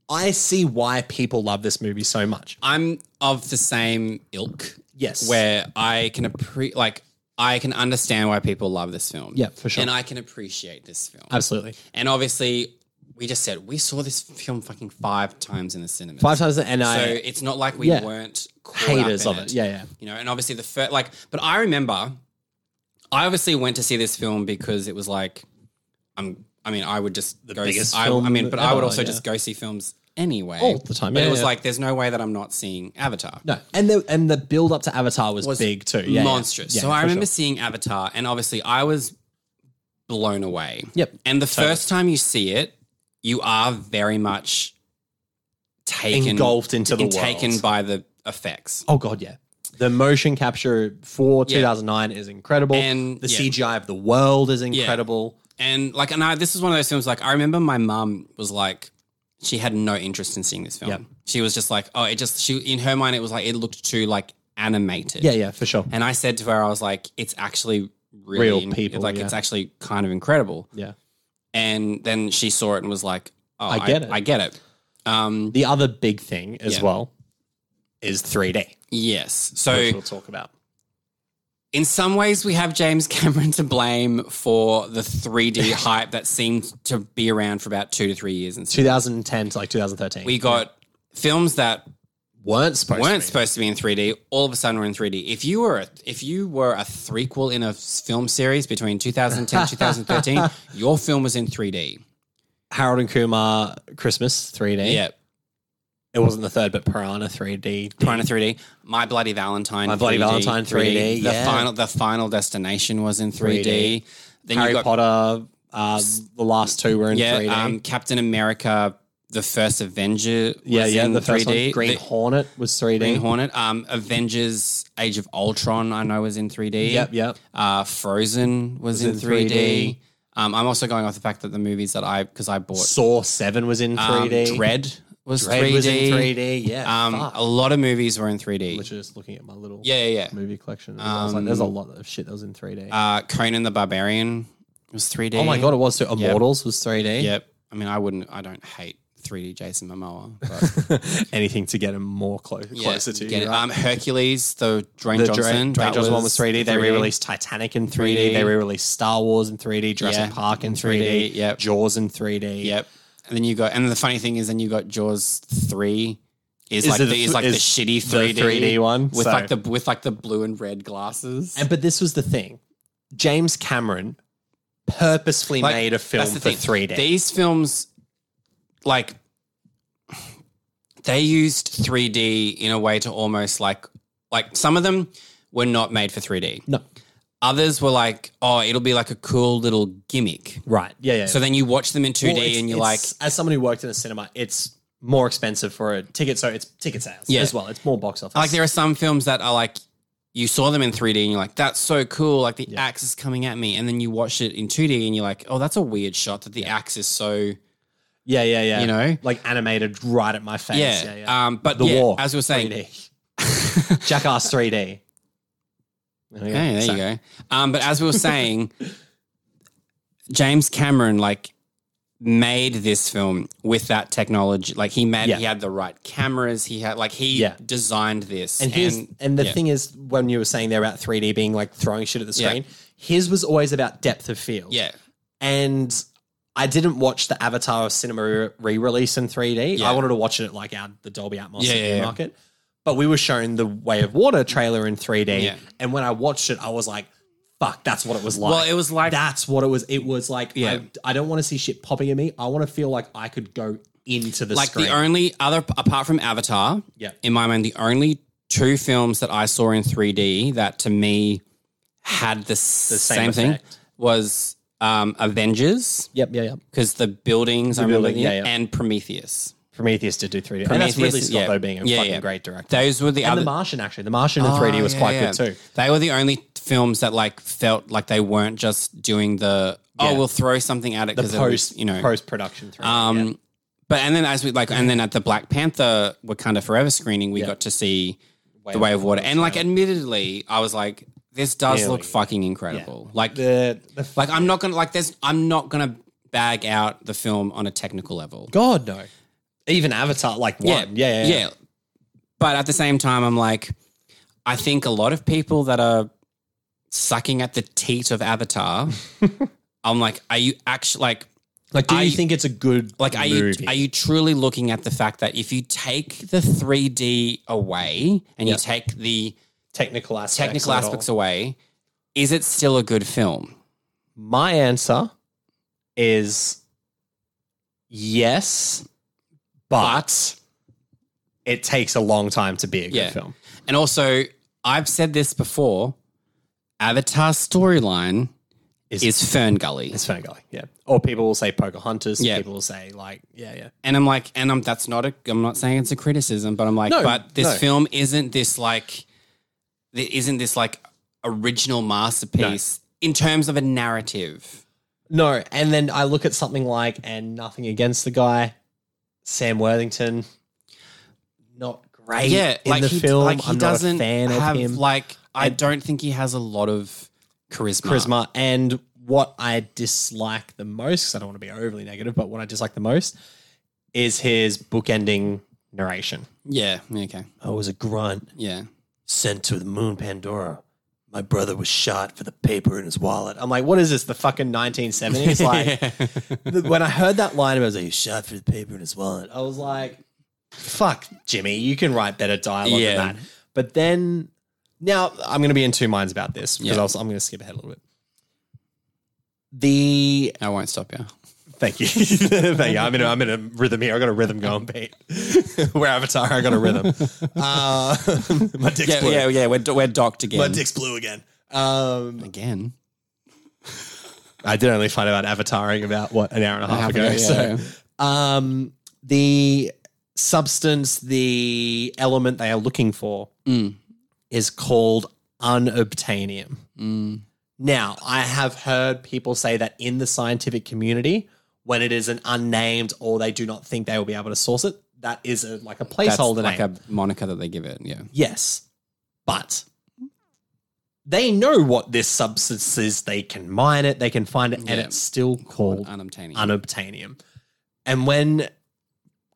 I see why people love this movie so much. I'm of the same ilk. Yes. Where I can appreciate, like, I can understand why people love this film. Yeah, for sure. And I can appreciate this film. Absolutely. And obviously, we just said we saw this film fucking five times in the cinema. Five times, and So I it's not like we Yeah. weren't caught up haters in of it. Yeah, yeah. You know, and obviously the first, like, but I remember, I obviously went to see this film because it was like, I'm, I mean, I would just the go biggest see, I, film I mean, but I would ever, also yeah. just go see films anyway All the time, But yeah, it was yeah. like, there's no way that I'm not seeing Avatar. No, and the and the build up to Avatar was, big too. Yeah, yeah. monstrous. Yeah, so I for remember sure. seeing Avatar, and obviously I was blown away. Yep. And the first time you see it, you are very much taken Engulfed into the and taken world. by the effects. Oh god, yeah. The motion capture for Yeah. 2009 is incredible. And- the yeah. CGI of the world is incredible. And like, and I, this is one of those films. Like, I remember my mum was like, she had no interest in seeing this film. Yep. She was just like, oh, it just she in her mind it was like it looked too like animated. Yeah, yeah, for sure. And I said to her, I was like, it's actually really Real in- people, Like, yeah. it's actually kind of incredible. yeah. and then she saw it and was like, "Oh, I get it. I get it." Um, The other big thing as Yeah. well is 3D, yes. So which we'll talk about. in some ways, we have James <laughs> Cameron to blame for the <laughs> 3D hype that seemed to be around for about two to three years. And 2010 to like 2013. we got films that weren't supposed weren't to. supposed to be in 3D. All of a sudden, were in 3D. If you were a, if you were a threequel in a s- film series between 2010 <laughs> 2013, your film was in 3D. Be. Harold and Kumar Christmas 3D. Yeah, It wasn't the third, but Piranha 3D. Piranha 3D, My Bloody Valentine, My Bloody Valentine 3D, The yeah. final, the Final Destination was in 3D. 3D. Then Harry you got Potter, uh, the last two were in yeah, 3D. um, Captain America, the first Avenger, was yeah, yeah. in The 3D. first one, Green The- Hornet was 3D. Green Hornet, um, Avengers: Age of Ultron, I know was in 3D. Yep, yep. Uh, Frozen was, in, in 3D. 3D. Um, I'm also going off the fact that the movies that I because I bought Saw 7 was in um, 3D. Dread was Dread 3D. was in 3D. Yeah. Um, fuck. a lot of movies were in 3D. Literally just looking at my little yeah, yeah, yeah. movie collection. and I was like, there's a lot of shit that was in 3D. Uh, Conan the Barbarian was 3D. oh my God, it was too. Immortals was 3D. Yep. I mean, I wouldn't. I don't hate 3D Jason Momoa. <laughs> But <laughs> Anything to get him more clo- yeah, closer to get you, it. right? Um, Hercules, the Dwayne the Johnson. Johnson, Dwayne that Johnson one was 3D. They 3D. re-released Titanic in 3D. 3D. They re-released Star Wars in 3D. Jurassic Yeah, Park in 3D. 3D, yep. Jaws in 3D. Yep. And then you got. And the funny thing is, then you got Jaws three. Is, Is like it the, the- is like the is shitty the 3D, 3D one? with So- like the with like the blue and red glasses. And but this was the thing. James Cameron purposefully Like, made a film that's for the thing. 3D. These films, like, they used 3D in a way to almost like, like some of them were not made for 3D. no. Others were like, oh, it'll be like a cool little gimmick. Right. Yeah, yeah. So then you watch them in 2D Well, it's- and you're like, it's- as someone who worked in a cinema, it's more expensive for a ticket, so it's ticket sales Yeah. as well. It's more box office. like there are some films that are like, you saw them in 3D and you're like, that's so cool. Like the axe is coming at me. And then you watch it in 2D and you're like, oh, that's a weird shot that the axe is so. yeah, yeah, yeah. you know? like animated right at my face. Yeah. Yeah, yeah. Um, but the yeah, war, as we were saying, 3D. <laughs> Jackass 3D. There we go. Okay, there So- you go. Um, but as we <laughs> were saying, James Cameron like made this film with that technology. Like he made, Yeah. he had the right cameras. He had like he Yeah. designed this. And here's and the yeah. thing is, when you were saying there about 3D being like throwing shit at the Yeah. screen, his was always about depth of field. yeah, and I didn't watch the Avatar cinema re release in 3D. Yeah. I wanted to watch it like out the Dolby Atmos Yeah, yeah, yeah. market. But we were shown the Way of Water trailer in 3D. Yeah. And when I watched it, I was like, fuck, that's what it was like. Well, it was like- That's what it was. It was like, Yeah. I, I don't want to see shit popping at me. I want to feel like I could go into the like screen. the only other apart from Avatar. Yeah. in my mind, the only two films that I saw in 3D that to me had the, same, same thing effect. was um, Avengers yep, yeah, yeah. because the buildings I remember building, the- yeah, yeah. and Prometheus. Prometheus did do 3D. and that's Prometheus Ridley is- Scott, yeah. though, being a Yeah, fucking yeah. great director. Those were the and other The Martian, actually. The Martian in 3D was yeah, quite yeah. good, too. They were the only films that like felt like they weren't just doing the oh Yeah. we'll throw something at it The because it was post, you know post production 3D. um but and then as we like and then at the Black Panther Wakanda Forever screening we got to see the Way of Water and like admittedly I was like this does look fucking incredible like the, the f- like I'm not gonna like there's I'm not gonna bag out the film on a technical level God no. Even Avatar, like one, yeah, yeah, yeah. But at the same time, I'm like, I think a lot of people that are sucking at the teat <laughs> of Avatar, I'm like, are you actually like Like, do I- you think it's a good like are you movie? are you truly looking at the fact that if you take the 3D away and you take the technical aspects? technical of it all? aspects away, is it still a good film? My answer is yes, but it takes a long time to be a good Yeah. film. And also, I've said this before, Avatar storyline Is- is, Fern Gully. It's Ferngully, yeah. Or people will say Pocahontas. Yeah. People will say like, yeah, yeah. and I'm like, and I'm that's not a. I'm not saying it's a criticism, but I'm like, No, but this no. film isn't this like, th- isn't this like original masterpiece in terms of a narrative? No, and then I look at something like, and nothing against the guy, Sam Worthington. Not great. yeah, in like the he, film, like he I'm doesn't not a fan have of him. like. I don't think he has a lot of charisma. charisma. And what I dislike the most, 'cause I don't want to be overly negative, but what I dislike the most is his bookending narration. Yeah. Okay. I was a grunt Yeah. sent to the moon Pandora. My brother was shot for the paper in his wallet. I'm like, what is this? The fucking <laughs> 1970s? Like, the- when I heard that line, I was like, he was shot for the paper in his wallet. I was like, fuck, Jimmy, you can write better dialogue Yeah. than that. But then, now I'm going to be in two minds about this because Yeah. I'll- I'm going to skip ahead a little bit. The <laughs> I won't stop you. Thank you. <laughs> Thank you. I'm in, a, I'm in a rhythm here. I got a rhythm going, Pete. <laughs> We're Avatar. I got a <laughs> rhythm. Uh, <laughs> my dick's Yeah. blue. Yeah. Yeah. We're we're docked again. My dick's blue again. Um, again. I did only find out avataring about what an hour and a half, half ago. ago, yeah, So, um, the substance, the element they are looking for Mm. is called unobtainium. Mm. Now, I have heard people say that in the scientific community, when it is an unnamed or they do not think they will be able to source it, that is a, like a That's placeholder like name. a moniker that they give it. Yeah. yes, but they know what this substance is. They can mine it, they can find it, and Yeah. it's still called Unobtainium. unobtainium. And when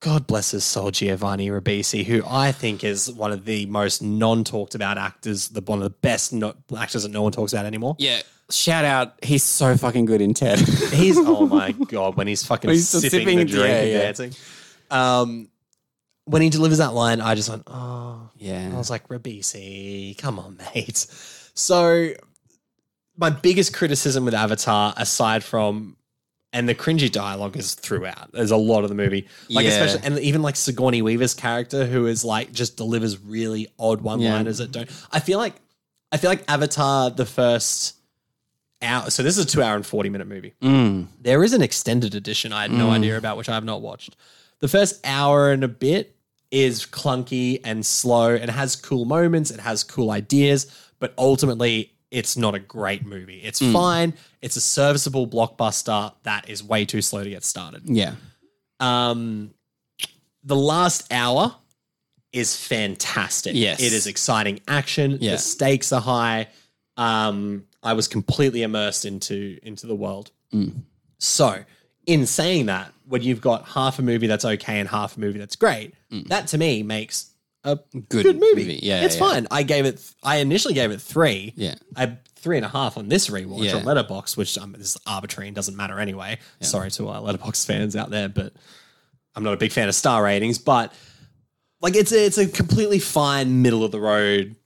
God bless his soul, Giovanni Ribisi, who I think is one of the most non-talked about actors, the one of the best no, actors that no one talks about anymore. Yeah. Shout out. He's so fucking good in Ted. <laughs> He's oh my god when he's fucking When he's sipping, sipping the the- drink yeah, and yeah. dancing. Um, when he delivers that line, I just went, oh, I yeah. was like, Rabisi, come on, <laughs> mate. So my biggest criticism with Avatar, aside from and the cringy dialogue is throughout. There's a lot of the movie, like Yeah. especially and even like Sigourney Weaver's character, who is like just delivers really odd one-liners that don't. I feel like I feel like Avatar the first hour. So this is a two-hour and forty-minute movie. Mm. There is an extended edition I had no idea about, which I have not watched. The first hour and a bit is clunky and slow. It has cool moments, it has cool ideas, but ultimately, it's not a great movie. It's fine. It's a serviceable blockbuster that is way too slow to get started. Yeah. Um, the last hour is fantastic. Yes. It is exciting action. Yeah. The stakes are high. Um, I was completely immersed into into the world. Mm. So, in saying that, when you've got half a movie that's okay and half a movie that's great, that to me makes a good, movie. Mm. Yeah. it's yeah. fine. I gave it. I initially gave it three. Yeah. I three and a half on this rewatch Yeah. on Letterbox, which um, is arbitrary and doesn't matter anyway. Sorry to our Letterbox fans out there, but I'm not a big fan of star ratings. But like, it's a, it's a completely fine middle of the road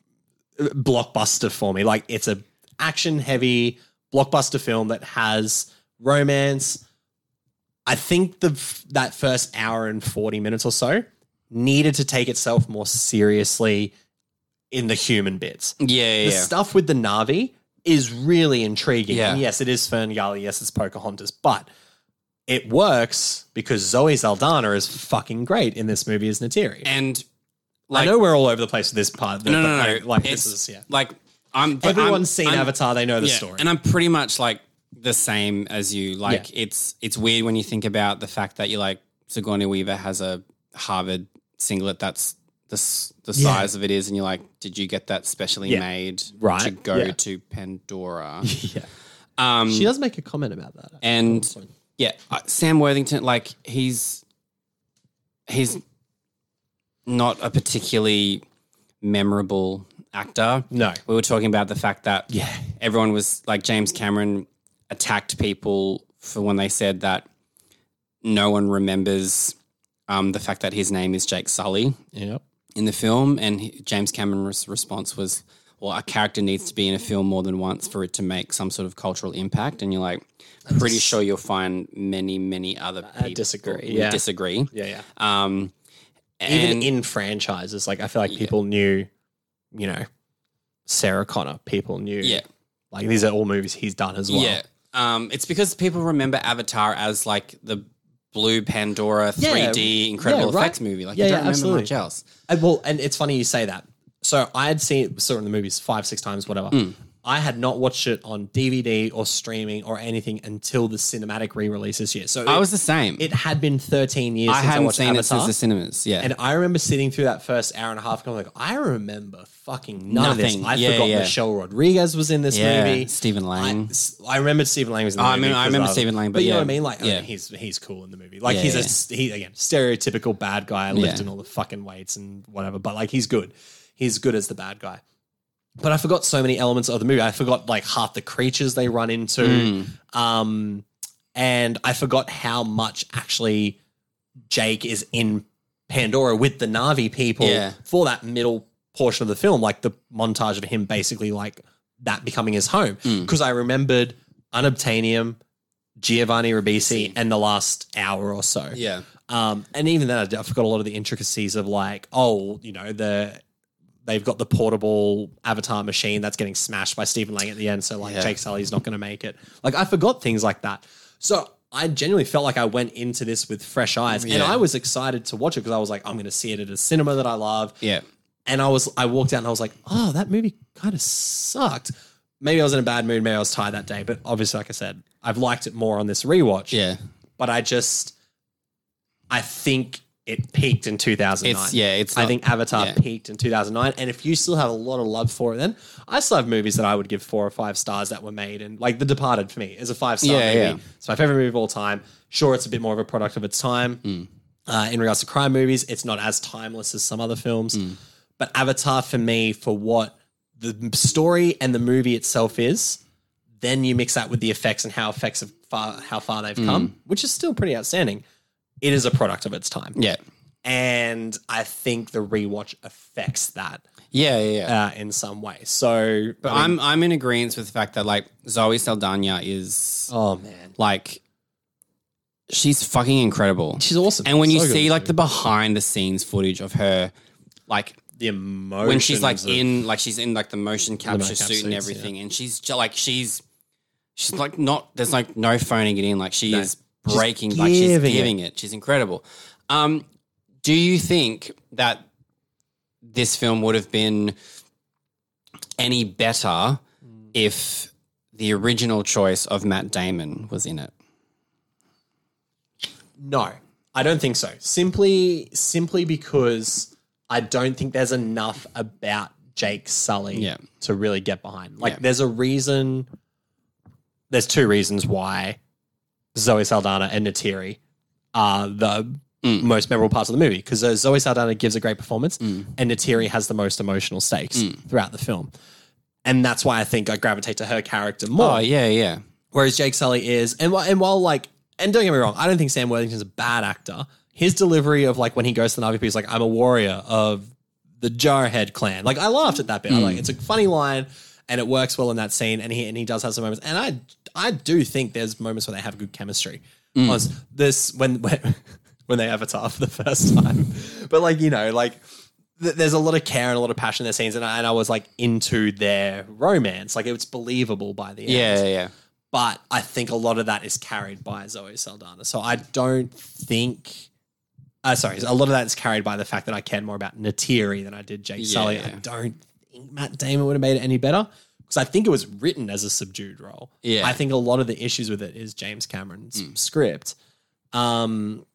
uh, blockbuster for me. Like, it's a action heavy blockbuster film that has romance. I think the f- that first hour and forty minutes or so needed to take itself more seriously in the human bits Yeah. the Yeah. stuff with the Navi is really intriguing. Yeah. And yes, it is Ferngully. Yes, it's Pocahontas, but it works because Zoe Saldana is fucking great in this movie as Natiri. And I like, know we're all over the place with this part. no, but no, I- no, Like this It's- is yeah. Like I'm. but I'm- Everyone's seen I'm- Avatar. They know the yeah, <laughs> story. and I'm pretty much like the same as you. Like it's it's weird when you think about the fact that you like Sigourney Weaver has a Harvard singlet that's the s- the Yeah. size of it is, and you're like, did you get that specially Yeah. made Right. to go Yeah. to Pandora? yeah. Um, She does make a comment about that. and yeah, uh, Sam Worthington, like he's he's not a particularly memorable actor. No. We were talking about the fact that Yeah. everyone was like James Cameron attacked people for when they said that no one remembers um, the fact that his name is Jake Sully Yep. in the film, and he- James Cameron's response was, "Well, a character needs to be in a film more than once for it to make some sort of cultural impact." And you're like, pretty sure you'll find many, many other people disagree, who yeah. disagree. Yeah, yeah. Um, Even and- in franchises, like I feel like people knew, you know, Sarah Connor. People knew. yeah, Like these are all movies he's done as well. yeah, um, it's because people remember Avatar as like the blue Pandora 3D incredible yeah, right. effects movie. Like Yeah, you yeah, don't remember absolutely. much else. And, well, and it's funny you say that. So I had seen saw it in the movies five, six times, whatever. Hmm. I had not watched it on DVD or streaming or anything until the cinematic re-release this year. So I it, was the same. it had been 13 years I since I hadn't watched seen it Avatar. since the cinemas. Yeah, and I remember sitting through that first hour and a half going like, I remember fucking none of this. Nothing. I Yeah, forgot yeah. Michelle Rodriguez was in this yeah, movie. Stephen I, Lang. I remember Stephen Lang was in the Oh, I movie. mean, I 'cause remember of- Stephen Lang, but you know yeah. what I mean? Like, I mean, Yeah. he's he's cool in the movie. Like, Yeah, he's yeah. a he again stereotypical bad guy, lifting Yeah. all the fucking weights and whatever. But like, he's good. He's good as the bad guy. But I forgot so many elements of the movie. I forgot like half the creatures they run into, Mm. um, and I forgot how much actually Jake is in Pandora with the Navi people Yeah. for that middle portion of the film, like the montage of him basically like that becoming his home. Because I remembered Unobtainium, Giovanni Ribisi, and the last hour or so. Mm. yeah, Um, and even then, I d- I forgot a lot of the intricacies of like, oh, you know, the they've got the portable avatar machine that's getting smashed by Stephen Lang at the end. So like, Yeah. Jake Sully's not going to make it. Like, I forgot things like that. So I genuinely felt like I went into this with fresh eyes, and Yeah. I was excited to watch it because I was like, I'm going to see it at a cinema that I love. yeah. And I was, I walked out and I was like, oh, that movie kind of sucked. Maybe I was in a bad mood. Maybe I was tired that day. But obviously, like I said, I've liked it more on this rewatch Yeah. but I just I think it peaked in 2009. It's- yeah, it's I not- think Avatar yeah. peaked in 2009 and if you still have a lot of love for it then I still have movies that I would give 4 or 5 stars that were made and like The Departed for me is a 5 star Yeah, movie. yeah. It's my favorite movie of all time. Sure it's a bit more of a product of its time. Hmm. Uh, in regards to crime movies, it's not as timeless as some other films. Hmm. But Avatar for me for what the story and the movie itself is then you mix that with the effects and how effects of far, how far they've Hmm. come, which is still pretty outstanding. It is a product of its time, Yeah. and I think the rewatch affects that Yeah, yeah, yeah. uh, in some way. So, but I mean- I'm I'm in agreement with the fact that like Zoe Saldana is oh man, like she's fucking incredible. she's awesome. And when you So good. see like the behind the scenes footage of her like the emotion when she's like in like she's in like the motion capture mocap suit and suits, everything and she's just like she's she's like not there's like no phoning it in like she is breaking like she's giving it. giving it. She's incredible. Um do you think that this film would have been any better if the original choice of Matt Damon was in it? No, I don't think so. Simply, simply because I don't think there's enough about Jake Sully Yeah. to really get behind. Like, Yeah. there's a reason. There's two reasons why Zoe Saldana and Natiri are the Mm. most memorable parts of the movie because Zoe Saldana gives a great performance Mm. and Natiri has the most emotional stakes throughout the film. And that's why I think I gravitate to her character more. Oh yeah, yeah. Whereas Jake Sully is, and while, and while like, and don't get me wrong, I don't think Sam Worthington's a bad actor. His delivery of like when he goes to the Navi, he's like, "I'm a warrior of the Jarhead clan." Like I laughed at that bit. I Like it's a funny line, and it works well in that scene. And he and he does have some moments, and I I do think there's moments where they have good chemistry. Honest- This when when <laughs> when they avatar for the first time, <laughs> but like you know like th- there's a lot of care and a lot of passion in their scenes, and I, and I was like into their romance. Like it's believable by the end Yeah, yeah, yeah. but I think a lot of that is carried by Zoe Saldana. So I don't think. Uh, sorry, a lot of that is carried by the fact that I cared more about Natiri than I did Jake Yeah, Sully. yeah. I don't think Matt Damon would have made it any better because I think it was written as a subdued role. Yeah. Mm. I think a lot of the issues with it is James Cameron's script. Um,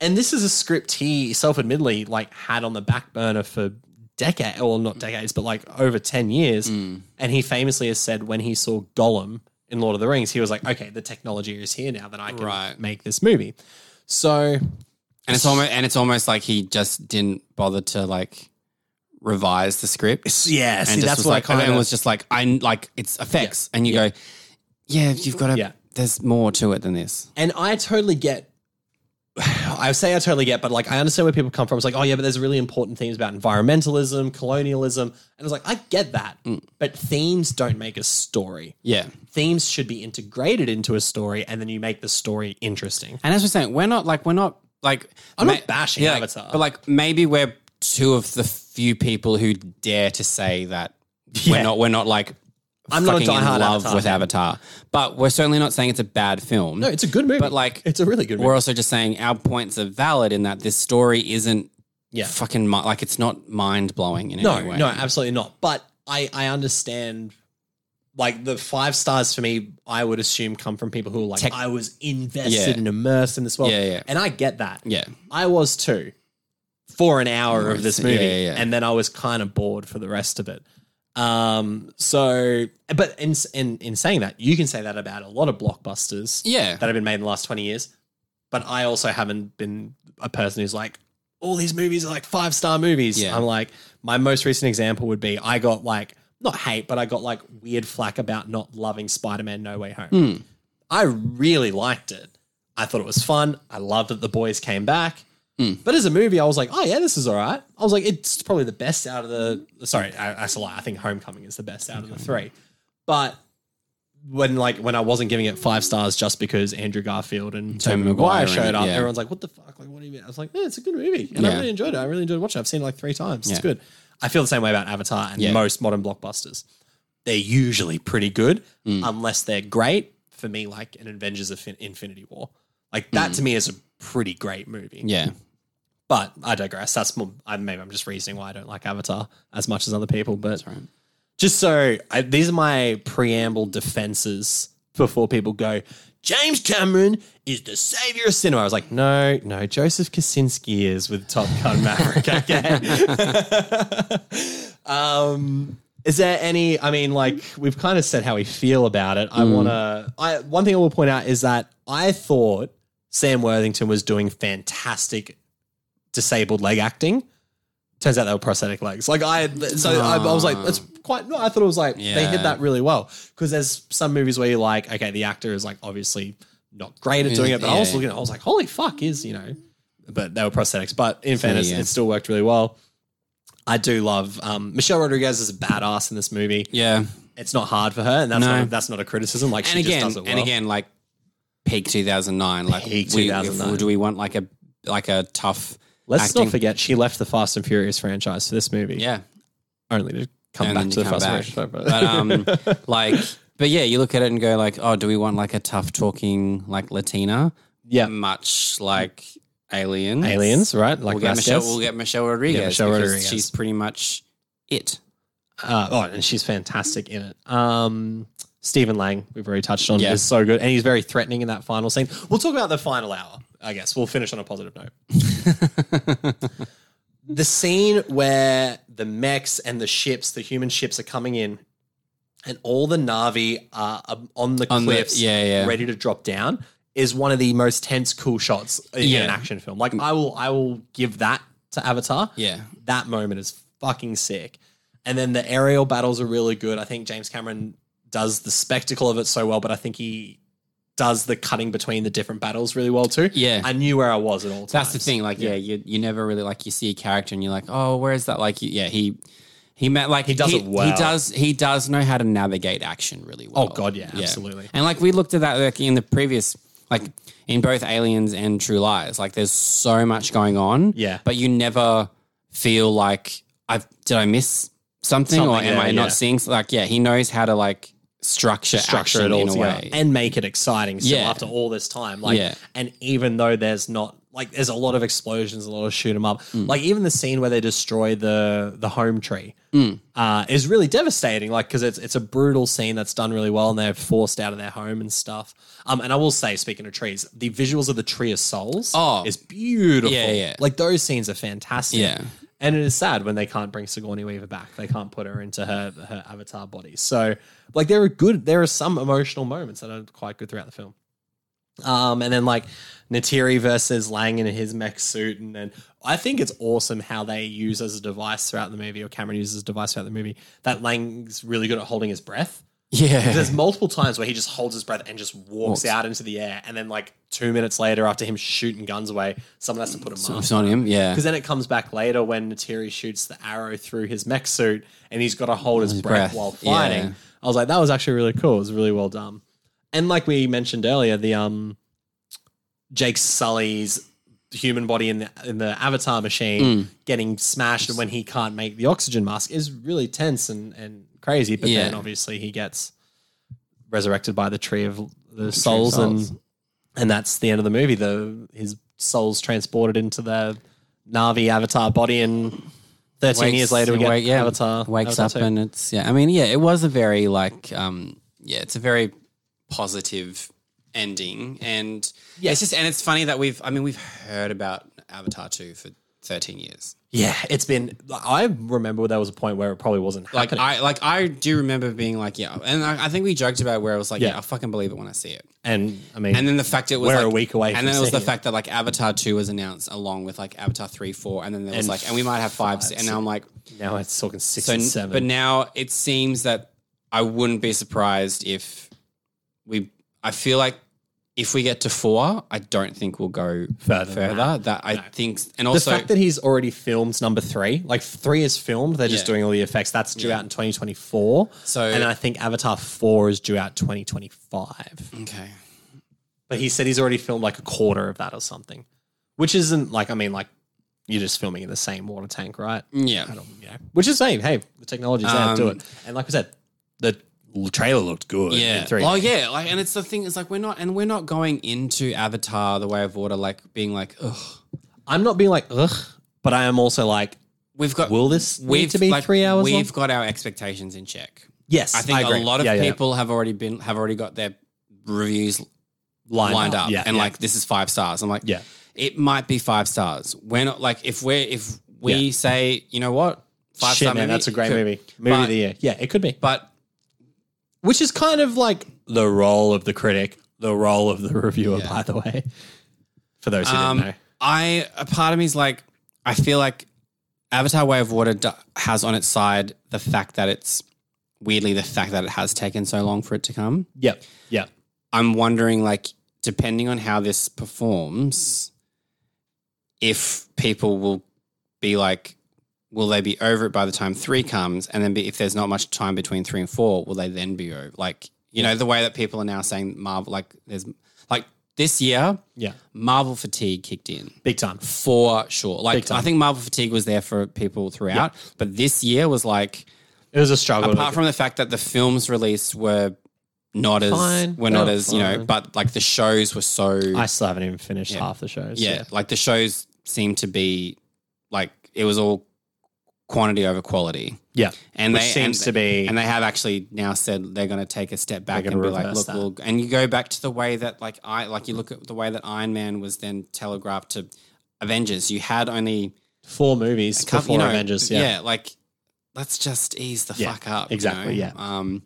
and this is a script he self-admittedly like had on the back burner for decade or not decades but like over 10 years and he famously has said when he saw gollum in lord of the rings he was like okay the technology is here now that i can Right. make this movie so And it's almost and it's almost like he just didn't bother to like revised the script. yeah, see, just that's was what I like, and kinda- was just like, I like it's effects, and you go, yeah, you've got to. Yeah. There's more to it than this. And I totally get. <sighs> I say I totally get, but like I understand where people come from. It's like, oh yeah, but there's really important themes about environmentalism, colonialism, and it's like I get that, but themes don't make a story. Yeah, Themes should be integrated into a story, and then you make the story interesting. and as we're saying, we're not like we're not like I'm not bashing like, Avatar. but like maybe we're two of the few people who dare to say that Yeah. we're not. We're not like. I'm not a fucking in diehard love Avatar with fan. Avatar, but we're certainly not saying it's a bad film. No, it's a good movie, But like, it's a really good we're movie. also just saying our points are valid in that this story isn't Yeah. fucking mi- like it's not mind blowing in No, any way. no, absolutely not. But I, I understand. Like the five stars for me, I would assume come from people who are like, Tech- I was invested Yeah. and immersed in this world, Yeah, yeah. and I get that. yeah, I was too for an hour of it's- this movie, yeah, yeah, yeah. and then I was kind of bored for the rest of it. Um, so, but in, in in saying that, you can say that about a lot of blockbusters yeah. that have been made in the last twenty years. But I also haven't been a person who's like all these movies are like five star movies. Yeah. I'm like my most recent example would be I got like not hate, but I got like weird flack about not loving Spider Man No Way Home. Hmm. I really liked it. I thought it was fun. I loved that the boys came back. Hmm. But as a movie, I was like, oh yeah, this is all right. I was like, it's probably the best out of the. Sorry, I, that's a lie. I think Homecoming is the best out of the three. But when like when I wasn't giving it five stars just because Andrew Garfield and Tobey Maguire Maguire showed and- up, yeah. everyone's like, what the fuck? Like, what do you mean? I was like, yeah, it's a good movie, and I Yeah. really enjoyed it. I really enjoyed watching. it. I've seen it like three times. It's Yeah. good. I feel the same way about Avatar and Yeah. most modern blockbusters they're usually pretty good Mm. unless they're great. For me, like an Avengers of Fin- Infinity War, like that to me is a pretty great movie. Mm. Yeah. But I digress. That's more, I, maybe I'm just reasoning why I don't like Avatar as much as other people. But right. just so I, these are my preamble defenses before people go, James Cameron is the savior of cinema. I was like, no, no, Joseph Kaczynski is with Top Gun Maverick. Okay. <laughs> um, is there any? I mean, like we've kind of said how we feel about it. I wanna. I one thing I will point out is that I thought Sam Worthington was doing fantastic disabled leg acting. Turns out they were prosthetic legs. Like I, so I, I was like, that's quite. No, I thought it was like they Yeah. hit that really well because there's some movies where you're like, okay, the actor is like obviously not great at doing it, but I was Yeah. looking, at it, I was like, holy fuck, is you know, but they were prosthetics. But in fairness, yeah. it still worked really well. I do love um, Michelle Rodriguez is a badass in this movie. Yeah. It's not hard for her, and that's No. not, that's not a criticism. Like And she again, just does it well. and again, like peak 2009, like Peak we- if- 2009. do we want like a, like a tough, Let's acting- not forget she left the Fast and Furious franchise for this movie. yeah. only to come And back then to you the come Fast and back. Furious. But- But, um, like, but yeah, you look at it and go like, oh, do we want like a tough talking, like Latina? Yeah. Much like <laughs> Aliens. Aliens, right? Like we'll get Vasquez. Michelle. We'll get Michelle Rodriguez. Michelle because Rodriguez. She's pretty much it. <laughs> Uh, oh, and she's fantastic in it. Um, Stephen Lang, we've already touched on, Yeah. is so good, and he's very threatening in that final scene. We'll talk about the final hour. I guess we'll finish on a positive note. the scene where the mechs and the ships, the human ships, are coming in, and all the Navi are um, on the On the- cliffs, yeah, yeah. ready to drop down, is one of the most tense, cool shots in Yeah. an action film. Like I will, I will give that to Avatar. Yeah. That moment is fucking sick. And then the aerial battles are really good. I think James Cameron does the spectacle of it so well, but I think he does the cutting between the different battles really well too. Yeah. I knew where I was at all times. That's the thing. Like, yeah, you you never really like you see a character and you're like, oh, where is that? Like, you- yeah, he he met like he does it well. He does he does know how to navigate action really Oh well. god, yeah, absolutely. And like we looked at that like in the previous like in both Aliens and True Lies. Like, there's so much going on. Yeah. but you never feel like I've did I miss something, or Something, am yeah, I yeah. not seeing? Like, yeah, he knows how to like structure Structure it action all in a together way. and make it exciting still Yeah. after all this time. Like Yeah. and even though there's not like there's a lot of explosions, a lot of shoot 'em up. Mm. Like even the scene where they destroy the the home tree Mm. uh, is really devastating. Like because it's it's a brutal scene that's done really well, and they're forced out of their home and stuff. Um, and I will say, speaking of trees, the visuals of the tree of souls Oh. is beautiful. Yeah, yeah. Like those scenes are fantastic. Yeah. And it is sad when they can't bring Sigourney Weaver back. They can't put her into her her avatar body. So, like, there are good. There are some emotional moments that are quite good throughout the film. Um, and then like Natiri versus Lang in his mech suit, and then I think it's awesome how they use as a device throughout the movie, or Cameron uses as a device throughout the movie, that Lang's really good at holding his <laughs> breath. Yeah. There's multiple times where he just holds his breath and just walks out into the air, and then like two minutes later, after him shooting guns away, someone has to put a mask It's on him. Yeah. because then it comes back later when Natiri shoots the arrow through his mech suit and he's got to hold his, breath, breath, while fighting. yeah. I was like, that was actually really cool. It was really well done. And like we mentioned earlier, the um Jake Sully's human body in the in the avatar machine Mm. getting smashed when he can't make the oxygen mask is really tense and and crazy. But Yeah. then obviously he gets resurrected by the tree of the souls, Souls. and and that's the end of the movie. The his soul's transported into the Navi avatar body, and thirteen years later we get wake- yeah, Avatar wakes Avatar up 2. and it's yeah. I mean, yeah, it was a very like um yeah, it's a very positive ending, and yeah, it's just and it's funny that we've I mean we've heard about Avatar two for thirteen years. yeah, it's been. I remember there was a point where it probably wasn't Like happening, I like I do remember being like yeah, and I, I think we joked about it where I was like yeah. Yeah. I fucking believe it when I see it. and I mean, And then the fact it was We're like, a week away from And then it was the seeing it. fact that like Avatar two was announced along with like Avatar three, four, and then there was And like, and we might have five. five, and now I'm like, now it's talking six So, and n- seven. but now it seems that I wouldn't be surprised if we. I feel like if we get to four, I don't think we'll go Further further. than That, I think, and the also fact that he's already filmed number three, like three is filmed, they're just Yeah. doing all the effects. That's due out in 2024. So- and I think Avatar 4 is due out 2025. okay, But he said he's already filmed like a quarter of that or something, which isn't like, I mean, like you're just filming in the same water tank, right? yeah, Yeah. Which is same. Hey, the technology's there, do Um, it. And like we said, the trailer looked good. in yeah. three. Oh yeah, like, and it's the thing is like we're not, and we're not going into Avatar: The Way of Water like being like, ugh, I'm not being like, ugh, but I am also like, we've got will this need to be like, three hours We've long? got our expectations in check. Yes. I think a a lot of people have already been have already got their reviews lined, up, Yeah, and yeah. like this is five stars. I'm like, Yeah. it might be five stars. We're not like if we're if we say you know what five Shit, star man, movie, that's a great could- movie. Movie but- of the year. Yeah, it could be. But Which is kind of like the role of the critic, the role of the reviewer, by the way. <laughs> For those who um, didn't I a part of me is like I feel like Avatar: Way of Water do- has on its side the fact that it's weirdly the fact that it has taken so long for it to come. know. Yep. Yep. I'm wondering, like, depending on how this performs, if people will be like, will they be over it by the time three comes? And then be, if there's not much time between three and four, will they then be over? Like, you know, the way that people are now saying Marvel, like, there's like this year, Yeah. Marvel fatigue kicked in Big time. for sure. Like, I think Marvel fatigue was there for people throughout, but this year was like, It was a struggle. apart from the fact that the films released were not as Fine. were not Yeah, as you know, fine. but like the shows were so I still haven't even finished half the shows. yeah, like the shows seemed to be like it was all quantity over quality, Yeah. and Which they seems and- to be- and they have actually now said they're going to take a step back They're and gonna be like, reverse look, that. we'll, and you go back to the way that like I like you look at the way that Iron Man was then telegraphed to Avengers. You had only Four movies Cuff- before you know, Avengers. Yeah. like let's just ease the Yeah, fuck up. exactly, you know? Um,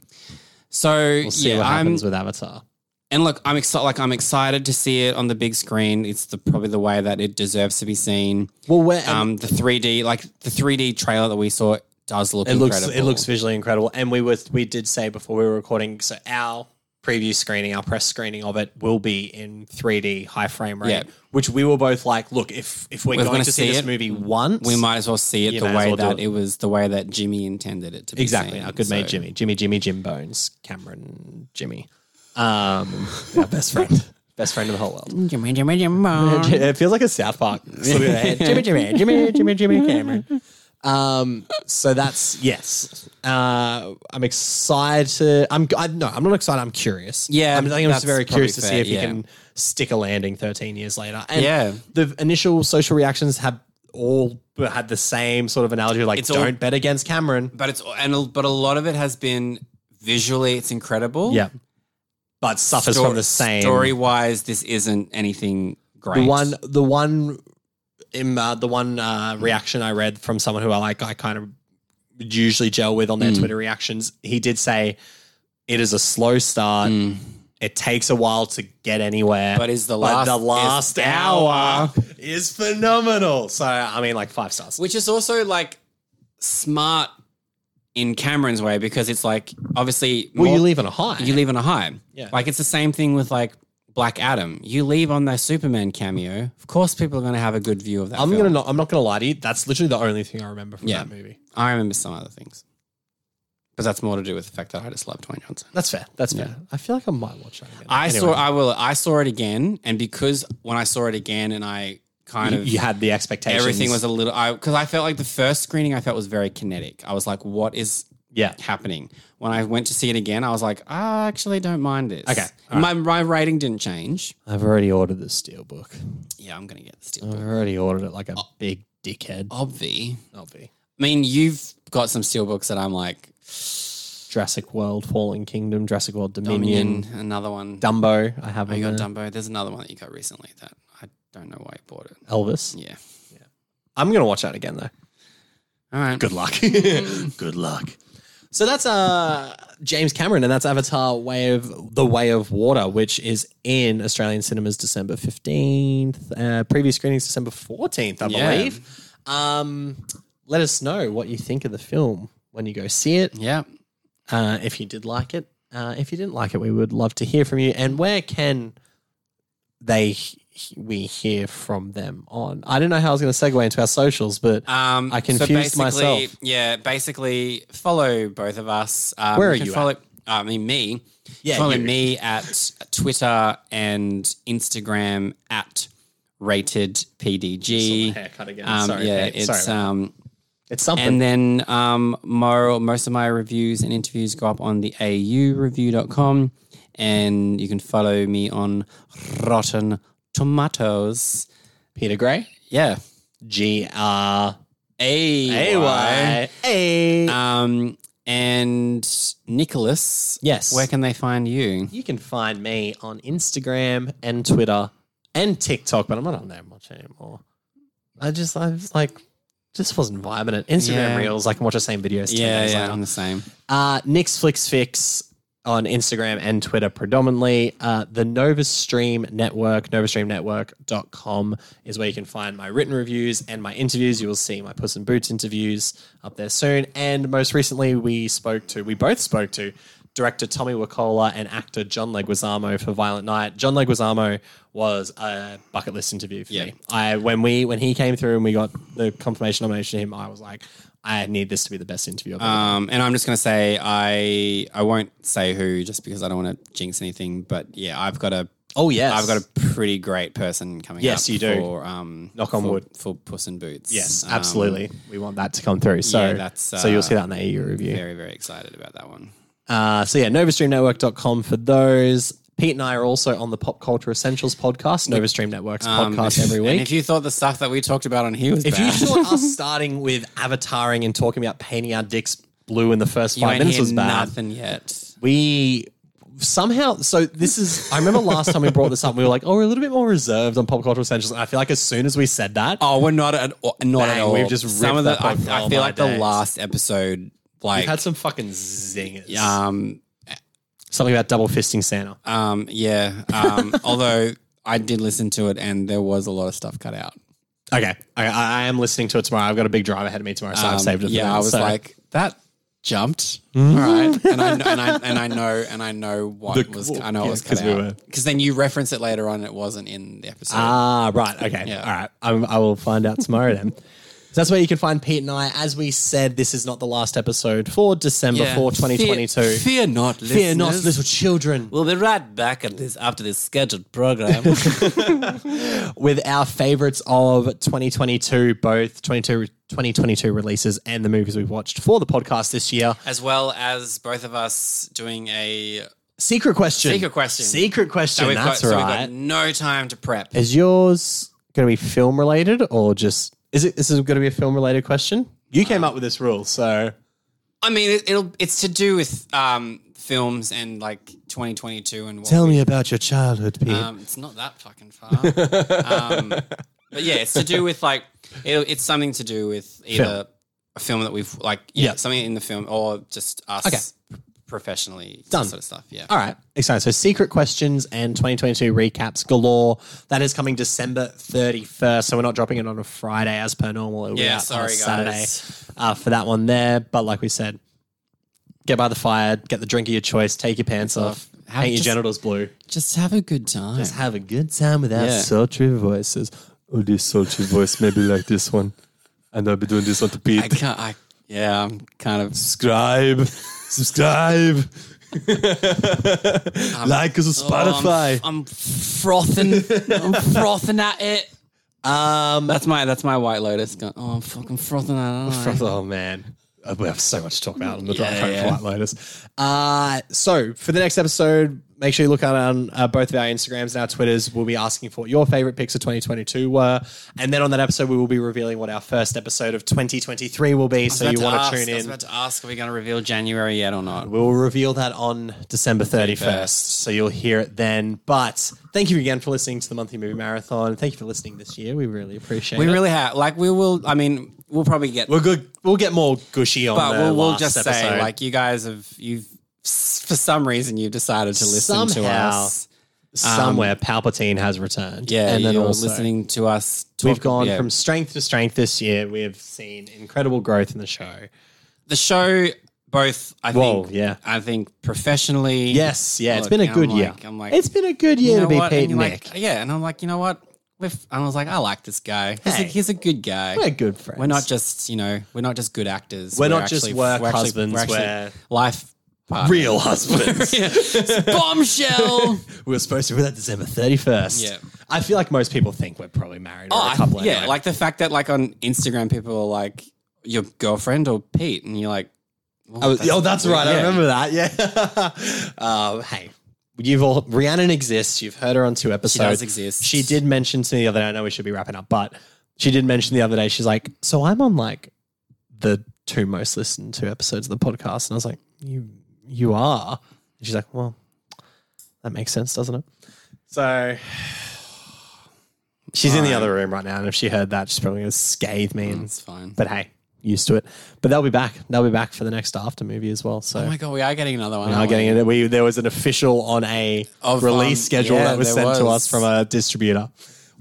so We'll see yeah, what I'm happens with Avatar. and look, I'm excited. Like I'm excited to see it on the big screen. It's the probably the way that it deserves to be seen. Well, where Um, the 3D, like the 3D trailer that we saw, does look it looks incredible. it looks visually incredible. And we were we did say before we were recording, so our preview screening, our press screening of it will be in 3D high frame rate, Yeah. which we were both like, look, if if we're, We're going gonna to see, see this it. movie once, We might as well see it You the might as way well do that it. it. was the way that Jimmy intended it to be. Exactly. seen. Our good mate So- Jimmy. Jimmy, Jimmy, Jim Bones, Cameron, Jimmy. Um, our best friend. <laughs> Best friend in the whole world. Jimmy, Jimmy, Jimmy. It feels like a South Park. Jimmy, Jimmy, Jimmy, Jimmy, Jimmy, Cameron. Um, so that's yes. Uh, I'm excited. I'm I, no, I'm not excited. I'm curious. Yeah, I'm, I think I'm just that's very curious to probably see fair, if he yeah. can stick a landing 13 years later. And Yeah. the initial social reactions have all had the same sort of analogy, like It's all- don't bet against Cameron. But it's and but a lot of it has been visually, it's incredible. Yeah. But suffers Stor- from the same story wise. This isn't anything great. The one, the one, um, uh, the one uh, reaction I read from someone who I like, I kind of Mm. usually gel with on their Twitter reactions. He did say it is a slow start. It takes a while to get anywhere, Mm. But is the but last- the is last the hour is phenomenal. So I mean, like five stars. which is also like smart in Cameron's way because it's like obviously well, more- you leave on a high. you leave on a high. Yeah. Like it's the same thing with like Black Adam. You leave on that Superman cameo. Of course, people are going to have a good view of that. I'm film. gonna not, I'm not gonna lie to you. That's literally the only thing I remember from Yeah. that movie. I remember some other things, but that's more to do with the fact that I just love Dwayne Johnson. That's fair. That's fair. I feel like I might watch that. Again. I Anyway, saw. I will. I saw it again, and because when I saw it again, and I kind you, of you had the expectations. everything was a little. I because I felt like the first screening I felt was very kinetic. I was like, what is yeah. happening. When I went to see it again, I was like, "Ah, I actually don't mind this. Okay, all My, my rating didn't change. I've already ordered the steelbook. Yeah, I'm going to get this I've steelbook. already ordered it like Oh. a big dickhead. Obvi. I'll be I mean, you've got some steelbooks that I'm like, Jurassic World, Fallen Kingdom, Jurassic World Dominion, Dominion, another one. Dumbo. I have Oh, you on got there. Dumbo. There's another one that you got recently that I don't know why you bought it. Elvis. Yeah. I'm gonna watch that again though. All right. Good <laughs> luck. Good luck. Mm-hmm. So that's uh James Cameron, and that's Avatar: Way of the Way of Water, which is in Australian cinemas December fifteenth. Uh, previous screenings December fourteenth, I Yeah. believe. Um, let us know what you think of the film when you go see it. Yeah. Uh, if you did like it, uh, if you didn't like it, we would love to hear from you. And where can they we hear from them on? I don't know how I was going to segue into our socials, but Um, I confused basically- myself. Yeah, basically follow both of us. Um, Where are can you Follow, I mean, me. Yeah, follow you. me at Twitter and Instagram at rated PDG. haircut again. Um, sorry, yeah, babe. it's sorry. um, it's something. and then um, more, most of my reviews and interviews go up on the aureview.com and you can follow me on Rotten Tomatoes. Peter Gray, Yeah. G R A E A-Y. Y A. E Um, and Nicholas, Yes. where can they find you? You can find me on Instagram and Twitter and TikTok, but I'm not on there much anymore. I just, I was like, just wasn't vibing it. Instagram Yeah. Reels, I can watch the same videos. 10 days later. I'm the same. Uh, Nick's Flix Fix on Instagram and Twitter predominantly. Uh, the Nova Stream Network, novastreamnetwork.com is where you can find my written reviews and my interviews. You will see my Puss in Boots interviews up there soon. And most recently, we spoke to, we both spoke to director Tommy Wakola and actor John Leguizamo for Violent Night. John Leguizamo was a bucket list interview for Yeah. me. I when we when he came through and we got the confirmation nomination to him, I was like, I need this to be the best interview I've ever Um, and I'm just gonna say I I won't say who just because I don't want to jinx anything. But yeah, I've got a Oh yes, have got a pretty great person coming. Yes, up you do. For, um, Knock on for- wood. for Puss in Boots. yes, Um, absolutely. we want that to come through. So yeah, that's, so you'll uh, see that in the EU review. Very very excited about that one. Uh, so yeah, novastreamnetwork.com for those. Pete and I are also on the Pop Culture Essentials podcast, Novastream Network's Um, podcast every And week. if you thought the stuff that we talked about on here was If you bad, thought <laughs> us starting with avataring and talking about painting our dicks blue in the first you five ain't minutes hear was bad, nothing yet. we somehow so this is I remember last time we brought this up, we were like, oh, we're a little bit more reserved on pop culture essentials. And I feel like as soon as we said that, Oh, we're not at all- not at Bang, all. we've just ripped the. that I, off. I Oh, feel my like the days. last episode, like we had some fucking zingers. um, Something about double fisting Santa. Um, yeah. <laughs> Um, although I did listen to it and there was a lot of stuff cut out. Okay, I, I I am listening to it tomorrow. I've got a big drive ahead of me tomorrow, so Um, I've saved it. for Yeah, then, I was so- like, that jumped. Mm. All right. And I, kn- and, I, and I <laughs> know and I know what The- was I know it yeah, was cut 'cause we out. were- Because then you reference it later on, it wasn't in the episode. ah, <laughs> right, okay, Yeah. all right. I'm, I will find out tomorrow then. So that's where you can find Pete and I. As we said, this is not the last episode for December Yeah. for 2022. Fear, fear not, listeners. Fear not, little children. We'll be right back at this after this <laughs> scheduled program. with our favorites of 2022, both 22, 2022 releases and the movies we've watched for the podcast this year. as well as both of us doing a Secret question. Secret question. Secret question. so we've that's got, so we've right. got no time to prep. Is yours going to be film related or just is it? This is going to be a film related question. You came up with this rule, so I mean, it, it'll it's to do with um, films and like 2022 and what tell me about your childhood, Pete. Um, it's not that fucking far. <laughs> um, but yeah, it's to do with like it'll, it's something to do with either a film that we've like yeah, Yeah. something in the film or just us Okay. p- professionally Done. sort of stuff. Yeah. All right, exciting. So, secret questions and 2022 recaps galore. That is coming December 31st. So, we're not dropping it on a Friday as per normal. It'll be Yeah, out on a sorry, Saturday guys. uh, for that one there. But, like we said, get by the fire, get the drink of your choice, take your pants off, Have- paint your just- genitals blue. Just have a good time. Just have a good time with Yeah. us. Sultry voices. Oh, this sultry voice, maybe like this one. And I'll be doing this on the I beat. can't. I, yeah, I'm kind of. Subscribe. Subscribe. like us on Spotify. Oh, I'm, I'm frothing. <laughs> I'm frothing at it. Um, that's my that's my White Lotus. Go- Oh, I'm fucking frothing at it. aren't I? Oh, man. Uh, We have so much to talk about on the Yeah, drive home yeah. flight latest. Uh, so, for the next episode, make sure you look out on uh, both of our Instagrams and our Twitters. We'll be asking for what your favorite picks of 2022 were. And then on that episode, we will be revealing what our first episode of 2023 will be. So, I was you want about to to ask- tune I was in. about to ask, are we going to reveal January yet or not? We'll reveal that on December 31st. So you'll hear it then. But thank you again for listening to the monthly movie marathon. Thank you for listening this year. We really appreciate We it. really have. Like, we will. I mean, we'll probably get. We're good. We'll get more gushy on but the we'll, we'll last just say, episode. like, you guys have you've s- for some reason you've decided to listen to Somehow. us. somewhere Palpatine has returned. um, Yeah, and then you're also listening to us. Talk, we've gone yeah. from strength to strength this year. We have seen incredible growth in the show. the show. Both, I Whoa, think. yeah. I think professionally. Yes, yeah, it's Look, been a I'm good year. like- I'm like, it's been a good year you know to be what? Pete and and you're Nick. like, yeah, and I'm like, you know what? We're f- and I was like, I like this guy. He's, Hey. a, he's a good guy. We're good friends. We're not just you know, we're not just good actors. We're not just work actually- husbands, we're- life partners. <laughs> real husbands. bombshell. <laughs> We were supposed to be that December 31st. Yeah. I feel like most people think we're probably married or a oh, couple I- of yeah, like the fact that like on Instagram people are like your girlfriend or Pete, and you're like, well, Oh, that's, oh, that's right. I yeah. remember that. Yeah. <laughs> um, hey, you've all Rhiannon exists. You've heard her on two episodes. does exist. She did mention to me the other day. I know we should be wrapping up, but she did mention the other day. She's like, "So I'm on like the two most listened to episodes of the podcast," and I was like, "You, you are." And she's like, "Well, that makes sense, doesn't it?" So. She's in the other room right now, and if she heard that, she's probably going to scathe me and it's fine. but hey, used to it. But they'll be back. They'll be back for the next after movie as well. So Oh my god, we are getting another one. now aren't we? getting it, we there was an official on a Of, release um, schedule yeah, that was there sent to was. Ah, us from a distributor.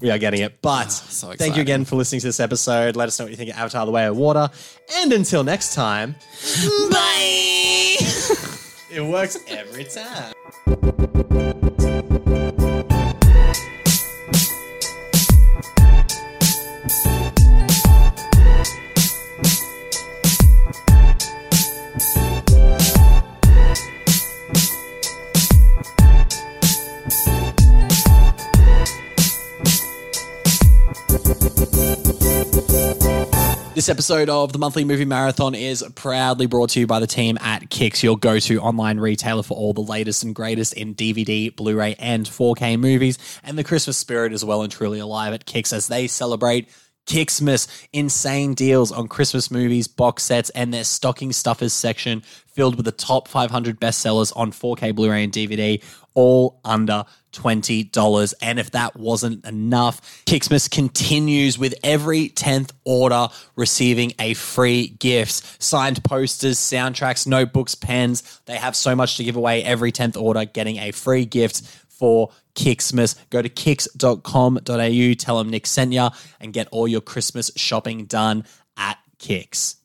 We are getting it. But thank you exciting. again for listening to this episode. Let us know what you think of Avatar: The Way of Water. And until next time, <laughs> Bye. it <laughs> works every time. This episode of the Monthly Movie Marathon is proudly brought to you by the team at Kix, your go to online retailer for all the latest and greatest in DVD, Blu ray, and 4K movies. And the Christmas spirit is well and truly alive at Kix as they celebrate. Kixmas, insane deals on Christmas movies, box sets, and their stocking stuffers section filled with the top 500 bestsellers on 4K Blu ray and DVD, all under $20. And if that wasn't enough, Kixmas continues with every 10th order receiving a free gift. Signed posters, soundtracks, notebooks, pens. They have so much to give away every 10th order, getting a free gift for Kixmas. Go to kix.com.au, tell them Nick sent ya, and get all your Christmas shopping done at Kix.